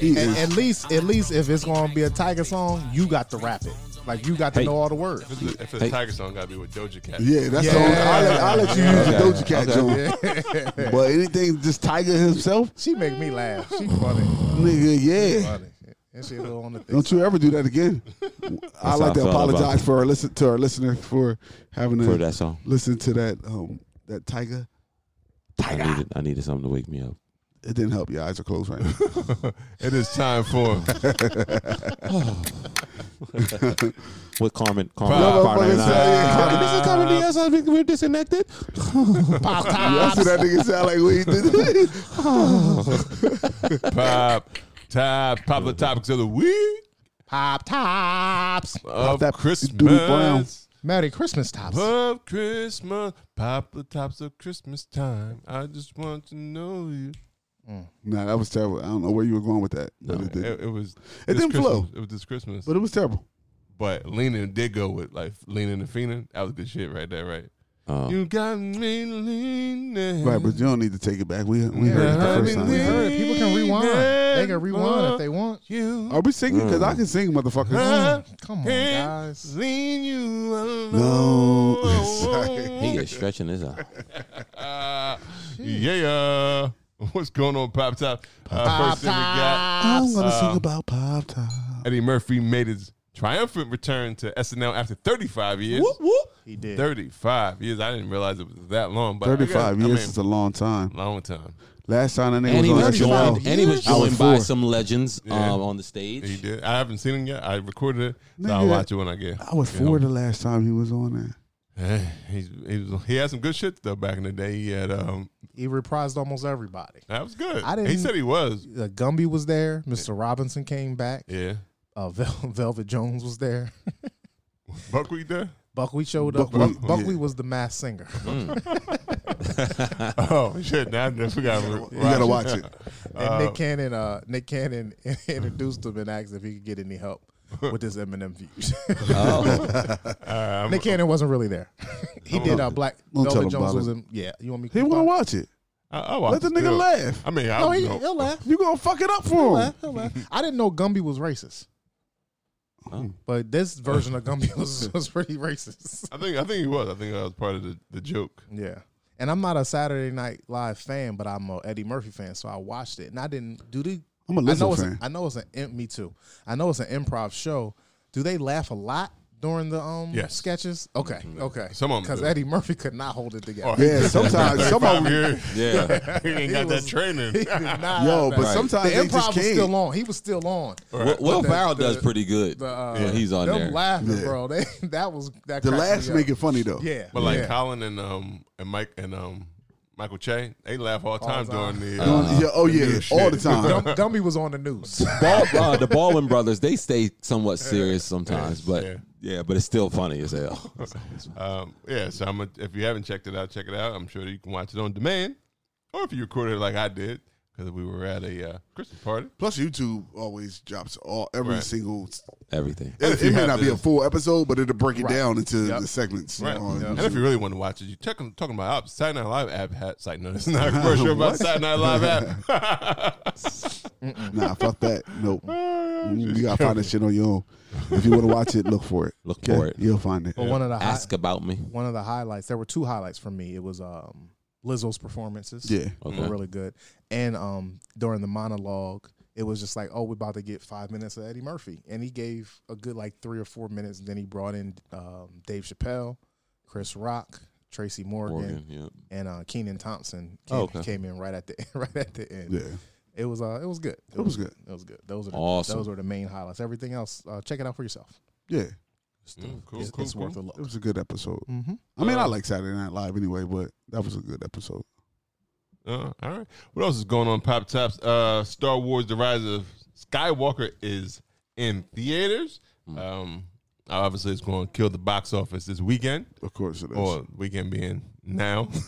Speaker 3: He is-
Speaker 2: And at least, at least if it's gonna be a Tiger song, you got to rap it. Like you got to
Speaker 4: Hey.
Speaker 2: know all the words.
Speaker 1: If it's a, if it's a
Speaker 4: Hey.
Speaker 1: tiger song, gotta be with Doja Cat.
Speaker 3: yeah, that's
Speaker 2: Yeah.
Speaker 3: all. I'll let, I'll let you use the Doja Cat joint. But anything, just Tiger himself,
Speaker 2: She make me laugh. She funny.
Speaker 3: nigga, yeah.
Speaker 2: funny. That shit go on the thing.
Speaker 3: Don't you ever do that again. I
Speaker 4: how I
Speaker 3: like to
Speaker 4: felt about
Speaker 3: apologize
Speaker 4: it.
Speaker 3: for our listen to our listeners for having to
Speaker 4: for that song.
Speaker 3: listen to that um that tiger.
Speaker 4: I needed, I needed something to wake me up.
Speaker 3: It didn't help. Your eyes are closed right now.
Speaker 1: It is time for
Speaker 4: What Carmen?
Speaker 1: Five.
Speaker 4: Carmen. Carmen
Speaker 3: Motherfucker
Speaker 4: and I-
Speaker 3: said,
Speaker 4: This is Carmen Diaz. I think We're disconnected.
Speaker 3: Y'all see that nigga sound like we did.
Speaker 1: pop top pop the topics of the week
Speaker 2: Pop tops.
Speaker 1: of
Speaker 3: that Doobie Brown.
Speaker 1: Christmas.
Speaker 2: Merry Christmas tops.
Speaker 1: Of Christmas, pop the tops of Christmas time. I just want to know you.
Speaker 3: nah, that was terrible. I don't know where you were going with that. but it,
Speaker 1: It,
Speaker 3: did.
Speaker 1: it was.
Speaker 3: It
Speaker 1: this
Speaker 3: didn't
Speaker 1: Christmas.
Speaker 3: flow.
Speaker 1: It was this Christmas.
Speaker 3: but it was terrible.
Speaker 1: But Lena did go with like Lena and Fina. That was good shit right there, right? you got me leaning.
Speaker 3: Uh. Right, but you don't need to take it back. We we heard
Speaker 1: Mm-hmm. Yeah,
Speaker 3: it
Speaker 1: I
Speaker 3: the first
Speaker 1: mean,
Speaker 3: time.
Speaker 1: we-
Speaker 2: We heard people can rewind. They can rewind if they want. Mm,
Speaker 1: you
Speaker 3: Are we singing? Because
Speaker 1: Mm.
Speaker 3: I can sing,
Speaker 1: Uh-huh.
Speaker 3: motherfucker.
Speaker 2: Come on,
Speaker 1: can't
Speaker 2: guys.
Speaker 1: lean you alone.
Speaker 3: No. Sorry.
Speaker 4: He is stretching his out.
Speaker 1: Uh, yeah. What's going on, Pop Top? Uh, first thing we got
Speaker 3: I'm gonna
Speaker 1: Uh,
Speaker 3: sing about pop top.
Speaker 1: Eddie Murphy made his triumphant return to SNL after 35 years.
Speaker 2: He did.
Speaker 1: 35 years. I didn't realize it was that long. But I guess-
Speaker 3: Thirty-five
Speaker 1: I
Speaker 3: years
Speaker 1: mean,
Speaker 3: is a long time.
Speaker 1: long time.
Speaker 3: Last time that nigga
Speaker 4: And he
Speaker 3: was on
Speaker 4: was joined.
Speaker 3: SNL,
Speaker 4: And he was
Speaker 3: I was
Speaker 4: joined by
Speaker 3: four.
Speaker 4: some legends
Speaker 1: Yeah.
Speaker 4: um, on the
Speaker 1: He
Speaker 4: stage.
Speaker 1: did. I haven't seen him yet. I recorded it. So I'll
Speaker 3: Nigga,
Speaker 1: watch it when I get.
Speaker 3: I was
Speaker 1: get
Speaker 3: four
Speaker 1: home.
Speaker 3: the last time he was on there.
Speaker 1: Eh, He's, he, was, he had some good shit though back in the day. He had um
Speaker 2: He reprised almost everybody.
Speaker 1: that was good.
Speaker 2: I
Speaker 1: he
Speaker 2: didn't-
Speaker 1: said he was.
Speaker 2: Uh, Gumby was there. Mr. Robinson came back.
Speaker 1: Yeah.
Speaker 2: Uh, Vel- Velvet Jones was there.
Speaker 1: Buckwheat there?
Speaker 2: Buckwheat showed up.
Speaker 3: Buckwheat,
Speaker 2: Buckwheat,
Speaker 3: yeah.
Speaker 2: was the mass singer.
Speaker 1: Oh shit, now I just forgot. You
Speaker 3: You gotta watch it.
Speaker 2: And
Speaker 1: Uh-huh.
Speaker 2: Nick Cannon, uh, Nick Cannon introduced him and asked if he could get any help with his Eminem views. Nick Cannon wasn't really there. he did uh, Black
Speaker 3: Don't tell
Speaker 2: Velvet
Speaker 3: him
Speaker 2: Jones
Speaker 3: about
Speaker 2: was
Speaker 3: it.
Speaker 2: in. Yeah, you want me?
Speaker 3: He wanna watch it.
Speaker 1: I, I watched
Speaker 3: Let the
Speaker 1: it
Speaker 3: nigga
Speaker 1: still.
Speaker 3: laugh.
Speaker 1: I mean, I
Speaker 2: No,
Speaker 1: don't
Speaker 2: Oh, he,
Speaker 1: know.
Speaker 2: he'll laugh.
Speaker 3: You gonna fuck it up for him?
Speaker 2: laugh, he'll laugh. I didn't know Gumby was racist. But this version of Gumby was, was pretty racist.
Speaker 1: I think I think he was. I think that was part of the, the joke.
Speaker 2: Yeah. And I'm not a Saturday Night Live fan, but I'm a Eddie Murphy fan, so I watched it. And I didn't do the
Speaker 3: I'm a
Speaker 2: I know
Speaker 3: Lizzo
Speaker 2: it's
Speaker 3: fan.
Speaker 2: A, I know it's an im- me too. I know it's an improv show. Do they laugh a lot during the um
Speaker 1: Yes.
Speaker 2: sketches? Okay, okay.
Speaker 1: Some of 'em
Speaker 2: because
Speaker 1: do.
Speaker 2: Eddie Murphy could not hold it together.
Speaker 3: Yeah, sometimes some
Speaker 1: 35
Speaker 3: of them.
Speaker 1: years.
Speaker 4: Yeah.
Speaker 1: He ain't got that training.
Speaker 2: He did not
Speaker 3: Yo,
Speaker 2: have
Speaker 3: but
Speaker 2: that.
Speaker 3: sometimes
Speaker 2: the
Speaker 3: they
Speaker 2: improv
Speaker 3: just
Speaker 2: was
Speaker 3: can't.
Speaker 2: still on. He was still on.
Speaker 4: Will, Will
Speaker 2: The-
Speaker 4: Farrell
Speaker 2: the-
Speaker 4: does pretty good
Speaker 2: The, uh,
Speaker 4: when he's on
Speaker 2: them
Speaker 4: there.
Speaker 2: laughing,
Speaker 3: Yeah.
Speaker 2: bro. They that was that.
Speaker 3: The
Speaker 2: cracked
Speaker 3: laughs
Speaker 2: me
Speaker 3: make
Speaker 2: up.
Speaker 3: it funny though.
Speaker 2: Yeah,
Speaker 1: But like
Speaker 2: yeah.
Speaker 1: Colin and um and Mike and um Michael Che, they laugh all the
Speaker 2: All
Speaker 1: time
Speaker 2: the time.
Speaker 1: during the.
Speaker 3: Doing-
Speaker 1: Uh,
Speaker 3: yeah, oh yeah,
Speaker 1: shit.
Speaker 3: all the time.
Speaker 2: Gum- Gumby was on the news.
Speaker 4: Ball, uh, the Baldwin brothers, they stay somewhat serious sometimes, but
Speaker 1: yeah.
Speaker 4: yeah. but it's still funny as hell.
Speaker 1: um, yeah, so I'm a, if you haven't checked it out, check it out. I'm sure you can watch it on demand, or if you recorded it like I did, because we were at a uh, Christmas party.
Speaker 3: Plus, YouTube always drops all every
Speaker 1: Right.
Speaker 3: single.
Speaker 4: Everything.
Speaker 3: It,
Speaker 1: if you
Speaker 3: it may
Speaker 1: have
Speaker 3: not be a
Speaker 1: this.
Speaker 3: full episode, but it'll break it
Speaker 2: Right.
Speaker 3: down into
Speaker 2: Yep.
Speaker 3: the segments.
Speaker 1: Right.
Speaker 3: on
Speaker 1: And
Speaker 3: YouTube.
Speaker 1: if you really want to watch it, you check them talking about app, Saturday Night Live app hat site. No, it's not a commercial about Saturday Night Live app.
Speaker 3: Nah, fuck that. Nope.
Speaker 2: Ah,
Speaker 3: you gotta find that shit on your own. If you wanna watch it, look for it.
Speaker 4: Look for it.
Speaker 3: You'll find it.
Speaker 2: But one of the hi-
Speaker 4: Ask about me.
Speaker 2: one of the highlights. There were two highlights for me. It was um, Lizzo's performances.
Speaker 3: Yeah.
Speaker 4: Okay.
Speaker 2: were really good. And um, during the monologue, it was just like, oh, we're about to get five minutes of Eddie Murphy, and he gave a good like three or four minutes. And then he brought in um, Dave Chappelle, Chris Rock, Tracy Morgan,
Speaker 4: Morgan, yeah.
Speaker 2: and uh, Keenan Thompson came,
Speaker 4: Oh, okay.
Speaker 2: came in right at the right at the end.
Speaker 3: Yeah.
Speaker 2: It was uh, it was good. It,
Speaker 3: was good.
Speaker 2: It was good. Those are the,
Speaker 4: Awesome.
Speaker 2: Those were the main highlights. Everything else, uh, check it out for yourself.
Speaker 3: Yeah.
Speaker 1: Mm, cool,
Speaker 2: It's,
Speaker 1: cool,
Speaker 2: it's
Speaker 1: cool.
Speaker 2: worth a look.
Speaker 3: It was a good episode.
Speaker 2: Mm-hmm.
Speaker 3: I mean, I
Speaker 4: Uh,
Speaker 3: like Saturday Night Live anyway, but that was a good episode.
Speaker 1: Uh, all right. What else is going on, Pop Tops? Uh, Star Wars: The Rise of Skywalker is in theaters.
Speaker 2: Hmm.
Speaker 1: Um, obviously, it's going to kill the box office this weekend,
Speaker 3: Of course it is.
Speaker 1: or weekend being now.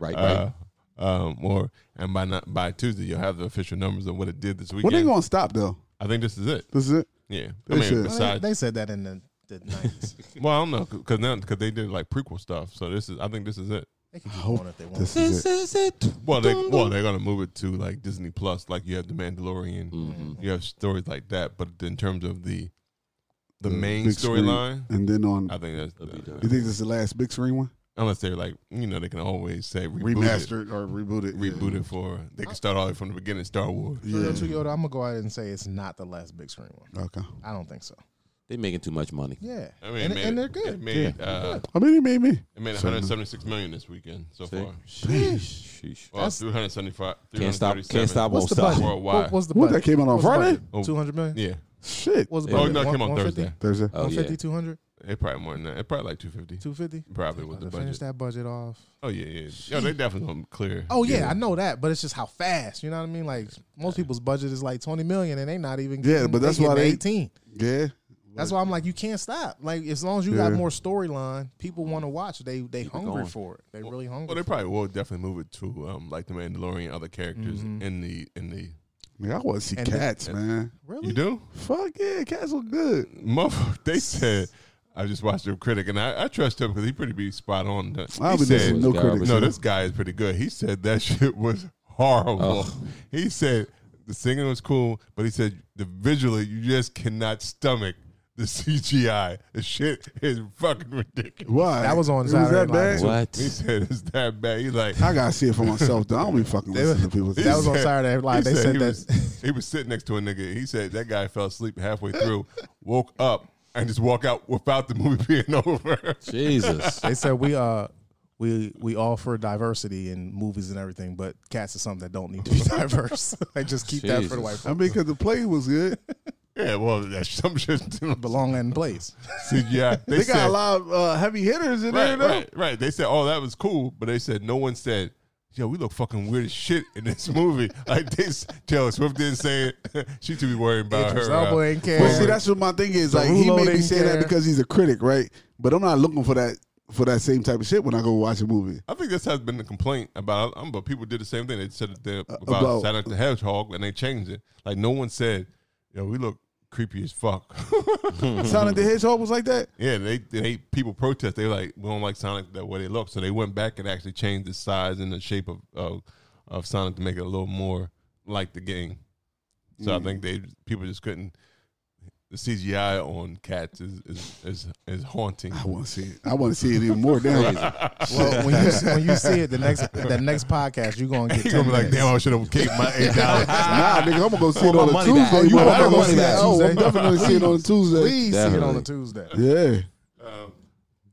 Speaker 4: Right, right.
Speaker 1: uh, um, or and by not, by Tuesday, you'll have the official numbers of what it did this
Speaker 3: well, they
Speaker 1: weekend.
Speaker 3: gonna stop though.
Speaker 1: I think this is it.
Speaker 3: This is it.
Speaker 1: Yeah. I
Speaker 3: They
Speaker 1: mean,
Speaker 3: should.
Speaker 2: Well,
Speaker 1: besides,
Speaker 2: they, they said that in the, the 90s.
Speaker 1: well, I don't know because now because they did like prequel stuff, so this is I think this is it.
Speaker 2: they could keep going if they want.
Speaker 3: This is it.
Speaker 4: is it.
Speaker 1: Well, they well they're gonna move it to like Disney Plus, like you have the Mandalorian,
Speaker 4: Mm-hmm.
Speaker 1: you have stories like that. But in terms of the the main
Speaker 3: Big screen.
Speaker 1: storyline,
Speaker 3: And then on
Speaker 1: I think that's
Speaker 4: be
Speaker 1: that-
Speaker 4: done.
Speaker 3: you think this is the last big screen one?
Speaker 1: unless they're like you know they can always say reboot it,
Speaker 3: Remastered or rebooted. yeah.
Speaker 1: reboot it for they can start all the way from the beginning. Star Wars.
Speaker 2: So real to Yoda, I'm gonna go ahead and say it's not the last big screen one.
Speaker 3: Okay.
Speaker 2: I don't think so.
Speaker 4: They making too much money.
Speaker 2: Yeah,
Speaker 1: I mean,
Speaker 2: and,
Speaker 1: it made,
Speaker 2: and they're
Speaker 1: It
Speaker 2: good.
Speaker 1: made uh,
Speaker 3: I mean, it made me.
Speaker 1: it made 176 million this weekend so
Speaker 4: See?
Speaker 1: far.
Speaker 4: Sheesh.
Speaker 1: Well, 375.
Speaker 4: Can't stop.
Speaker 1: 337.
Speaker 4: Can't stop. Won't
Speaker 2: What's the
Speaker 4: stop.
Speaker 2: budget?
Speaker 1: Worldwide.
Speaker 2: What was the
Speaker 3: What,
Speaker 2: budget?
Speaker 3: that came out on
Speaker 2: What's the
Speaker 3: Friday?
Speaker 2: budget?
Speaker 1: Oh.
Speaker 2: 200 million?
Speaker 1: Yeah.
Speaker 3: Shit.
Speaker 2: What's the
Speaker 1: Oh
Speaker 2: budget?
Speaker 1: no, it came
Speaker 2: One-
Speaker 1: on
Speaker 2: 150?
Speaker 1: Thursday.
Speaker 3: Thursday.
Speaker 4: Oh yeah.
Speaker 2: 150, 200,
Speaker 1: It probably more than that. It probably like 250.
Speaker 2: 250?
Speaker 1: Probably was the
Speaker 2: To Finish
Speaker 1: budget.
Speaker 2: that budget off.
Speaker 1: Oh yeah, yeah. Yo, they definitely gonna clear.
Speaker 2: Oh yeah, I know that, but it's just how fast. You know what I mean? Like most people's budget is like twenty million, and they not even.
Speaker 3: Yeah,
Speaker 2: getting-
Speaker 3: but that's why
Speaker 2: getting
Speaker 3: they-
Speaker 2: eighteen.
Speaker 3: Yeah.
Speaker 2: That's why I'm like, you can't stop. Like as long as you got
Speaker 3: Yeah.
Speaker 2: more storyline, people want to watch. They they hungry
Speaker 4: going.
Speaker 2: for it. They really hungry.
Speaker 1: Well, they
Speaker 2: for
Speaker 1: probably will definitely move it to um like the Mandalorian, other characters
Speaker 2: Mm-hmm.
Speaker 1: in the in the.
Speaker 3: Man, I want to see
Speaker 2: And the-
Speaker 3: cats, man.
Speaker 2: it. Really?
Speaker 1: You do?
Speaker 3: Fuck yeah, cats look good.
Speaker 1: Motherfucker, they said. I just watched the critic, and I, I trust him because he pretty be spot on.
Speaker 3: I
Speaker 1: He
Speaker 3: haven't
Speaker 1: said,
Speaker 3: listened to no
Speaker 4: Yeah,
Speaker 3: critics.
Speaker 4: but-
Speaker 1: No, this guy is pretty good. He said that shit was horrible. He said the singing was cool, but he said the visually you just cannot stomach the CGI. The shit is fucking ridiculous.
Speaker 3: Why?
Speaker 2: That was on
Speaker 3: It
Speaker 2: Saturday
Speaker 3: that
Speaker 2: Night
Speaker 3: bad?
Speaker 4: What?
Speaker 1: He said it's that bad. He like
Speaker 3: I gotta see it for myself. Though. I don't be fucking listening to people.
Speaker 2: That was on Saturday Night Live.
Speaker 1: he
Speaker 2: They said
Speaker 1: he
Speaker 2: that-
Speaker 1: was, he was sitting next to a nigga. He said that guy fell asleep halfway through, woke up, and just walk out without the movie being over.
Speaker 4: Jesus.
Speaker 2: They said we uh we we all for diversity in movies and everything, but cats is something that don't need to be diverse. like just keep that for the
Speaker 4: Jesus.
Speaker 2: white
Speaker 3: I
Speaker 2: folks.
Speaker 3: mean, because the play was good.
Speaker 1: yeah, well, that's some shit.
Speaker 2: Belong in place.
Speaker 1: CGI.
Speaker 3: They got
Speaker 1: said-
Speaker 3: a lot of uh, heavy hitters in
Speaker 1: Right,
Speaker 3: there, though.
Speaker 1: right, right. They said, "Oh, that was cool," but they said no one said, "Yo, we look fucking weird as shit in this movie." like this, Taylor Swift didn't say it. she should be worried about
Speaker 2: Idris
Speaker 1: her.
Speaker 2: Elba
Speaker 1: uh,
Speaker 2: ain't care.
Speaker 3: Well, see, that's what my thing is. Like, he
Speaker 2: Derulo
Speaker 3: may be
Speaker 2: didn't
Speaker 3: saying that
Speaker 2: care.
Speaker 3: because he's a critic, right? But I'm not looking for that for that same type of shit when I go watch a movie.
Speaker 1: I think this has been the complaint about. Um, but people did the same thing. They said that they- about,
Speaker 3: about-
Speaker 1: Sonic the Hedgehog, and they changed it. Like no one said, "Yo, we look creepy as fuck."
Speaker 3: Sonic the Hedgehog was like that.
Speaker 1: yeah, they they people protest. They like we don't like Sonic that way they look. So they went back and actually changed the size and the shape of of, of Sonic to make it a little more like the game. So I think they people just couldn't. The CGI on cats is is is, is haunting.
Speaker 3: I want to see it. I want to see it even more. Damn.
Speaker 2: well, when you when you see it the next the next podcast, you're gonna get
Speaker 1: You're gonna be like,
Speaker 2: minutes.
Speaker 1: damn, I should have kept my eight dollars.
Speaker 3: nah, nigga, I'm gonna go see it
Speaker 4: my
Speaker 3: on a
Speaker 4: money
Speaker 3: Tuesday.
Speaker 4: back.
Speaker 3: You
Speaker 4: I
Speaker 3: know,
Speaker 4: want
Speaker 3: I'm
Speaker 4: my
Speaker 3: gonna
Speaker 4: money
Speaker 3: see
Speaker 4: back
Speaker 3: it. Oh, I'm
Speaker 2: Tuesday.
Speaker 3: definitely gonna see it on a Tuesday.
Speaker 2: Please see it on a
Speaker 4: Definitely.
Speaker 2: Tuesday.
Speaker 3: Yeah,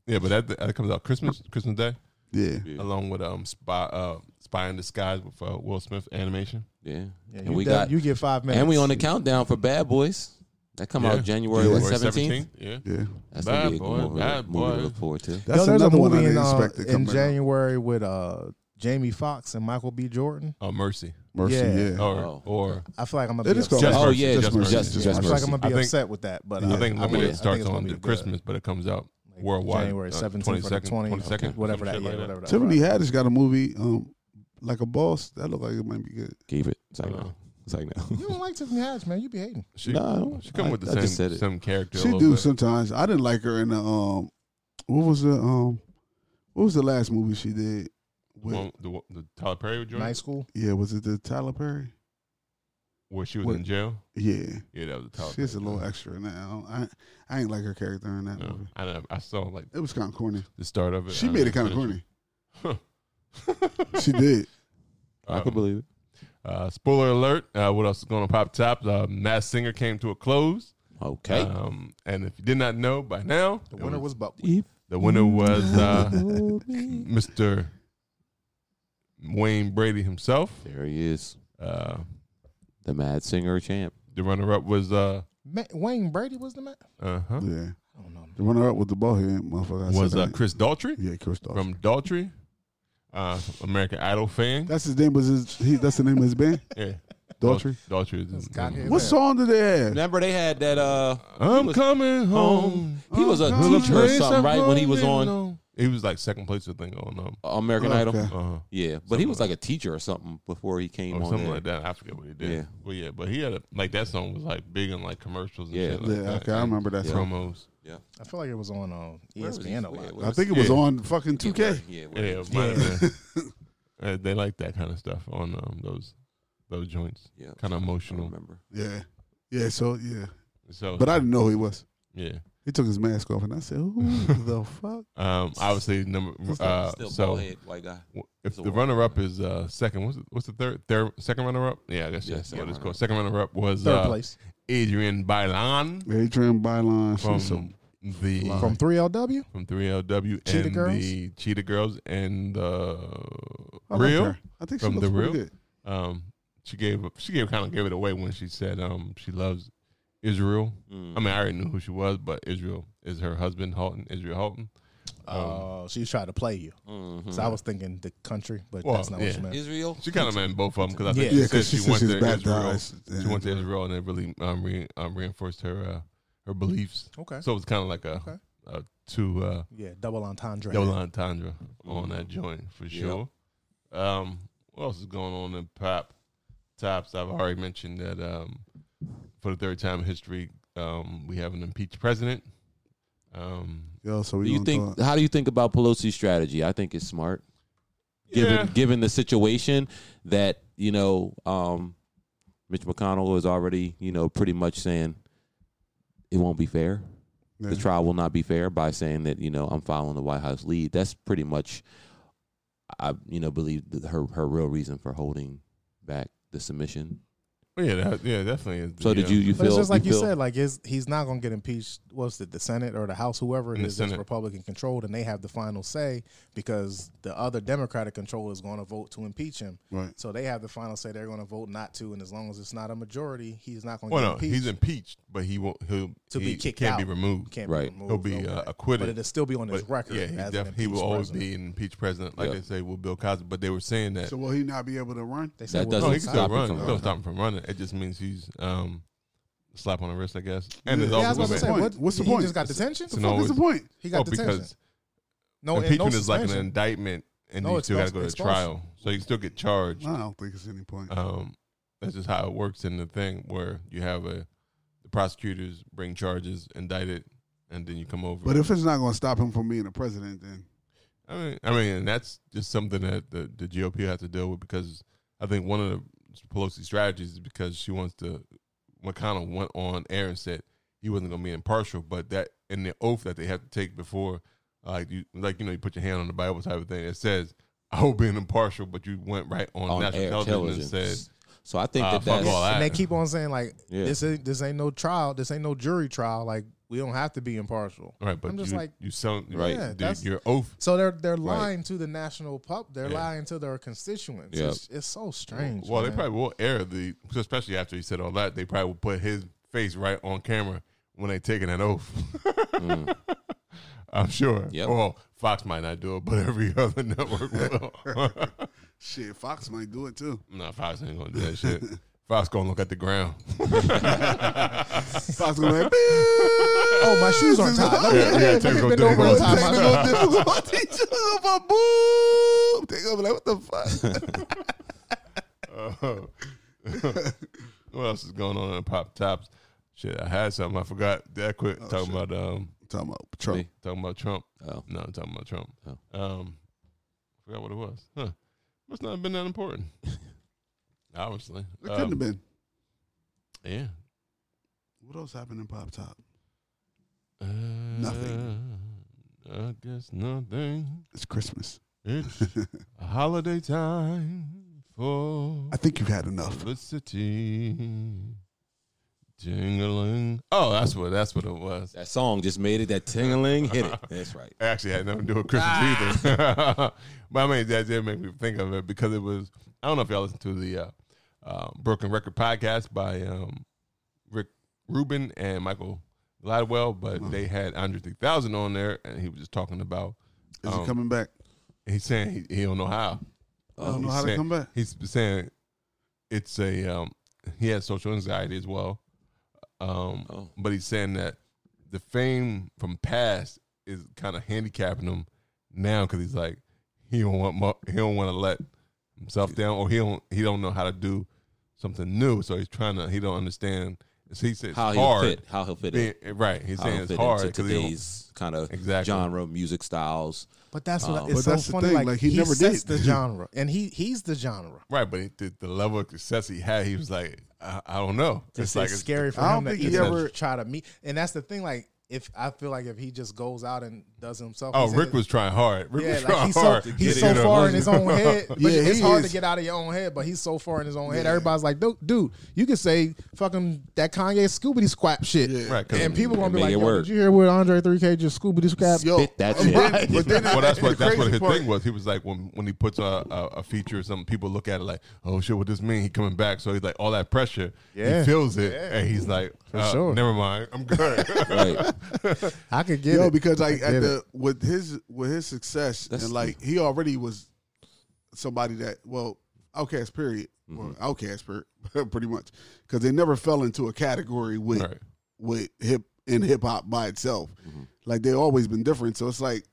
Speaker 1: yeah, but that, that comes out Christmas Christmas Day
Speaker 3: yeah.
Speaker 1: along with um spy uh spy in disguise with uh, Will Smith animation.
Speaker 4: Yeah.
Speaker 2: Yeah,
Speaker 4: and
Speaker 2: you
Speaker 4: we
Speaker 2: done-
Speaker 4: got
Speaker 2: you get five minutes,
Speaker 4: and we on the countdown for Bad Boys. That come
Speaker 1: Yeah.
Speaker 4: out January
Speaker 1: Or
Speaker 4: what, 17th.
Speaker 1: Yeah.
Speaker 3: Yeah,
Speaker 4: That's gonna
Speaker 1: Bad
Speaker 4: be a
Speaker 1: Boy,
Speaker 4: good movie,
Speaker 1: Bad
Speaker 4: movie
Speaker 1: Boy.
Speaker 4: to look forward to.
Speaker 3: that's
Speaker 2: Yo, there's
Speaker 3: another
Speaker 2: a
Speaker 3: one I
Speaker 2: movie in,
Speaker 3: didn't
Speaker 2: uh,
Speaker 3: expect to come
Speaker 2: in
Speaker 3: back.
Speaker 2: January with uh, Jamie Foxx and Michael B. Jordan.
Speaker 1: Oh Mercy.
Speaker 3: Mercy,
Speaker 2: Yeah.
Speaker 3: yeah.
Speaker 1: Or
Speaker 4: Oh.
Speaker 1: or
Speaker 2: I feel like I'm gonna
Speaker 3: It
Speaker 2: be
Speaker 3: is called-
Speaker 2: upset.
Speaker 1: Just
Speaker 4: oh
Speaker 1: Mercy,
Speaker 4: yeah,
Speaker 1: Just
Speaker 4: just,
Speaker 1: Mercy,
Speaker 4: just,
Speaker 3: Just
Speaker 4: just,
Speaker 2: I
Speaker 3: Mercy.
Speaker 2: feel like
Speaker 4: Mercy.
Speaker 2: I'm gonna be
Speaker 1: I think-
Speaker 2: upset with that, but
Speaker 1: I think limited
Speaker 2: I would- I
Speaker 1: starts
Speaker 2: it's gonna
Speaker 1: on
Speaker 2: be
Speaker 1: the
Speaker 2: good.
Speaker 1: Christmas, but it comes out
Speaker 2: Like
Speaker 1: worldwide.
Speaker 2: January
Speaker 1: uh,
Speaker 2: 17th or
Speaker 1: 22nd,
Speaker 2: 20th,
Speaker 1: 22nd,
Speaker 4: okay.
Speaker 2: whatever
Speaker 1: some
Speaker 2: that,
Speaker 1: shit
Speaker 2: yeah,
Speaker 1: like
Speaker 2: whatever that.
Speaker 3: Tiffany Haddish got a movie, um, like a boss. That looked like it might be good.
Speaker 4: Keep it. It's like
Speaker 1: Uh-huh.
Speaker 4: no. It's like
Speaker 2: You
Speaker 4: no.
Speaker 2: don't like Tiffany Haddish, man. You be hating.
Speaker 1: She,
Speaker 4: No,
Speaker 1: she come
Speaker 4: I-
Speaker 1: with
Speaker 4: I
Speaker 1: the
Speaker 4: just said
Speaker 1: same
Speaker 4: it.
Speaker 1: same character. a
Speaker 3: She
Speaker 1: little
Speaker 3: do
Speaker 1: bit.
Speaker 3: sometimes. I didn't like her in the um, what was the um, what was the last movie she did? With,
Speaker 1: Well, the, one- the Tyler Perry joint
Speaker 2: Night school.
Speaker 3: yeah, was it the Tyler Perry?
Speaker 1: where she was
Speaker 2: What-
Speaker 1: in jail.
Speaker 3: Yeah,
Speaker 1: Yeah, that was the Tyler.
Speaker 3: she's a
Speaker 1: Perry
Speaker 3: little
Speaker 1: joint.
Speaker 3: extra now. I I ain't like her character in that
Speaker 1: No,
Speaker 3: movie.
Speaker 1: I know. I saw like
Speaker 3: It was kind of corny.
Speaker 1: the start of it.
Speaker 3: She
Speaker 1: I
Speaker 3: made it kind
Speaker 1: didn't
Speaker 3: of corny.
Speaker 1: finish it.
Speaker 3: She did.
Speaker 4: I could believe it.
Speaker 1: Uh, spoiler alert! Uh, what else is going on pop top? Uh, Mass Singer came to a close.
Speaker 4: Okay.
Speaker 1: Um, and if you did not know by now,
Speaker 2: The winner was but
Speaker 4: If
Speaker 1: the winner was uh,
Speaker 4: you me-
Speaker 1: Mr. Wayne Brady himself.
Speaker 4: there he is,
Speaker 1: Uh,
Speaker 4: the Mad Singer champ.
Speaker 1: the runner-up was uh,
Speaker 2: Ma- Wayne Brady was the man.
Speaker 1: uh-huh,
Speaker 3: Yeah,
Speaker 2: I don't know. man.
Speaker 3: the runner up with the ball head, motherfucker. I said
Speaker 1: was uh,
Speaker 3: that.
Speaker 1: Chris Daltrey
Speaker 3: yeah, Chris Dawson.
Speaker 1: from Daltrey, uh, American Idol fan.
Speaker 3: That's his name. Was his? He, that's the name of his band.
Speaker 1: yeah,
Speaker 3: Daughtry.
Speaker 1: Daltrey is his
Speaker 2: cocky.
Speaker 1: name.
Speaker 3: What song did they have?
Speaker 4: Remember they had that uh
Speaker 1: I'm coming home.
Speaker 4: he was a
Speaker 3: Oh,
Speaker 4: teacher or
Speaker 1: Place
Speaker 4: something,
Speaker 1: I'm
Speaker 4: right? When he was
Speaker 1: going
Speaker 4: on
Speaker 1: He was like second place, I think, on um,
Speaker 4: American Idol. Oh,
Speaker 3: Okay.
Speaker 1: uh-huh.
Speaker 4: Yeah, but he was like a teacher or something before he came
Speaker 1: or
Speaker 4: on.
Speaker 1: something
Speaker 4: there.
Speaker 1: like that. I forget what he did.
Speaker 4: Yeah.
Speaker 1: Well, yeah, but he had a, like that song was like big in like commercials and
Speaker 4: Yeah.
Speaker 1: shit. Like
Speaker 3: Yeah,
Speaker 1: that,
Speaker 3: okay, I
Speaker 1: and
Speaker 3: remember that song.
Speaker 1: promos.
Speaker 2: I feel like it was on uh,
Speaker 4: Where was he?
Speaker 2: ESPN a
Speaker 4: Where-
Speaker 2: lot.
Speaker 4: where
Speaker 3: I
Speaker 4: was-
Speaker 3: think it was
Speaker 1: Yeah.
Speaker 3: on fucking 2K.
Speaker 4: Yeah, where-
Speaker 1: Yeah,
Speaker 4: yeah,
Speaker 1: it might have been. Uh, they like that kind of stuff on um, those those joints.
Speaker 4: yeah.
Speaker 1: Kind of
Speaker 4: I don't
Speaker 1: emotional.
Speaker 4: remember.
Speaker 3: Yeah, yeah. So yeah,
Speaker 1: So,
Speaker 3: but I didn't know who he was.
Speaker 1: yeah,
Speaker 3: He took his mask off, and I said, "Who the fuck?"
Speaker 1: Um, obviously number uh,
Speaker 4: Still
Speaker 1: so
Speaker 4: bald head, white guy.
Speaker 1: w- if
Speaker 4: It's a
Speaker 1: the
Speaker 4: wall.
Speaker 1: runner up is uh, second, what's the, what's the third third second runner up? Yeah, I guess
Speaker 4: Yeah,
Speaker 1: that's
Speaker 4: second
Speaker 1: what it's
Speaker 4: runner-up.
Speaker 1: called. Second runner up was
Speaker 2: Third
Speaker 1: uh,
Speaker 2: place
Speaker 1: Adrian Bailan
Speaker 3: Adrian Byline.
Speaker 1: from
Speaker 3: She's so
Speaker 1: the
Speaker 2: from 3LW.
Speaker 1: from 3LW
Speaker 2: Cheetah
Speaker 1: and
Speaker 2: Girls?
Speaker 1: the Cheetah Girls and the
Speaker 3: I like
Speaker 1: Real.
Speaker 3: her. I think
Speaker 1: From
Speaker 3: she looks
Speaker 1: the
Speaker 3: pretty
Speaker 1: real?
Speaker 3: good.
Speaker 1: Um, she gave she gave kind of gave it away when she said um she loves Israel. I mean, I already knew who she was, but Israel is her husband, Halton Israel Halton.
Speaker 2: Uh, she tried to play you.
Speaker 4: Mhm.
Speaker 2: So I was thinking the country, but
Speaker 1: Well,
Speaker 2: that's not what
Speaker 1: yeah.
Speaker 2: you meant.
Speaker 4: Israel.
Speaker 1: She kind of meant both of them because I think
Speaker 2: Yeah,
Speaker 1: she
Speaker 3: 'cause
Speaker 1: said
Speaker 3: she
Speaker 1: she,
Speaker 3: said
Speaker 1: went
Speaker 3: she's
Speaker 1: to Israel.
Speaker 3: baptized,
Speaker 1: She went to
Speaker 3: yeah.
Speaker 1: Israel and it really um, re, um reinforced her uh, her beliefs.
Speaker 2: Okay.
Speaker 1: So it was kind of like a,
Speaker 2: Okay.
Speaker 1: a two uh,
Speaker 2: Yeah, double entendre.
Speaker 1: double entendre on that joint for sure. Um, what else is going on in pop tops? I've already mentioned that um, for the third time in history, um, we have an impeached president. Um,
Speaker 3: Yo, so we
Speaker 4: Do you
Speaker 3: gonna
Speaker 4: think?
Speaker 3: talk-
Speaker 4: How do you think about Pelosi's strategy? I think it's smart, given
Speaker 1: Yeah.
Speaker 4: given the situation that you know, um, Mitch McConnell is already you know pretty much saying it won't be fair. The
Speaker 3: Yeah.
Speaker 4: trial will not be fair by saying that you know I'm following the White House lead. That's pretty much, I you know believe that her her real reason for holding back the submission.
Speaker 1: Oh, yeah, that, yeah, definitely. is the,
Speaker 4: So did
Speaker 1: uh,
Speaker 4: you you
Speaker 2: But
Speaker 4: feel
Speaker 2: it's just like you,
Speaker 4: feel-
Speaker 2: said, like it's, he's not going to get impeached. What's it, the Senate or the House, whoever it
Speaker 1: In the
Speaker 2: is that's
Speaker 1: Senate.
Speaker 2: Republican controlled, and they have the final say because the other Democratic control is going to vote to impeach him.
Speaker 3: Right.
Speaker 2: So they have the final say. They're going to vote not to, and as long as it's not a majority, he's not going to
Speaker 1: Well, no,
Speaker 2: get impeached.
Speaker 1: he's impeached, but he won't. He'll
Speaker 2: To be
Speaker 1: he
Speaker 2: kicked
Speaker 1: can't
Speaker 2: out.
Speaker 1: be removed.
Speaker 2: Can't
Speaker 4: Right.
Speaker 2: be
Speaker 1: he'll
Speaker 2: removed.
Speaker 1: be uh,
Speaker 2: okay.
Speaker 1: acquitted.
Speaker 2: but it'll still be on his
Speaker 1: But,
Speaker 2: record.
Speaker 1: Yeah, he,
Speaker 2: as
Speaker 1: def-
Speaker 2: an
Speaker 1: he will
Speaker 2: impeached
Speaker 1: always
Speaker 2: president.
Speaker 1: be an impeached president, like
Speaker 4: Yeah.
Speaker 1: they say with Bill Cosby. But they were saying that
Speaker 3: So will he not be able to run?
Speaker 2: They
Speaker 4: That
Speaker 2: said
Speaker 1: no,
Speaker 4: doesn't
Speaker 1: he can
Speaker 4: stop
Speaker 1: still
Speaker 4: him
Speaker 1: run.
Speaker 4: from
Speaker 1: Don't
Speaker 4: running.
Speaker 1: stop him from running. It just means he's um, slap on the wrist, I guess. And
Speaker 3: Yeah.
Speaker 1: it's
Speaker 2: Yeah,
Speaker 1: also
Speaker 2: I was about to
Speaker 3: What's
Speaker 2: say,
Speaker 3: the
Speaker 2: what,
Speaker 3: point? What's the
Speaker 2: he
Speaker 3: point?
Speaker 2: just got detention.
Speaker 1: It's an
Speaker 3: What is the
Speaker 1: always-
Speaker 3: point?
Speaker 2: He
Speaker 1: oh,
Speaker 2: got detention.
Speaker 1: because
Speaker 2: No, and no
Speaker 1: impeachment is like an
Speaker 2: suspension.
Speaker 1: indictment, and
Speaker 2: No,
Speaker 1: you still got to
Speaker 2: expels-
Speaker 1: go to
Speaker 2: expulsion.
Speaker 1: trial, so you can still get charged.
Speaker 3: I don't think it's any point.
Speaker 1: Um, that's just how it works in the thing where you have a the prosecutors bring charges, indict it, and then you come over.
Speaker 3: but if it's not going to stop him from being a president, then
Speaker 1: I mean, I mean, and that's just something that the, the GOP has to deal with because I think one of the Pelosi's strategies is because she wants to. McConnell went on air and said he wasn't going to be impartial, but that in the oath that they have to take before, like you, like you know, you put your hand on the Bible type of thing. It says, "I will be impartial," but you went right on,
Speaker 4: on
Speaker 1: national
Speaker 4: air
Speaker 1: television,
Speaker 4: television.
Speaker 1: and said,
Speaker 4: so I think
Speaker 1: uh,
Speaker 4: that
Speaker 1: fuck
Speaker 4: that's
Speaker 1: all that.
Speaker 2: and they keep on saying like
Speaker 4: Yeah.
Speaker 2: this ain't this ain't no trial this ain't no jury trial like we don't have to be impartial
Speaker 1: "All right," but
Speaker 2: I'm just
Speaker 1: you
Speaker 2: like,
Speaker 1: you selling
Speaker 4: Right.
Speaker 2: Yeah,
Speaker 1: dude,
Speaker 2: that's-
Speaker 1: your oath.
Speaker 2: so they're they're lying to the national pub they're
Speaker 1: Yeah.
Speaker 2: lying to their constituents
Speaker 4: Yeah.
Speaker 2: it's, it's so strange
Speaker 1: Well, they
Speaker 2: man.
Speaker 1: probably will air the, especially after he said all that. They probably will put his face right on camera when they taking an oath. I'm sure.
Speaker 4: Yep.
Speaker 1: Well, Fox might not do it, but every other network will.
Speaker 3: shit, Fox might do it too.
Speaker 1: no, Fox ain't gonna do that shit. Fox gonna look at the ground.
Speaker 3: Fox going to be like, "Beep."
Speaker 2: oh my shoes aren't tied Let me-
Speaker 1: Yeah, yeah,
Speaker 2: let me
Speaker 1: technical
Speaker 2: bend over and
Speaker 1: difficulty.
Speaker 2: tie
Speaker 3: Technical
Speaker 2: my-
Speaker 3: difficulty. Jump, my boob. They gonna be like, what the fuck?
Speaker 1: Oh. What else is going on in pop tops? Shit, I had something I forgot. That quick talking about um
Speaker 3: Talking about Trump.
Speaker 1: talking about Trump.
Speaker 4: Oh.
Speaker 1: No, I'm talking about Trump.
Speaker 4: Oh.
Speaker 1: Um, forgot what it was. Huh? Must not have been that important. Obviously,
Speaker 3: It couldn't
Speaker 1: Um,
Speaker 3: have been.
Speaker 1: Yeah.
Speaker 3: What else happened in Pop Top?
Speaker 1: Uh,
Speaker 3: Nothing.
Speaker 1: I guess nothing.
Speaker 3: It's Christmas.
Speaker 1: It's a holiday time for
Speaker 3: I think you've had enough.
Speaker 1: the city. Jingling. Oh, that's what that's what it was.
Speaker 4: That song just made it. That tingling hit it. That's right.
Speaker 1: It actually had nothing to do with Christmas
Speaker 3: Ah.
Speaker 1: either. but I mean, that did make me think of it because it was. I don't know if y'all listened to the uh, uh, Broken Record podcast by um, Rick Rubin and Michael Gladwell, but
Speaker 3: Uh-huh.
Speaker 1: they had Andre 3000 on there, and he was just talking about.
Speaker 3: Is
Speaker 1: um,
Speaker 3: he coming back?
Speaker 1: He's saying he, he don't know how.
Speaker 3: I don't know
Speaker 1: He's
Speaker 3: how to
Speaker 1: saying-
Speaker 3: come back.
Speaker 1: He's saying it's a um, he has social anxiety as well, um,
Speaker 4: Oh.
Speaker 1: but he's saying that the fame from past is kind of handicapping him now because he's like he don't want mo- he don't want to let himself down or he don't he don't know how to do something new, so he's trying to he don't understand. So he says
Speaker 4: How
Speaker 1: it's
Speaker 4: he'll
Speaker 1: hard,
Speaker 4: fit. How he'll fit
Speaker 1: being,
Speaker 4: it.
Speaker 1: right? He's
Speaker 4: How he'll
Speaker 1: saying
Speaker 4: fit
Speaker 1: it's hard
Speaker 4: into
Speaker 1: 'cause he don't-
Speaker 4: today's kind of
Speaker 1: Exactly.
Speaker 4: genre music styles.
Speaker 2: but that's what
Speaker 4: Um,
Speaker 2: it's
Speaker 3: But
Speaker 2: so
Speaker 3: that's the
Speaker 2: funny
Speaker 3: thing,
Speaker 2: like,
Speaker 3: like,
Speaker 2: he,
Speaker 3: he never
Speaker 2: sets
Speaker 3: did.
Speaker 2: the genre and he he's the genre
Speaker 1: Right, but it, the, the level of success he had, he was like, I, I don't know.
Speaker 2: it's, like scary for
Speaker 3: I don't
Speaker 2: him to
Speaker 3: think he
Speaker 2: even
Speaker 3: ever-
Speaker 2: try to meet and that's the thing like if I feel like if he just goes out and does it himself.
Speaker 1: Oh,
Speaker 2: he's in
Speaker 1: Rick
Speaker 2: his-
Speaker 1: was trying hard. Rick
Speaker 2: Yeah,
Speaker 1: was
Speaker 2: like
Speaker 1: trying
Speaker 2: he's so,
Speaker 1: hard. to
Speaker 2: he's
Speaker 1: get
Speaker 2: so
Speaker 1: it
Speaker 2: far in
Speaker 1: up.
Speaker 2: his own head. But
Speaker 3: Yeah,
Speaker 2: it's
Speaker 3: he
Speaker 2: hard
Speaker 3: is.
Speaker 2: to get out of your own head, but he's so far in his own head. Everybody's like, dude, dude, you can say fucking that Kanye Scooby Squap shit.
Speaker 1: Right, 'cause
Speaker 2: And people gonna be
Speaker 4: make
Speaker 2: like,
Speaker 4: it
Speaker 2: Yo,
Speaker 4: work.
Speaker 2: did you hear what Andre 3K just Scooby Squap?
Speaker 3: Yo,
Speaker 4: Spit that
Speaker 3: but
Speaker 4: shit.
Speaker 3: then- but then
Speaker 1: well, that's what
Speaker 3: the
Speaker 1: that's what
Speaker 3: crazy
Speaker 1: his
Speaker 3: part-
Speaker 1: thing was. He was like when when he puts a, a, a feature or something, people look at it like, oh shit, what does this mean? He coming back, so he's like all that pressure.
Speaker 2: Yeah.
Speaker 1: he feels it, and he's like, uh,
Speaker 2: sure.
Speaker 1: never mind, I'm good.
Speaker 4: Right.
Speaker 2: I could get
Speaker 3: Yo,
Speaker 2: it.
Speaker 3: because like
Speaker 2: I
Speaker 3: at
Speaker 2: get
Speaker 3: the with his with his success and like he already was somebody that well outcast period well outcast period pretty much because they never fell into a category with
Speaker 1: Right.
Speaker 3: with hip in hip hop by itself like they always been different so it's like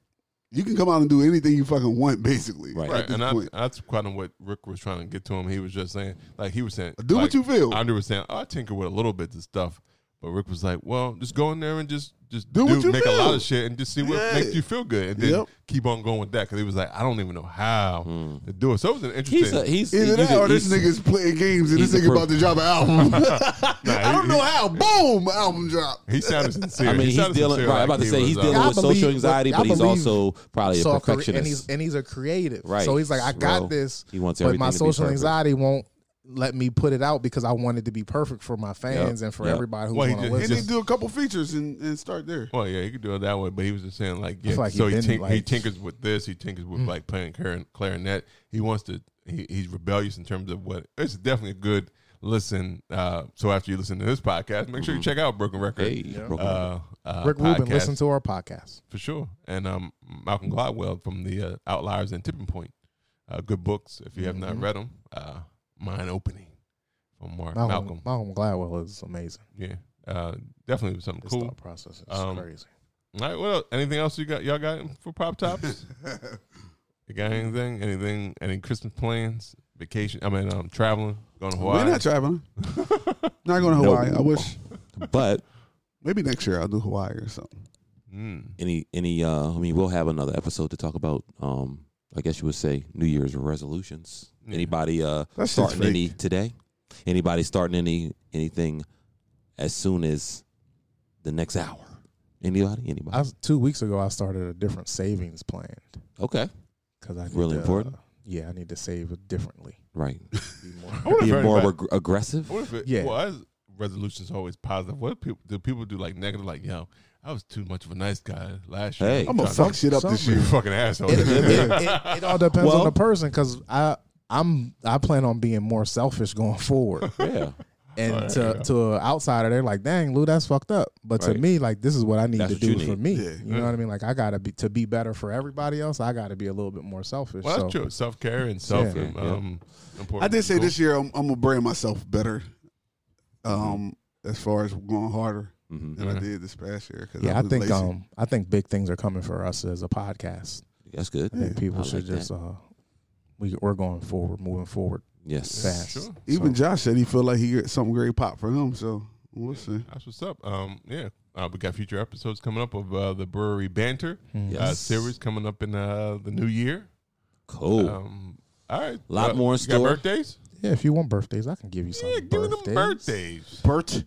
Speaker 3: you can come out and do anything you fucking want basically
Speaker 4: Right.
Speaker 3: at
Speaker 1: Right,
Speaker 3: this
Speaker 1: and I,
Speaker 3: point.
Speaker 1: that's kind of what Rick was trying to get to him. He was just saying, like he was saying,
Speaker 3: Do what
Speaker 1: like,
Speaker 3: you feel.
Speaker 1: Andre was saying, "Oh, I tinker with a little bit of stuff, but Rick was like, well, just go in there and just just
Speaker 3: Do
Speaker 1: do,
Speaker 3: what you
Speaker 1: make a lot
Speaker 3: feel.
Speaker 1: of shit and just see what
Speaker 3: Yeah.
Speaker 1: makes you feel good, and then
Speaker 3: Yep.
Speaker 1: keep on going with that. Because he was like, I don't even know how to do it. So it was an interesting.
Speaker 4: Hmm. He's a he's
Speaker 3: Either
Speaker 4: you
Speaker 3: that
Speaker 4: could-
Speaker 3: or this
Speaker 4: he's-
Speaker 3: nigga's playing games and this
Speaker 4: he's the
Speaker 3: nigga about
Speaker 4: per-
Speaker 3: to drop an album. I
Speaker 1: he-
Speaker 3: don't know how. Boom, album drop.
Speaker 1: He sounded sincere.
Speaker 4: I mean,
Speaker 1: He
Speaker 4: he's
Speaker 1: sounded
Speaker 4: dealing.
Speaker 1: sincere
Speaker 4: Right, I'm
Speaker 1: like
Speaker 4: about to
Speaker 1: he
Speaker 4: say
Speaker 1: was,
Speaker 4: he's
Speaker 1: uh,
Speaker 4: dealing
Speaker 2: I
Speaker 4: with
Speaker 2: believe-
Speaker 4: social anxiety,
Speaker 2: I
Speaker 4: but he's
Speaker 2: believe
Speaker 4: also probably a
Speaker 2: So,
Speaker 4: perfectionist.
Speaker 2: And he's and he's a creative.
Speaker 4: Right.
Speaker 2: So he's like, I got
Speaker 4: Well,
Speaker 2: this.
Speaker 4: he wants
Speaker 2: but my
Speaker 4: everything to be
Speaker 2: social
Speaker 4: perfect.
Speaker 2: anxiety won't let me put it out because I want it to be perfect for my fans and for
Speaker 4: Yep.
Speaker 2: everybody who's
Speaker 1: Well, he
Speaker 2: gonna
Speaker 1: did-
Speaker 3: And
Speaker 2: listen.
Speaker 3: then do a couple features and, and start there.
Speaker 1: Well, yeah, he could do it that way, but he was just saying like, yeah.
Speaker 2: like he
Speaker 1: so he,
Speaker 2: been,
Speaker 1: tink- he
Speaker 2: like-
Speaker 1: tinkers with this, he tinkers with like playing clarin- clarinet. He wants to. He, he's rebellious in terms of what. It's definitely a good listen. Uh, so after you listen to this podcast, make sure
Speaker 2: Mm-hmm.
Speaker 1: you check out Broken Record.
Speaker 4: Hey, Broken
Speaker 1: uh, uh,
Speaker 2: Rick Rubin,
Speaker 1: podcast
Speaker 2: listen to our podcast.
Speaker 1: for sure. And um, Malcolm Gladwell from the uh, Outliers and Tipping Point. Uh, good books if you have
Speaker 2: Mm-hmm.
Speaker 1: not read them. Uh, Mind Opening from Mark Malcolm.
Speaker 2: Malcolm, Malcolm Gladwell is amazing.
Speaker 1: Yeah, uh, definitely was something
Speaker 2: His
Speaker 1: cool.
Speaker 2: thought process is
Speaker 1: Um,
Speaker 2: crazy.
Speaker 1: All right, what else? Anything else you got? Y'all got for pop tops? you got anything? Anything? Any Christmas plans? Vacation? I mean, um, traveling, going to Hawaii.
Speaker 3: We're not traveling. not going to Hawaii. I wish
Speaker 4: but
Speaker 3: maybe next year I'll do Hawaii or something.
Speaker 1: Mm.
Speaker 4: any any uh I mean we'll have another episode to talk about um I guess you would say New Year's resolutions.
Speaker 1: Yeah.
Speaker 4: Anybody uh
Speaker 3: That shit's
Speaker 4: starting
Speaker 3: fake.
Speaker 4: any today? Anybody starting any anything as soon as the next hour? Anybody? Anybody?
Speaker 2: I was, two weeks ago, I started a different savings plan
Speaker 4: okay.
Speaker 2: because I need
Speaker 4: Really
Speaker 2: to,
Speaker 4: important.
Speaker 2: uh, yeah, I need to save it differently.
Speaker 4: Right.
Speaker 2: Be
Speaker 1: I
Speaker 2: more.
Speaker 1: wonder if
Speaker 4: Being more
Speaker 1: everybody-
Speaker 4: reg- aggressive.
Speaker 1: I wonder if it,
Speaker 2: Yeah.
Speaker 1: Well, I was- resolutions are always positive. What people do? People do like negative, like yo, I was too much of a nice guy last year.
Speaker 4: Hey.
Speaker 3: I'm gonna fuck shit up this
Speaker 1: you
Speaker 3: year.
Speaker 1: fucking asshole.
Speaker 2: it, it- it- it all depends
Speaker 4: Well-
Speaker 2: on the person because I I'm I plan on being more selfish going forward.
Speaker 4: Yeah.
Speaker 2: And
Speaker 1: Right,
Speaker 2: to
Speaker 1: yeah.
Speaker 2: to an outsider, they're like, "Dang, Lou, that's fucked up." But to
Speaker 4: Right.
Speaker 2: me, like, this is what I need
Speaker 4: That's
Speaker 2: to
Speaker 4: what you
Speaker 2: do for
Speaker 4: need.
Speaker 2: me.
Speaker 3: Yeah.
Speaker 2: You know what I mean? Like, I gotta be to be better for everybody else. I gotta be a little bit more selfish.
Speaker 1: well,
Speaker 2: so
Speaker 1: that's true. Self care and self
Speaker 4: Yeah, yeah.
Speaker 1: um, important.
Speaker 3: I did say
Speaker 1: Cool.
Speaker 3: this year I'm, I'm gonna brand myself better, um, as far as going harder
Speaker 4: hmm
Speaker 3: than I did this past year. 'cause
Speaker 2: Yeah, I
Speaker 3: was
Speaker 2: think
Speaker 3: lazy.
Speaker 2: um I think big things are coming for us as a podcast.
Speaker 4: That's good.
Speaker 2: I think people
Speaker 4: I
Speaker 2: should
Speaker 4: like
Speaker 2: just
Speaker 4: that.
Speaker 2: uh we we're going forward, moving forward
Speaker 4: Yes.
Speaker 2: fast.
Speaker 1: Sure.
Speaker 3: even Josh said he felt like he got something great pop for him. So we'll see.
Speaker 1: That's what's up. Um, yeah, uh, we got future episodes coming up of uh, the brewery banter
Speaker 3: Hmm.
Speaker 1: uh,
Speaker 4: Yes.
Speaker 1: series coming up in uh, the new year.
Speaker 4: Cool.
Speaker 1: Um, all right,
Speaker 4: Lot
Speaker 1: Uh,
Speaker 4: more in
Speaker 1: you
Speaker 4: store.
Speaker 1: Got birthdays?
Speaker 2: Yeah, if you want birthdays, I can give you some
Speaker 1: Yeah, give me them birthdays.
Speaker 3: Bert, Uh,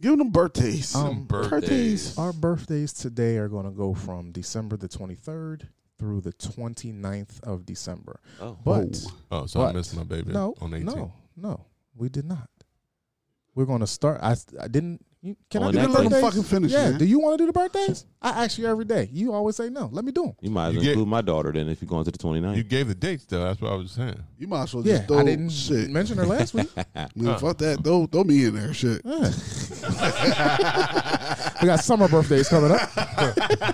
Speaker 3: give them birthdays.
Speaker 2: Um,
Speaker 1: Some birthdays.
Speaker 3: birthdays.
Speaker 2: Our birthdays today are going to go from December the 23rd through the 29th of December.
Speaker 4: Oh.
Speaker 2: But
Speaker 1: Oh, so I
Speaker 2: What?
Speaker 1: missed my baby
Speaker 2: no,
Speaker 1: on 18.
Speaker 2: no, no, we did not. We're going to start. I, I didn't. You, can
Speaker 4: On
Speaker 2: I do
Speaker 4: that
Speaker 2: the
Speaker 3: Let him
Speaker 4: birthdays.
Speaker 3: fucking
Speaker 2: birthdays?
Speaker 3: finish.
Speaker 2: Yeah.
Speaker 3: man.
Speaker 2: Do you want to do the birthdays? I ask you every day. You always say no. Let me do them.
Speaker 4: You might as
Speaker 1: You
Speaker 4: well
Speaker 1: get-
Speaker 4: include my daughter then if you're going to the 29th.
Speaker 1: You gave the dates though. That's what I was saying.
Speaker 3: You might as well just
Speaker 2: Yeah,
Speaker 3: throw
Speaker 2: I didn't
Speaker 3: shit.
Speaker 2: mention her last week.
Speaker 3: Man, Fuck that. Throw, throw me in there. Shit.
Speaker 2: We got summer birthdays coming up.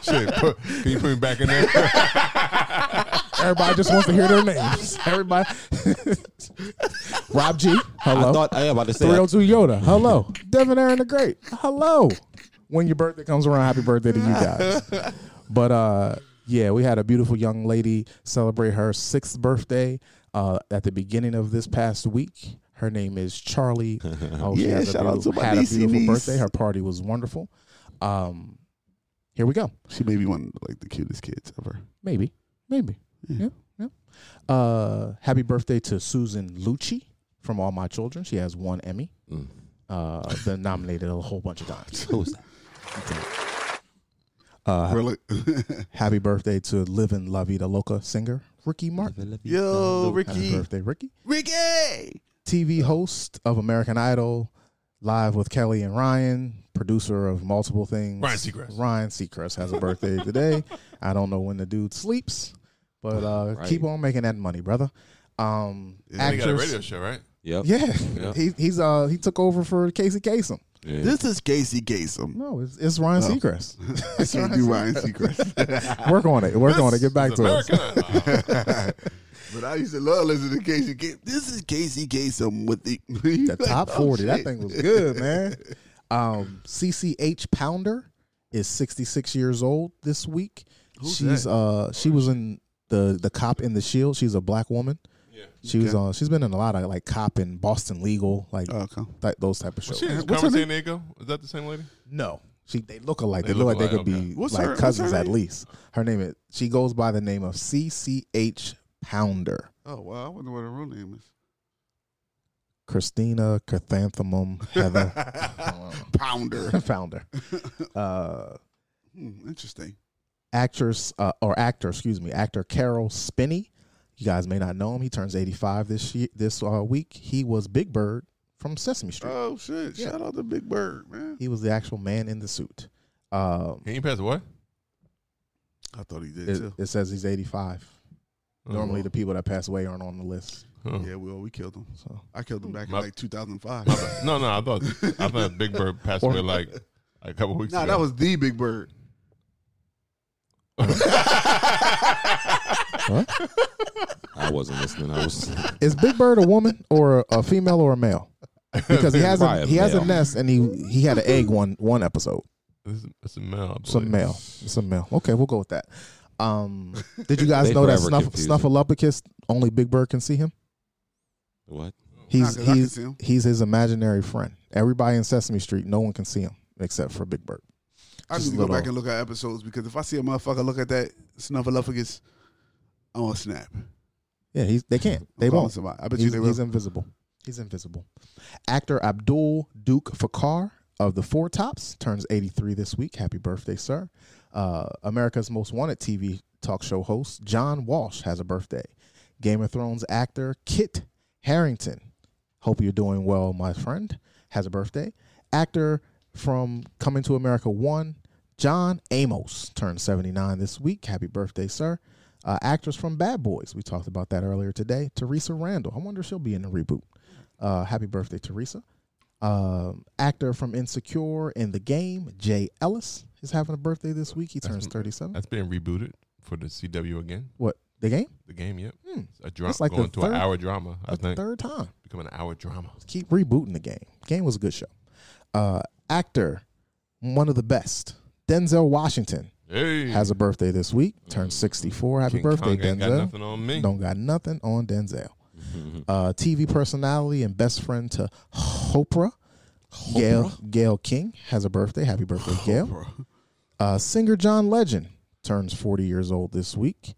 Speaker 1: Shit, put, can you put me back in there?
Speaker 2: Everybody just wants to hear their names. Everybody. Rob G. Hello.
Speaker 4: I thought I am about to say I-
Speaker 2: 302 Yoda. Hello. Devin Aaron the Great. Hello. When your birthday comes around, happy birthday to you guys. But uh yeah, we had a beautiful young lady celebrate her sixth birthday uh, at the beginning of this past week. Her name is Charlie. Oh, she
Speaker 3: Yeah,
Speaker 2: has a
Speaker 3: shout out
Speaker 2: beautiful-
Speaker 3: to my
Speaker 2: had a
Speaker 3: niecey
Speaker 2: beautiful
Speaker 3: niece.
Speaker 2: birthday. Her party was wonderful. Um, here we go.
Speaker 3: She may be one of like the cutest kids ever.
Speaker 2: Maybe. Maybe. Yeah. Yeah. Uh, happy birthday to Susan Lucci from All My Children. She has
Speaker 1: Mm.
Speaker 2: one Emmy. Uh, been nominated a whole bunch of times.
Speaker 4: Who is that?
Speaker 3: Really?
Speaker 2: Happy birthday to Livin' La Vida Loca singer Ricky Martin.
Speaker 3: Yo,
Speaker 2: Happy
Speaker 3: Ricky.
Speaker 2: birthday, Ricky.
Speaker 3: Ricky.
Speaker 2: TV host of American Idol, Live with Kelly and Ryan, producer of multiple things.
Speaker 7: Ryan Seacrest.
Speaker 2: Ryan Seacrest has a birthday today. I don't know when the dude sleeps, but uh,
Speaker 4: Right.
Speaker 2: keep on making that money, brother. Um,
Speaker 1: He got a
Speaker 2: actress-
Speaker 1: radio show, right?
Speaker 4: Yep.
Speaker 2: Yeah,
Speaker 4: Yeah.
Speaker 2: He, he's uh he took over for Casey Kasem.
Speaker 4: Yeah.
Speaker 3: This is Casey Gasem.
Speaker 2: No, it's, it's Ryan Seacrest.
Speaker 3: I can't do Ryan Seacrest.
Speaker 2: Work on it. Work on it. Get back
Speaker 1: It's
Speaker 2: to
Speaker 1: American
Speaker 2: us.
Speaker 1: Idol.
Speaker 3: but I used to love listening to Casey Gasem. This is Casey Gasem with the,
Speaker 2: The
Speaker 3: "Oh,
Speaker 2: top forty. that thing was good, man. Um, CCH Pounder is sixty six years old this week. She's uh she was in the the cop in the Shield. She's a black woman.
Speaker 1: Yeah.
Speaker 2: She was on. She's been in a lot of like cop and Boston Legal, like
Speaker 3: Okay.
Speaker 2: th- those type of shows.
Speaker 1: She was
Speaker 3: What's her
Speaker 1: San Diego. Is that the same lady?
Speaker 2: No, she they look alike. They,
Speaker 1: They
Speaker 2: look,
Speaker 1: look
Speaker 2: like they could
Speaker 1: alike, okay.
Speaker 2: be
Speaker 3: What's
Speaker 2: like
Speaker 3: her- what's
Speaker 2: cousins
Speaker 3: her
Speaker 2: at
Speaker 3: name?
Speaker 2: least. Her name is. She goes by the name of CCH Pounder,
Speaker 3: Oh wow, I wonder what her real name is.
Speaker 2: Christina Chrysanthemum Heather
Speaker 3: Pounder.
Speaker 2: Pounder, uh,
Speaker 3: Hmm, interesting.
Speaker 2: actress uh, or actor, excuse me, actor Carol Spinney. You guys may not know him. He turns eighty five this year, this uh, week. He was Big Bird from Sesame Street.
Speaker 3: Oh shit!
Speaker 2: Yeah.
Speaker 3: Shout out to Big Bird, man.
Speaker 2: he was the actual man in the suit. Um,
Speaker 1: He ain't passed away.
Speaker 3: I thought he did
Speaker 2: it,
Speaker 3: too. Uh-huh.
Speaker 2: it says he's eighty five. Normally, the people that pass away aren't on the list.
Speaker 1: Oh.
Speaker 3: Yeah, well, we killed him.
Speaker 2: So
Speaker 3: I killed him back in
Speaker 1: My-
Speaker 3: like 2005.
Speaker 1: My bad. No, no. I thought I thought Big Bird passed away like a couple weeks
Speaker 3: nah,
Speaker 1: ago.
Speaker 3: that was the Big Bird.
Speaker 4: I wasn't listening. I was.
Speaker 2: Is Big Bird a woman or a, a female or a male? Because he has
Speaker 4: Probably
Speaker 2: a,
Speaker 4: a
Speaker 2: he has a
Speaker 4: male.
Speaker 2: nest and he he had an egg one one episode.
Speaker 1: It's, it's a male. I
Speaker 2: Some
Speaker 1: believe.
Speaker 2: male, some male. Okay, we'll go with that. Um, did you guys
Speaker 4: They
Speaker 2: know that
Speaker 4: forever
Speaker 2: Snuff,
Speaker 4: confusing.
Speaker 2: Snuffleupagus only Big Bird can see him?
Speaker 4: What?
Speaker 2: He's
Speaker 3: 'cause I can
Speaker 2: he's
Speaker 3: see him.
Speaker 2: he's his imaginary friend. Everybody in Sesame Street, no one can see him except for Big Bird.
Speaker 3: I
Speaker 2: Just
Speaker 3: need to
Speaker 2: a
Speaker 3: go back
Speaker 2: little-
Speaker 3: and look at episodes because if I see a motherfucker look at that snuffleupagus, I'm gonna snap. I'm
Speaker 2: Yeah, he's they can't. They
Speaker 3: calling
Speaker 2: won't.
Speaker 3: Somebody. I bet you
Speaker 2: He's,
Speaker 3: they will.
Speaker 2: he's invisible. He's invisible. Actor Abdul Duke Fakar of the Four Tops turns 83 this week. Happy birthday, sir. Uh, America's Most Wanted TV talk show host John Walsh has a birthday. Game of Thrones actor Kit Harrington. Hope you're doing well, my friend. Has a birthday. Actor from Coming to America 1, John Amos turned 79 this week. Happy birthday, sir. Uh, actress from Bad Boys. We talked about that earlier today. Teresa Randall. I wonder if she'll be in the reboot. Uh, happy birthday, Teresa. Um actor from Insecure in the game, Jay Ellis, is having a birthday this week. He turns 37.
Speaker 1: That's being rebooted for the CW again.
Speaker 2: What? The game?
Speaker 1: The game, yep.
Speaker 2: Hmm.
Speaker 1: It's a drama
Speaker 2: That's like the
Speaker 1: going to an
Speaker 2: third-
Speaker 1: hour drama. I
Speaker 2: That's the
Speaker 1: think
Speaker 2: third time.
Speaker 1: become an hour drama.
Speaker 2: keep rebooting the game. Game was a good show. Uh, actor, one of the best, Denzel Washington
Speaker 1: Hey,
Speaker 2: has a birthday this week. Turned 64. Happy
Speaker 1: Mm. King
Speaker 2: birthday,
Speaker 1: Kong ain't
Speaker 2: Denzel.
Speaker 1: got nothing on me. Mm-hmm.
Speaker 2: Don't got nothing on Denzel. Uh, TV personality and best friend to Hopra, Gail Gail King has a birthday. Happy birthday, Gail. Uh, singer John Legend turns 40 years old this week.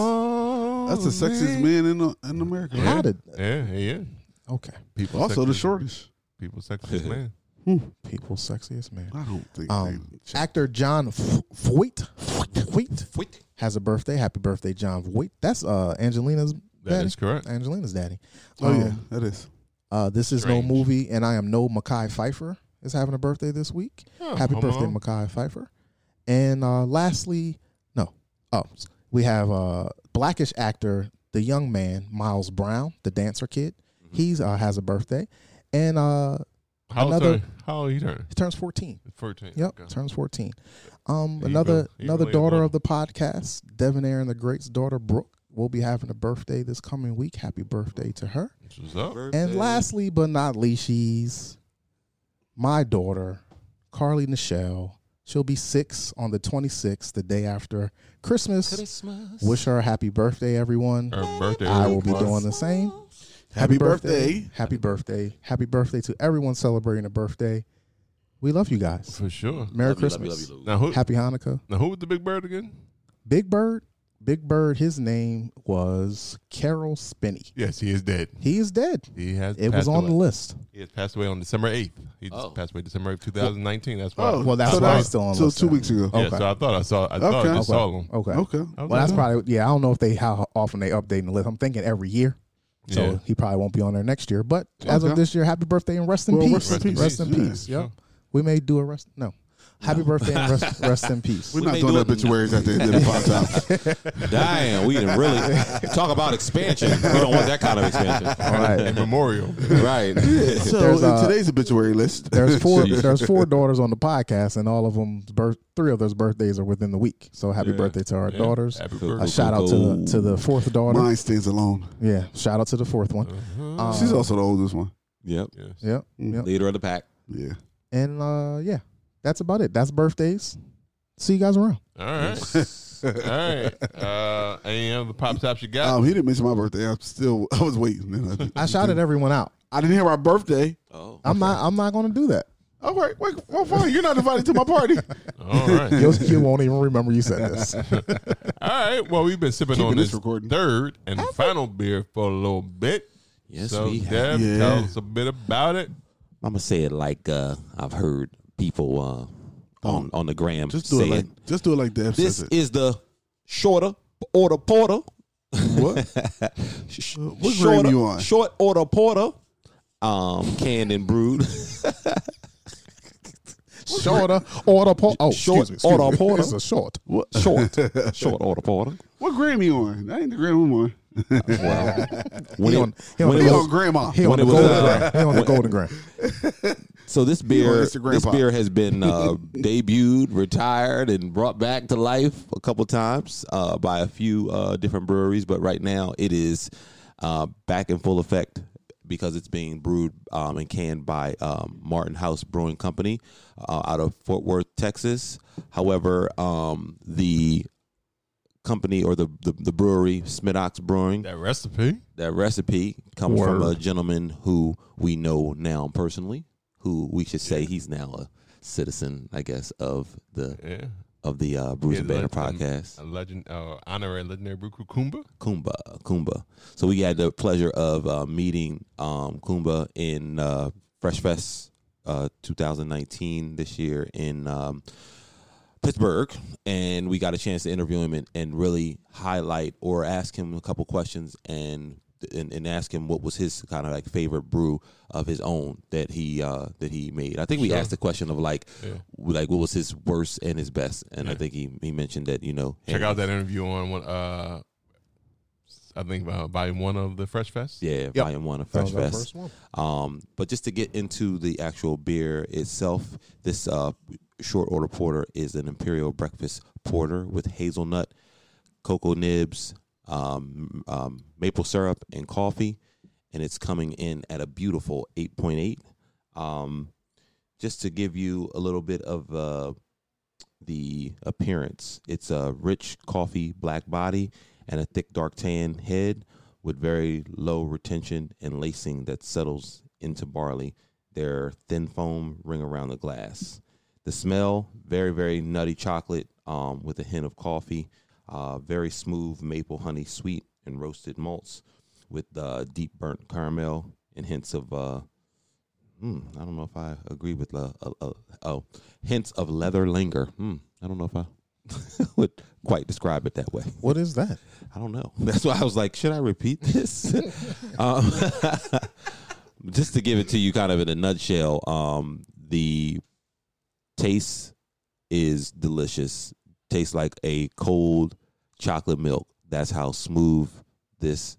Speaker 1: Oh,
Speaker 3: That's the sexiest man in, the, in America.
Speaker 1: Yeah.
Speaker 2: How did
Speaker 1: Yeah, he is.
Speaker 2: okay?
Speaker 1: People
Speaker 3: Also, the
Speaker 1: sexiest-
Speaker 3: shortest.
Speaker 1: People sexiest man.
Speaker 2: People sexiest man.
Speaker 3: I don't think.
Speaker 2: Um,
Speaker 3: they,
Speaker 2: actor John F- Voight, Voight
Speaker 4: Wait.
Speaker 2: has a birthday. Happy birthday, John Voight. That's uh, Angelina's
Speaker 1: That is
Speaker 2: daddy.
Speaker 1: correct.
Speaker 2: Angelina's daddy.
Speaker 3: oh yeah,
Speaker 2: Um,
Speaker 3: that is.
Speaker 2: uh, this is
Speaker 1: Strange.
Speaker 2: no movie, and I am no Mackay Pfeiffer is having a birthday this week.
Speaker 1: Oh,
Speaker 2: Happy
Speaker 1: homo.
Speaker 2: birthday, Mackay Pfeiffer. And uh, lastly, no, oh, we have uh, blackish actor, the young man Miles Brown, the dancer kid.
Speaker 1: Mm-hmm.
Speaker 2: He's uh, has a birthday, and uh,
Speaker 1: How old
Speaker 2: Another-
Speaker 1: turn- How old he turned?
Speaker 2: he turns fourteen.
Speaker 1: Fourteen.
Speaker 2: Yep,
Speaker 1: Okay.
Speaker 2: turns fourteen. Um,
Speaker 1: There you
Speaker 2: another
Speaker 1: go. You
Speaker 2: another
Speaker 1: relatable.
Speaker 2: daughter of the podcast, Devonair and the Great's daughter Brooke, will be having a birthday this coming week. Happy birthday to her!
Speaker 1: What's up?
Speaker 2: And lastly but not least, she's my daughter, Carly Nichelle. She'll be six on the twenty sixth, the day after Christmas.
Speaker 4: Christmas.
Speaker 2: Wish her a happy birthday, everyone.
Speaker 1: Her birthday.
Speaker 2: I
Speaker 1: is
Speaker 2: will be
Speaker 1: month.
Speaker 2: doing the same.
Speaker 3: Happy birthday.
Speaker 2: Happy birthday! Happy birthday to everyone celebrating a birthday. We love you guys.
Speaker 1: for sure.
Speaker 2: Merry
Speaker 4: Love you, love you,
Speaker 2: Christmas.
Speaker 4: love you, love you.
Speaker 1: Now who?
Speaker 2: Happy Hanukkah.
Speaker 1: Now who was the big bird again?
Speaker 2: Big Bird Big Bird, his name was Carol Spinney.
Speaker 1: Yes, he is dead.
Speaker 2: He is dead.
Speaker 1: He has.
Speaker 2: It was
Speaker 1: passed
Speaker 2: on
Speaker 1: away.
Speaker 2: the list.
Speaker 1: He has passed away on December eighth. He just
Speaker 4: Oh.
Speaker 1: passed away December eighth, two thousand nineteen. That's why.
Speaker 3: Oh,
Speaker 2: Well, that's
Speaker 3: so
Speaker 2: why
Speaker 3: that-
Speaker 2: it's still on the
Speaker 3: so
Speaker 2: list.
Speaker 3: two
Speaker 2: now.
Speaker 3: weeks ago.
Speaker 1: yeah.
Speaker 2: okay.
Speaker 1: So I thought I saw. I thought
Speaker 3: Okay.
Speaker 1: I just saw him.
Speaker 2: Okay.
Speaker 3: Okay.
Speaker 2: Well, that's probably yeah. I don't know if they how often they updating the list. I'm thinking every year, so
Speaker 1: Yeah.
Speaker 2: he probably won't be on there next year. But as of
Speaker 3: Okay.
Speaker 2: this year, happy birthday and rest in
Speaker 3: Well,
Speaker 2: peace.
Speaker 3: rest in peace.
Speaker 2: Rest in
Speaker 3: Yeah,
Speaker 2: peace. Yep. We may do a rest. No. Happy birthday and rest, rest in peace.
Speaker 3: We're
Speaker 4: We
Speaker 3: not
Speaker 4: may
Speaker 3: doing
Speaker 4: do it-
Speaker 3: obituaries at the end of the podcast.
Speaker 4: Damn, we didn't really talk about expansion. We don't want that kind of expansion.
Speaker 2: All right.
Speaker 1: In memorial.
Speaker 4: Right.
Speaker 3: so
Speaker 2: There's,
Speaker 3: in
Speaker 2: uh,
Speaker 3: today's obituary list,
Speaker 2: There's four.
Speaker 4: Jeez.
Speaker 2: there's four daughters on the podcast, and all of them, birth, three of those birthdays are within the week. So happy birthday to our daughters.
Speaker 1: Happy
Speaker 4: Cool.
Speaker 1: birthday.
Speaker 2: A shout out to the, to the fourth daughter.
Speaker 3: mine stands alone.
Speaker 2: Yeah, shout out to the fourth one. Um,
Speaker 3: She's Mm. also the oldest one.
Speaker 4: Yep.
Speaker 1: Yes.
Speaker 2: Yep, yep.
Speaker 4: Leader of the pack.
Speaker 3: Yeah.
Speaker 2: And uh, yeah, that's about it. That's birthdays. See you guys around.
Speaker 1: All right. All right. Uh, any other pop tops you got?
Speaker 3: Um, he didn't mention my birthday. I'm still. I was waiting. And
Speaker 2: I shouted everyone out.
Speaker 3: I didn't hear my birthday.
Speaker 4: Oh.
Speaker 2: I'm not. I'm not going to do that.
Speaker 3: All right. Wait. Well, fine. You're not invited to my party.
Speaker 2: Um,
Speaker 1: All right.
Speaker 2: Your kid won't even remember you said this.
Speaker 1: All right. Well, we've been sipping
Speaker 3: Keeping
Speaker 1: on
Speaker 3: this
Speaker 1: this
Speaker 3: recording.
Speaker 1: third and final beer for a little bit.
Speaker 4: Yes,
Speaker 1: so,
Speaker 4: we have.
Speaker 1: Deb,
Speaker 3: Yeah.
Speaker 1: tell us a bit about it.
Speaker 4: I'm gonna say it like uh, I've heard people uh, on on the gram
Speaker 3: Just do
Speaker 4: say
Speaker 3: it like. Just do it like Deb
Speaker 4: This
Speaker 3: says it.
Speaker 4: is the shorter order porter.
Speaker 3: what?
Speaker 4: Sh-
Speaker 3: what
Speaker 4: shorter-
Speaker 3: gram you on?
Speaker 4: Short order porter. Um, canned and brewed.
Speaker 2: Shorter order. Po- oh,
Speaker 4: Short
Speaker 2: excuse me. excuse
Speaker 4: order
Speaker 2: me.
Speaker 4: porter.
Speaker 2: It's a short.
Speaker 4: What? Short. Short order porter.
Speaker 3: What gram you on? That ain't the gram I'm on.
Speaker 4: Well, when
Speaker 2: He
Speaker 4: it-
Speaker 2: on- he on
Speaker 4: when
Speaker 2: the
Speaker 4: it
Speaker 3: He
Speaker 4: was-
Speaker 3: on grandma.
Speaker 2: He on
Speaker 4: When
Speaker 2: the
Speaker 4: it was,
Speaker 2: golden
Speaker 4: uh,
Speaker 2: gram. He on the golden gram.
Speaker 4: So this
Speaker 3: on
Speaker 4: beer,
Speaker 3: Instagram
Speaker 4: this
Speaker 3: pop.
Speaker 4: beer has been uh, debuted, retired, and brought back to life a couple times uh, by a few uh, different breweries. But right now, it is uh, back in full effect because it's being brewed um, and canned by um, Martin House Brewing Company uh, out of Fort Worth, Texas. However, um, the company or the the, the brewery Smidox Brewing
Speaker 1: That recipe.
Speaker 4: that recipe comes from a
Speaker 2: Word.
Speaker 4: gentleman who we know now personally, who we should say he's now a citizen, I guess, of the
Speaker 1: Yeah.
Speaker 4: of the uh, Bruce and
Speaker 1: Yeah,
Speaker 4: Banner
Speaker 1: like, um,
Speaker 4: podcast.
Speaker 1: A legend, uh, honorary legendary brew crew, Kumba.
Speaker 4: Kumba, Kumba. So we had the pleasure of uh, meeting um, Kumba in uh, Fresh Fest uh, 2019 this year in um, Pittsburgh, and we got a chance to interview him and, and really highlight or ask him a couple questions and, and and ask him what was his kind of like favorite brew of his own that he uh, that he made. I think we asked the question of like like what was his worst and his best, and I think he, he mentioned that you know
Speaker 1: Check out that interview on one. Uh, I think uh, by one of the Fresh Fest.
Speaker 4: Yeah, volume one of Fresh
Speaker 2: Sounds like the
Speaker 4: Fest.
Speaker 2: first one.
Speaker 4: Um, but just to get into the actual beer itself, this uh, short order porter is an imperial breakfast porter with hazelnut, cocoa nibs, um, um, maple syrup, and coffee, and it's coming in at a beautiful eight point eight. Um, just to give you a little bit of uh, the appearance, it's a rich coffee black body and a thick dark tan head with very low retention and lacing that settles into barley. Their thin foam ring around the glass. The smell, very, very nutty chocolate um, with a hint of coffee, uh, very smooth maple honey sweet and roasted malts with uh, deep burnt caramel and hints of, uh, mm, I don't know if I agree with, uh, uh, uh, oh, hints of leather linger. Hmm, I don't know if I would quite describe it that way.
Speaker 2: What is that?
Speaker 4: I don't know. That's why I was like, should I repeat this? um, just to give it to you kind of in a nutshell, um, the taste is delicious. Tastes like a cold chocolate milk. That's how smooth this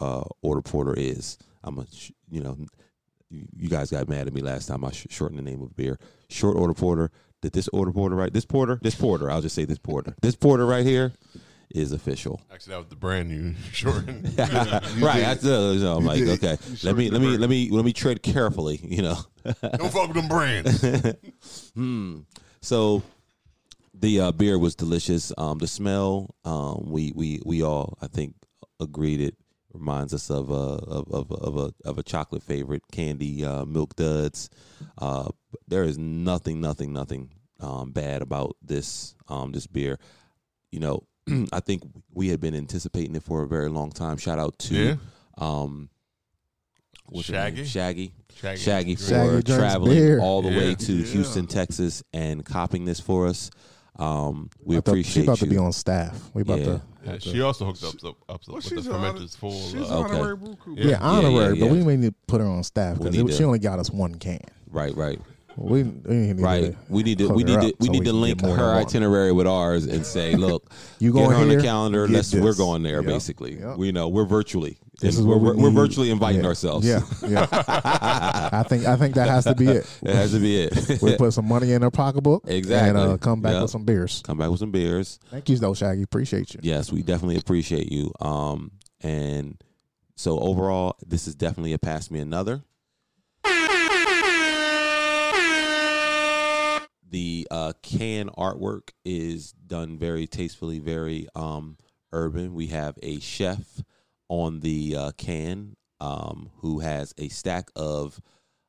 Speaker 4: uh, order porter is. I'm a, sh- you know, you you guys got mad at me last time. I sh- shortened the name of beer. Short order porter. Did this order porter right? This porter. This porter. I'll just say this porter. This porter right here is official.
Speaker 1: Actually, that was the brand new shorten.
Speaker 4: right. I, so, so I'm like,
Speaker 3: did.
Speaker 4: okay. Let me let me let me let me tread carefully. You know.
Speaker 1: Don't fuck with them brands.
Speaker 4: So the uh, beer was delicious. Um, the smell, um, we we we all I think agreed it reminds us of a of, of, of a of a chocolate favorite candy, uh, milk duds. Uh, there is nothing, nothing, nothing um, bad about this um, this beer. You know, I think we had been anticipating it for a very long time. Shout out to
Speaker 1: Yeah.
Speaker 4: um, what's her
Speaker 1: Shaggy?
Speaker 4: name? Shaggy,
Speaker 1: Shaggy.
Speaker 4: Shaggy for
Speaker 2: Shaggy drinks
Speaker 4: traveling
Speaker 2: beer.
Speaker 4: all the
Speaker 1: Yeah.
Speaker 4: way to
Speaker 1: Yeah.
Speaker 4: Houston, Texas, and copying this for us. Um, we
Speaker 2: I thought She
Speaker 4: appreciate
Speaker 2: about
Speaker 4: you.
Speaker 2: to be on staff. We about
Speaker 4: Yeah.
Speaker 2: to.
Speaker 1: Yeah,
Speaker 2: have to-
Speaker 1: she also hooked up, up, up
Speaker 3: Well,
Speaker 1: with the
Speaker 3: she's a honor-
Speaker 1: fermenters full.
Speaker 3: she's
Speaker 1: of-
Speaker 3: an
Speaker 4: Okay.
Speaker 3: honorary brew crew.
Speaker 2: yeah, honorary,
Speaker 4: yeah, yeah.
Speaker 2: but we didn't need to put her on staff
Speaker 4: We
Speaker 2: because
Speaker 4: need
Speaker 2: she
Speaker 4: to-
Speaker 2: only got us one can.
Speaker 4: right, right,
Speaker 2: We, we didn't need
Speaker 4: right.
Speaker 2: to
Speaker 4: We need to
Speaker 2: hook
Speaker 4: we
Speaker 2: her
Speaker 4: need to
Speaker 2: up
Speaker 4: we
Speaker 2: so
Speaker 4: need to
Speaker 2: can get
Speaker 4: link
Speaker 2: more than
Speaker 4: her
Speaker 2: one.
Speaker 4: itinerary with ours and say, look,
Speaker 2: You
Speaker 4: get
Speaker 2: going
Speaker 4: her on the
Speaker 2: here,
Speaker 4: calendar.
Speaker 2: get
Speaker 4: Let's we're
Speaker 2: this.
Speaker 4: going there
Speaker 2: Yep,
Speaker 4: basically.
Speaker 2: yep.
Speaker 4: We know we're virtually.
Speaker 2: This
Speaker 4: And
Speaker 2: is
Speaker 4: we're,
Speaker 2: what we
Speaker 4: we're, we're
Speaker 2: need.
Speaker 4: virtually inviting
Speaker 2: Yeah.
Speaker 4: ourselves.
Speaker 2: Yeah, yeah. I think I think that has to be it.
Speaker 4: it has to be it.
Speaker 2: We put some money in her pocketbook, and
Speaker 4: Exactly.
Speaker 2: uh, come back
Speaker 4: Yep.
Speaker 2: with some beers.
Speaker 4: Come back with some beers.
Speaker 2: Thank you, though, Shaggy. Appreciate you.
Speaker 4: Yes, we definitely appreciate you. Um, and so overall, this is definitely a pass me another. The uh, can artwork is done very tastefully, very um, urban. We have a chef on the uh, can um, who has a stack of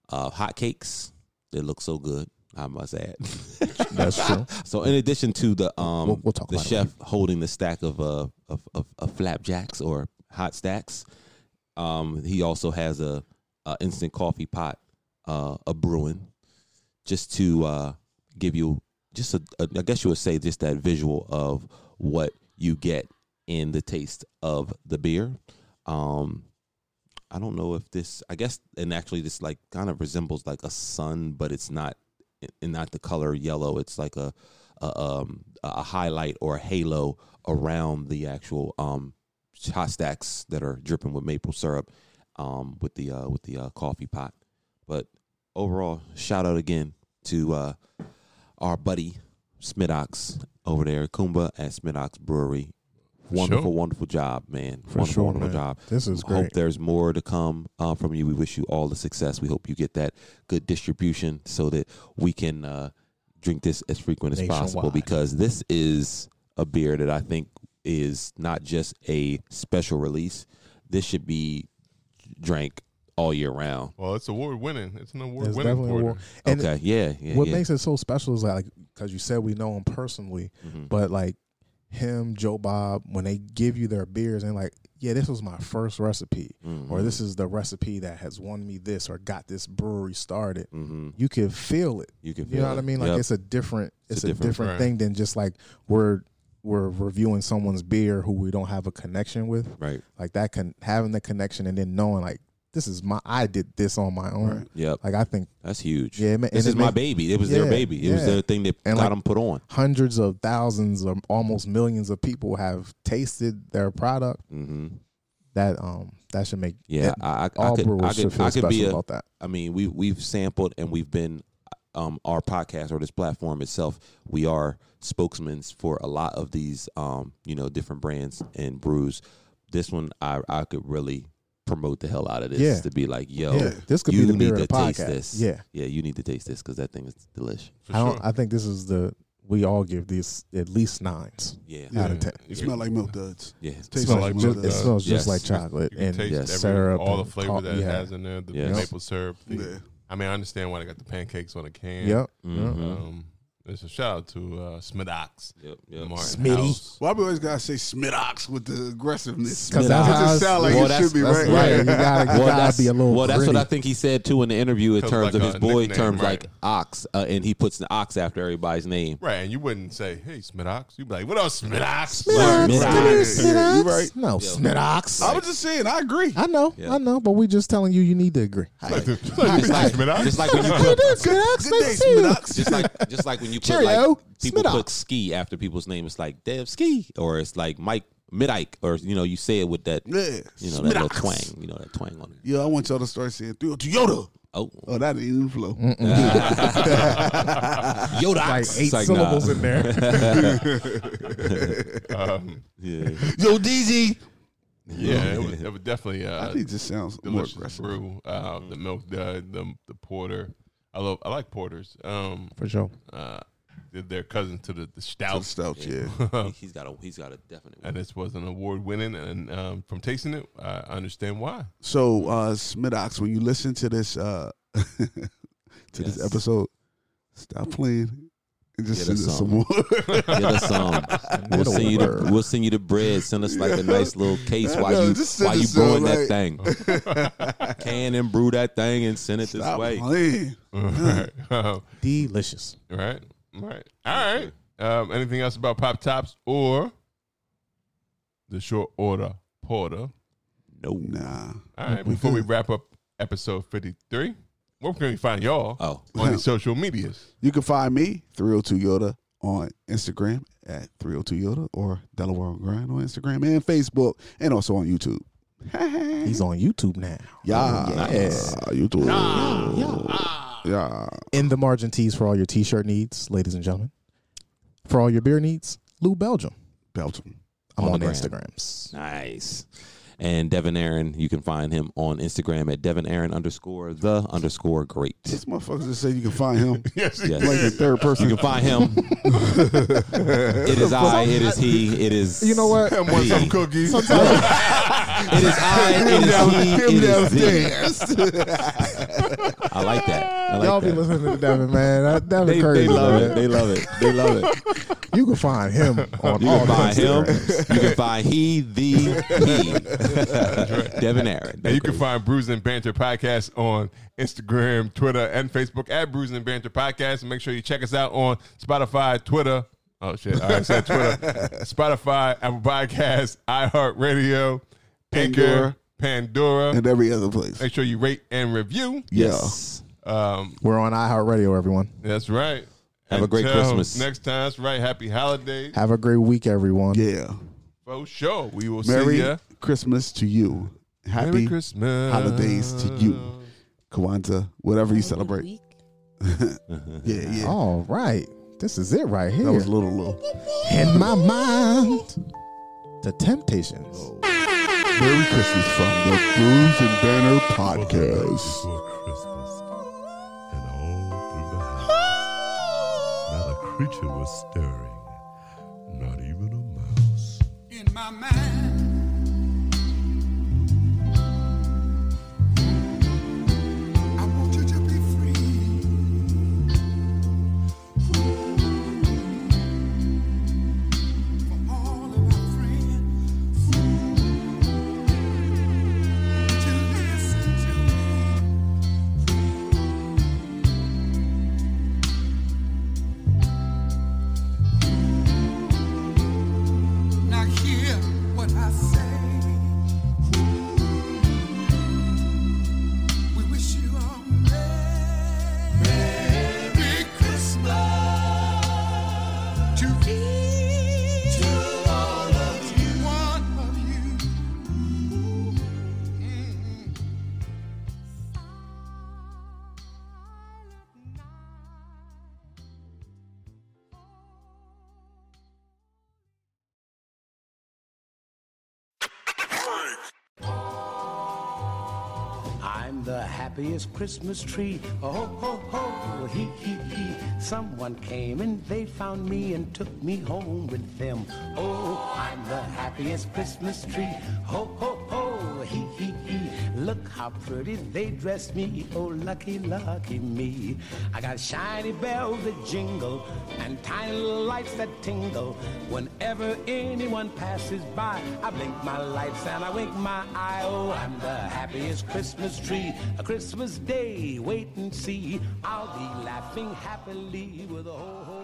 Speaker 4: uh, hot cakes that look so good. I must add.
Speaker 2: That's true.
Speaker 4: So in addition to the um
Speaker 2: We'll- we'll talk
Speaker 4: the
Speaker 2: about it
Speaker 4: chef holding the stack of uh of, of, of flapjacks or hot stacks, um he also has a, a instant coffee pot uh a brewing just to uh give you just a, a I guess you would say just that visual of what you get in the taste of the beer. Um I don't know if this I guess and actually this like kind of resembles like a sun but it's not and not the color yellow. It's like a a, um, a highlight or a halo around the actual um, hot stacks that are dripping with maple syrup um, with the uh, with the uh, coffee pot. But overall, shout out again to uh, our buddy Smidox over there, Kumba at Smidox Brewery. Wonderful,
Speaker 1: Sure.
Speaker 4: wonderful job, man.
Speaker 2: For
Speaker 4: wonderful,
Speaker 2: sure,
Speaker 4: wonderful
Speaker 2: man.
Speaker 4: job.
Speaker 2: This is
Speaker 4: We Hope
Speaker 2: great.
Speaker 4: there's more to come uh, from you. We wish you all the success. We hope you get that good distribution so that we can uh, drink this as frequent as possible
Speaker 2: Nationwide.
Speaker 4: because this is a beer that I think is not just a special release. This should be drank all year round.
Speaker 1: well, it's award winning. It's an award
Speaker 2: It's
Speaker 1: winning
Speaker 2: definitely a
Speaker 1: porter.
Speaker 2: war. And
Speaker 4: okay, yeah, yeah.
Speaker 2: what
Speaker 4: yeah.
Speaker 2: makes it so special is like because you said we know him personally,
Speaker 4: Mm-hmm.
Speaker 2: but like him, Joe Bob, when they give you their beers and like, yeah, this was my first recipe,
Speaker 4: Mm-hmm.
Speaker 2: or this is the recipe that has won me this or got this brewery started. You can feel it.
Speaker 4: Mm-hmm. You can
Speaker 2: you
Speaker 4: feel
Speaker 2: know what I
Speaker 4: it.
Speaker 2: mean? Like
Speaker 4: Yep.
Speaker 2: it's a different, it's,
Speaker 4: a
Speaker 2: a,
Speaker 4: different-
Speaker 2: different, thing than just like we're we're reviewing someone's beer who we don't have a connection with.
Speaker 4: right?
Speaker 2: Like that can having the connection and then knowing like this is my I did this on my own.
Speaker 4: Yep,
Speaker 2: Like I think
Speaker 4: that's huge.
Speaker 2: Yeah, it ma-
Speaker 4: this
Speaker 2: and
Speaker 4: is
Speaker 2: it
Speaker 4: my
Speaker 2: make-
Speaker 4: baby. It was their
Speaker 2: yeah,
Speaker 4: baby. It was
Speaker 2: yeah.
Speaker 4: their thing that
Speaker 2: And
Speaker 4: got
Speaker 2: like-
Speaker 4: them put on.
Speaker 2: hundreds of thousands or almost millions of people have tasted their product.
Speaker 4: hmm
Speaker 2: That um that should make
Speaker 4: Yeah,
Speaker 2: it-
Speaker 4: I, I, I
Speaker 2: all
Speaker 4: could,
Speaker 2: brewers
Speaker 4: I could,
Speaker 2: should feel
Speaker 4: I could
Speaker 2: special
Speaker 4: be a,
Speaker 2: about that.
Speaker 4: I mean, we we've sampled and we've been um, our podcast or this platform itself. We are spokesmen for a lot of these, um, you know, different brands and brews. This one, I I could really promote the hell out of this
Speaker 2: Yeah.
Speaker 4: to be like, yo,
Speaker 2: Yeah, this could be
Speaker 4: you
Speaker 2: the
Speaker 4: need
Speaker 2: beer
Speaker 4: to
Speaker 2: of the
Speaker 4: taste
Speaker 2: podcast.
Speaker 4: this.
Speaker 2: Yeah.
Speaker 4: yeah, you need to taste this because that thing is delicious.
Speaker 1: For
Speaker 2: I don't.
Speaker 1: sure.
Speaker 2: I think this is the we all give these at least nines.
Speaker 4: Yeah,
Speaker 3: Yeah.
Speaker 2: Out of ten.
Speaker 1: You
Speaker 3: It
Speaker 1: can-
Speaker 3: smell like milk duds.
Speaker 4: yeah,
Speaker 3: Tastes
Speaker 2: smells
Speaker 1: like
Speaker 2: ju-
Speaker 1: milk
Speaker 2: it
Speaker 1: duds.
Speaker 2: smells
Speaker 4: Yes.
Speaker 2: just like chocolate
Speaker 1: You can
Speaker 2: and
Speaker 1: taste
Speaker 4: yes.
Speaker 1: every,
Speaker 2: syrup,
Speaker 1: all the
Speaker 2: and
Speaker 1: flavor
Speaker 2: co-
Speaker 1: that it
Speaker 2: yeah.
Speaker 1: has in there, the
Speaker 4: Yes.
Speaker 1: maple syrup. The,
Speaker 3: Yeah.
Speaker 1: I mean, I understand why they got the pancakes on the can.
Speaker 2: Yep.
Speaker 4: Mhm.
Speaker 1: Um, it's a shout out to uh, Smidox,
Speaker 4: Yep, yep.
Speaker 1: Martin
Speaker 2: Smitty.
Speaker 1: House.
Speaker 3: Why we always gotta say Smidox with the aggressiveness?
Speaker 2: Because
Speaker 3: it
Speaker 2: that's how
Speaker 3: just
Speaker 2: it's-
Speaker 3: sound like
Speaker 4: well,
Speaker 3: it should be,
Speaker 4: that's-
Speaker 3: right?
Speaker 4: that's right.
Speaker 2: You gotta, you
Speaker 4: Well,
Speaker 2: gotta
Speaker 4: that's,
Speaker 2: be a little.
Speaker 4: well, that's what I
Speaker 2: gritty.
Speaker 4: think he said too in the interview in
Speaker 1: Kinda
Speaker 4: terms
Speaker 1: like
Speaker 4: of
Speaker 1: a
Speaker 4: his boy
Speaker 1: nickname,
Speaker 4: terms
Speaker 1: right.
Speaker 4: like ox, uh, and he puts an ox after everybody's name.
Speaker 1: Right, and you wouldn't say, "Hey, Smidox." You'd be like, "What up, Smidox?"
Speaker 4: Smidox.
Speaker 1: Right.
Speaker 4: Smidox.
Speaker 3: Yeah, yeah, you right.
Speaker 2: No, Smidox.
Speaker 3: I was just saying, I agree.
Speaker 2: I know,
Speaker 4: Yeah.
Speaker 2: I know, but we just telling you you need to agree.
Speaker 1: Like, like, like, Smidox.
Speaker 4: Just like when you cook,
Speaker 2: Smidox,
Speaker 3: Good day, Smidox.
Speaker 4: just like just like when you put
Speaker 2: Cheerio,
Speaker 4: like people
Speaker 2: Smidox.
Speaker 4: put ski after people's name, it's like Dev Ski or it's like Mike Midike or you know you say it with that
Speaker 3: Yeah,
Speaker 4: you know that little
Speaker 3: Smidox.
Speaker 4: twang, you know that twang on it.
Speaker 3: Yeah, I want y'all to start saying "Through Toyota."
Speaker 4: Oh,
Speaker 3: Oh, that ain't even flow.
Speaker 4: Yoda,
Speaker 2: Like
Speaker 4: It's
Speaker 2: eight
Speaker 4: like,
Speaker 2: syllables
Speaker 4: nah.
Speaker 2: in there.
Speaker 1: Um,
Speaker 4: Yeah.
Speaker 3: Yo, DZ.
Speaker 1: yeah, it was, it was definitely. Uh,
Speaker 3: I think it just sounds more
Speaker 1: delicious
Speaker 3: aggressive.
Speaker 1: brew. Uh, The milk dud, the the porter. I love. I like porters. Um,
Speaker 2: For sure.
Speaker 1: uh, they're- they're cousins to the the
Speaker 3: Out
Speaker 1: stout,
Speaker 3: stout, yeah.
Speaker 4: He- He's got a he's got a definite.
Speaker 1: and
Speaker 4: One.
Speaker 1: this was an award winning. And um, from tasting it, I understand why.
Speaker 3: So, uh, Smidox, when you listen to this, uh, to
Speaker 4: Yes.
Speaker 3: this episode, stop playing Just send
Speaker 4: Get us
Speaker 3: us some
Speaker 4: some.
Speaker 3: more.
Speaker 4: Get us some. We'll send you the we'll send you the bread. Send us like a nice little case
Speaker 3: I
Speaker 4: while
Speaker 3: know,
Speaker 4: you
Speaker 3: just send
Speaker 4: while you
Speaker 3: us some,
Speaker 4: brewing
Speaker 3: like-
Speaker 4: that thing. Can and brew that thing and send it this
Speaker 3: Stop
Speaker 4: way.
Speaker 3: playing.
Speaker 1: Right. Um,
Speaker 2: Delicious.
Speaker 1: right. Right. All right. Um, anything else about Pop Tops or the short order porter?
Speaker 4: No.
Speaker 3: Nah.
Speaker 1: All right. Before we wrap up episode 53, where can we find y'all
Speaker 4: Oh.
Speaker 1: on the social medias?
Speaker 3: You can find me, 302 Yoda, on Instagram at 302 Yoda or Delaware on Grind on Instagram and Facebook and also on YouTube.
Speaker 2: He's on Oh, YouTube now.
Speaker 3: Yeah.
Speaker 2: Yes.
Speaker 3: YouTube.
Speaker 2: Yeah.
Speaker 3: Yeah.
Speaker 2: In the margin tees for all your t-shirt needs, ladies and gentlemen. For all your beer needs, Lou Belgium.
Speaker 3: Belgium.
Speaker 2: I'm
Speaker 4: On
Speaker 2: on,
Speaker 4: the gram.
Speaker 2: Instagrams.
Speaker 4: Nice. And Devin Aaron, you can find him on Instagram at Devin Aaron underscore the underscore great.
Speaker 3: These motherfuckers just say you can find him
Speaker 1: Yes.
Speaker 3: like in
Speaker 4: Yes.
Speaker 3: third person.
Speaker 4: You can find him. it is I, it is he, it is
Speaker 2: You know what?
Speaker 4: me.
Speaker 1: Want some cookies?
Speaker 4: It is I, it is he, it is thee. I like that. I like
Speaker 2: Y'all
Speaker 4: that.
Speaker 2: be listening to Devin, man. That, that
Speaker 4: They, they
Speaker 2: crazy.
Speaker 4: love
Speaker 2: man.
Speaker 4: it. They love it. They love it.
Speaker 2: You can find him on
Speaker 4: You
Speaker 2: all
Speaker 4: can find him.
Speaker 2: Instagrams.
Speaker 4: You can find he, the, he. Devin Aaron.
Speaker 1: And you can find Bruising and Banter Podcast on Instagram, Twitter, and Facebook at Bruising and Banter Podcast. And make sure you check us out on Spotify, Twitter. Oh, shit. I said Twitter. Spotify, Apple Podcasts, iHeartRadio, Anchor,
Speaker 3: Pandora.
Speaker 1: Pandora.
Speaker 3: and every other place.
Speaker 1: Make sure you rate and review.
Speaker 4: Yes.
Speaker 1: Um,
Speaker 2: We're on iHeartRadio, everyone.
Speaker 1: that's right.
Speaker 4: Have a great
Speaker 1: Until
Speaker 4: Christmas.
Speaker 1: Next time, that's right. Happy holidays.
Speaker 2: Have a great week, everyone.
Speaker 3: Yeah. Yeah.
Speaker 1: For sure. We will
Speaker 3: Merry
Speaker 1: see ya.
Speaker 3: Christmas to you. Happy
Speaker 1: Merry Ah. Christmas.
Speaker 3: holidays to you. Kwanzaa, whatever you celebrate.
Speaker 9: Week.
Speaker 3: Yeah, yeah.
Speaker 1: Oh,
Speaker 2: All right. This is it right here.
Speaker 3: That was a little low.
Speaker 2: In my mind, the Temptations.
Speaker 3: Merry Christmas from the Bruise and Banner Podcast.
Speaker 7: Before Christmas and all through the house. Not a creature was stirring, not even a mouse.
Speaker 8: in my mind. I want you to be free. For all of our friends to listen to me. Now hear what I say. We wish you a Merry Christmas to thee, to all of you, one of you. Mm.
Speaker 10: I'm the happiest Christmas tree. Oh, ho, ho, Oh, ho, hee, hee, hee. Someone came and they found me and took me home with them. Oh, I'm the happiest Christmas tree. Ho, ho, ho, hee, hee, hee. Look how pretty they dressed me. Oh, lucky, lucky me. I got shiny bells that jingle and tiny little lights that tingle. Whenever anyone passes by, I blink my lights and I wink my eye. Oh, I'm the happiest Christmas tree. A Christmas day, wait and see. I'll be laughing happily with a whole.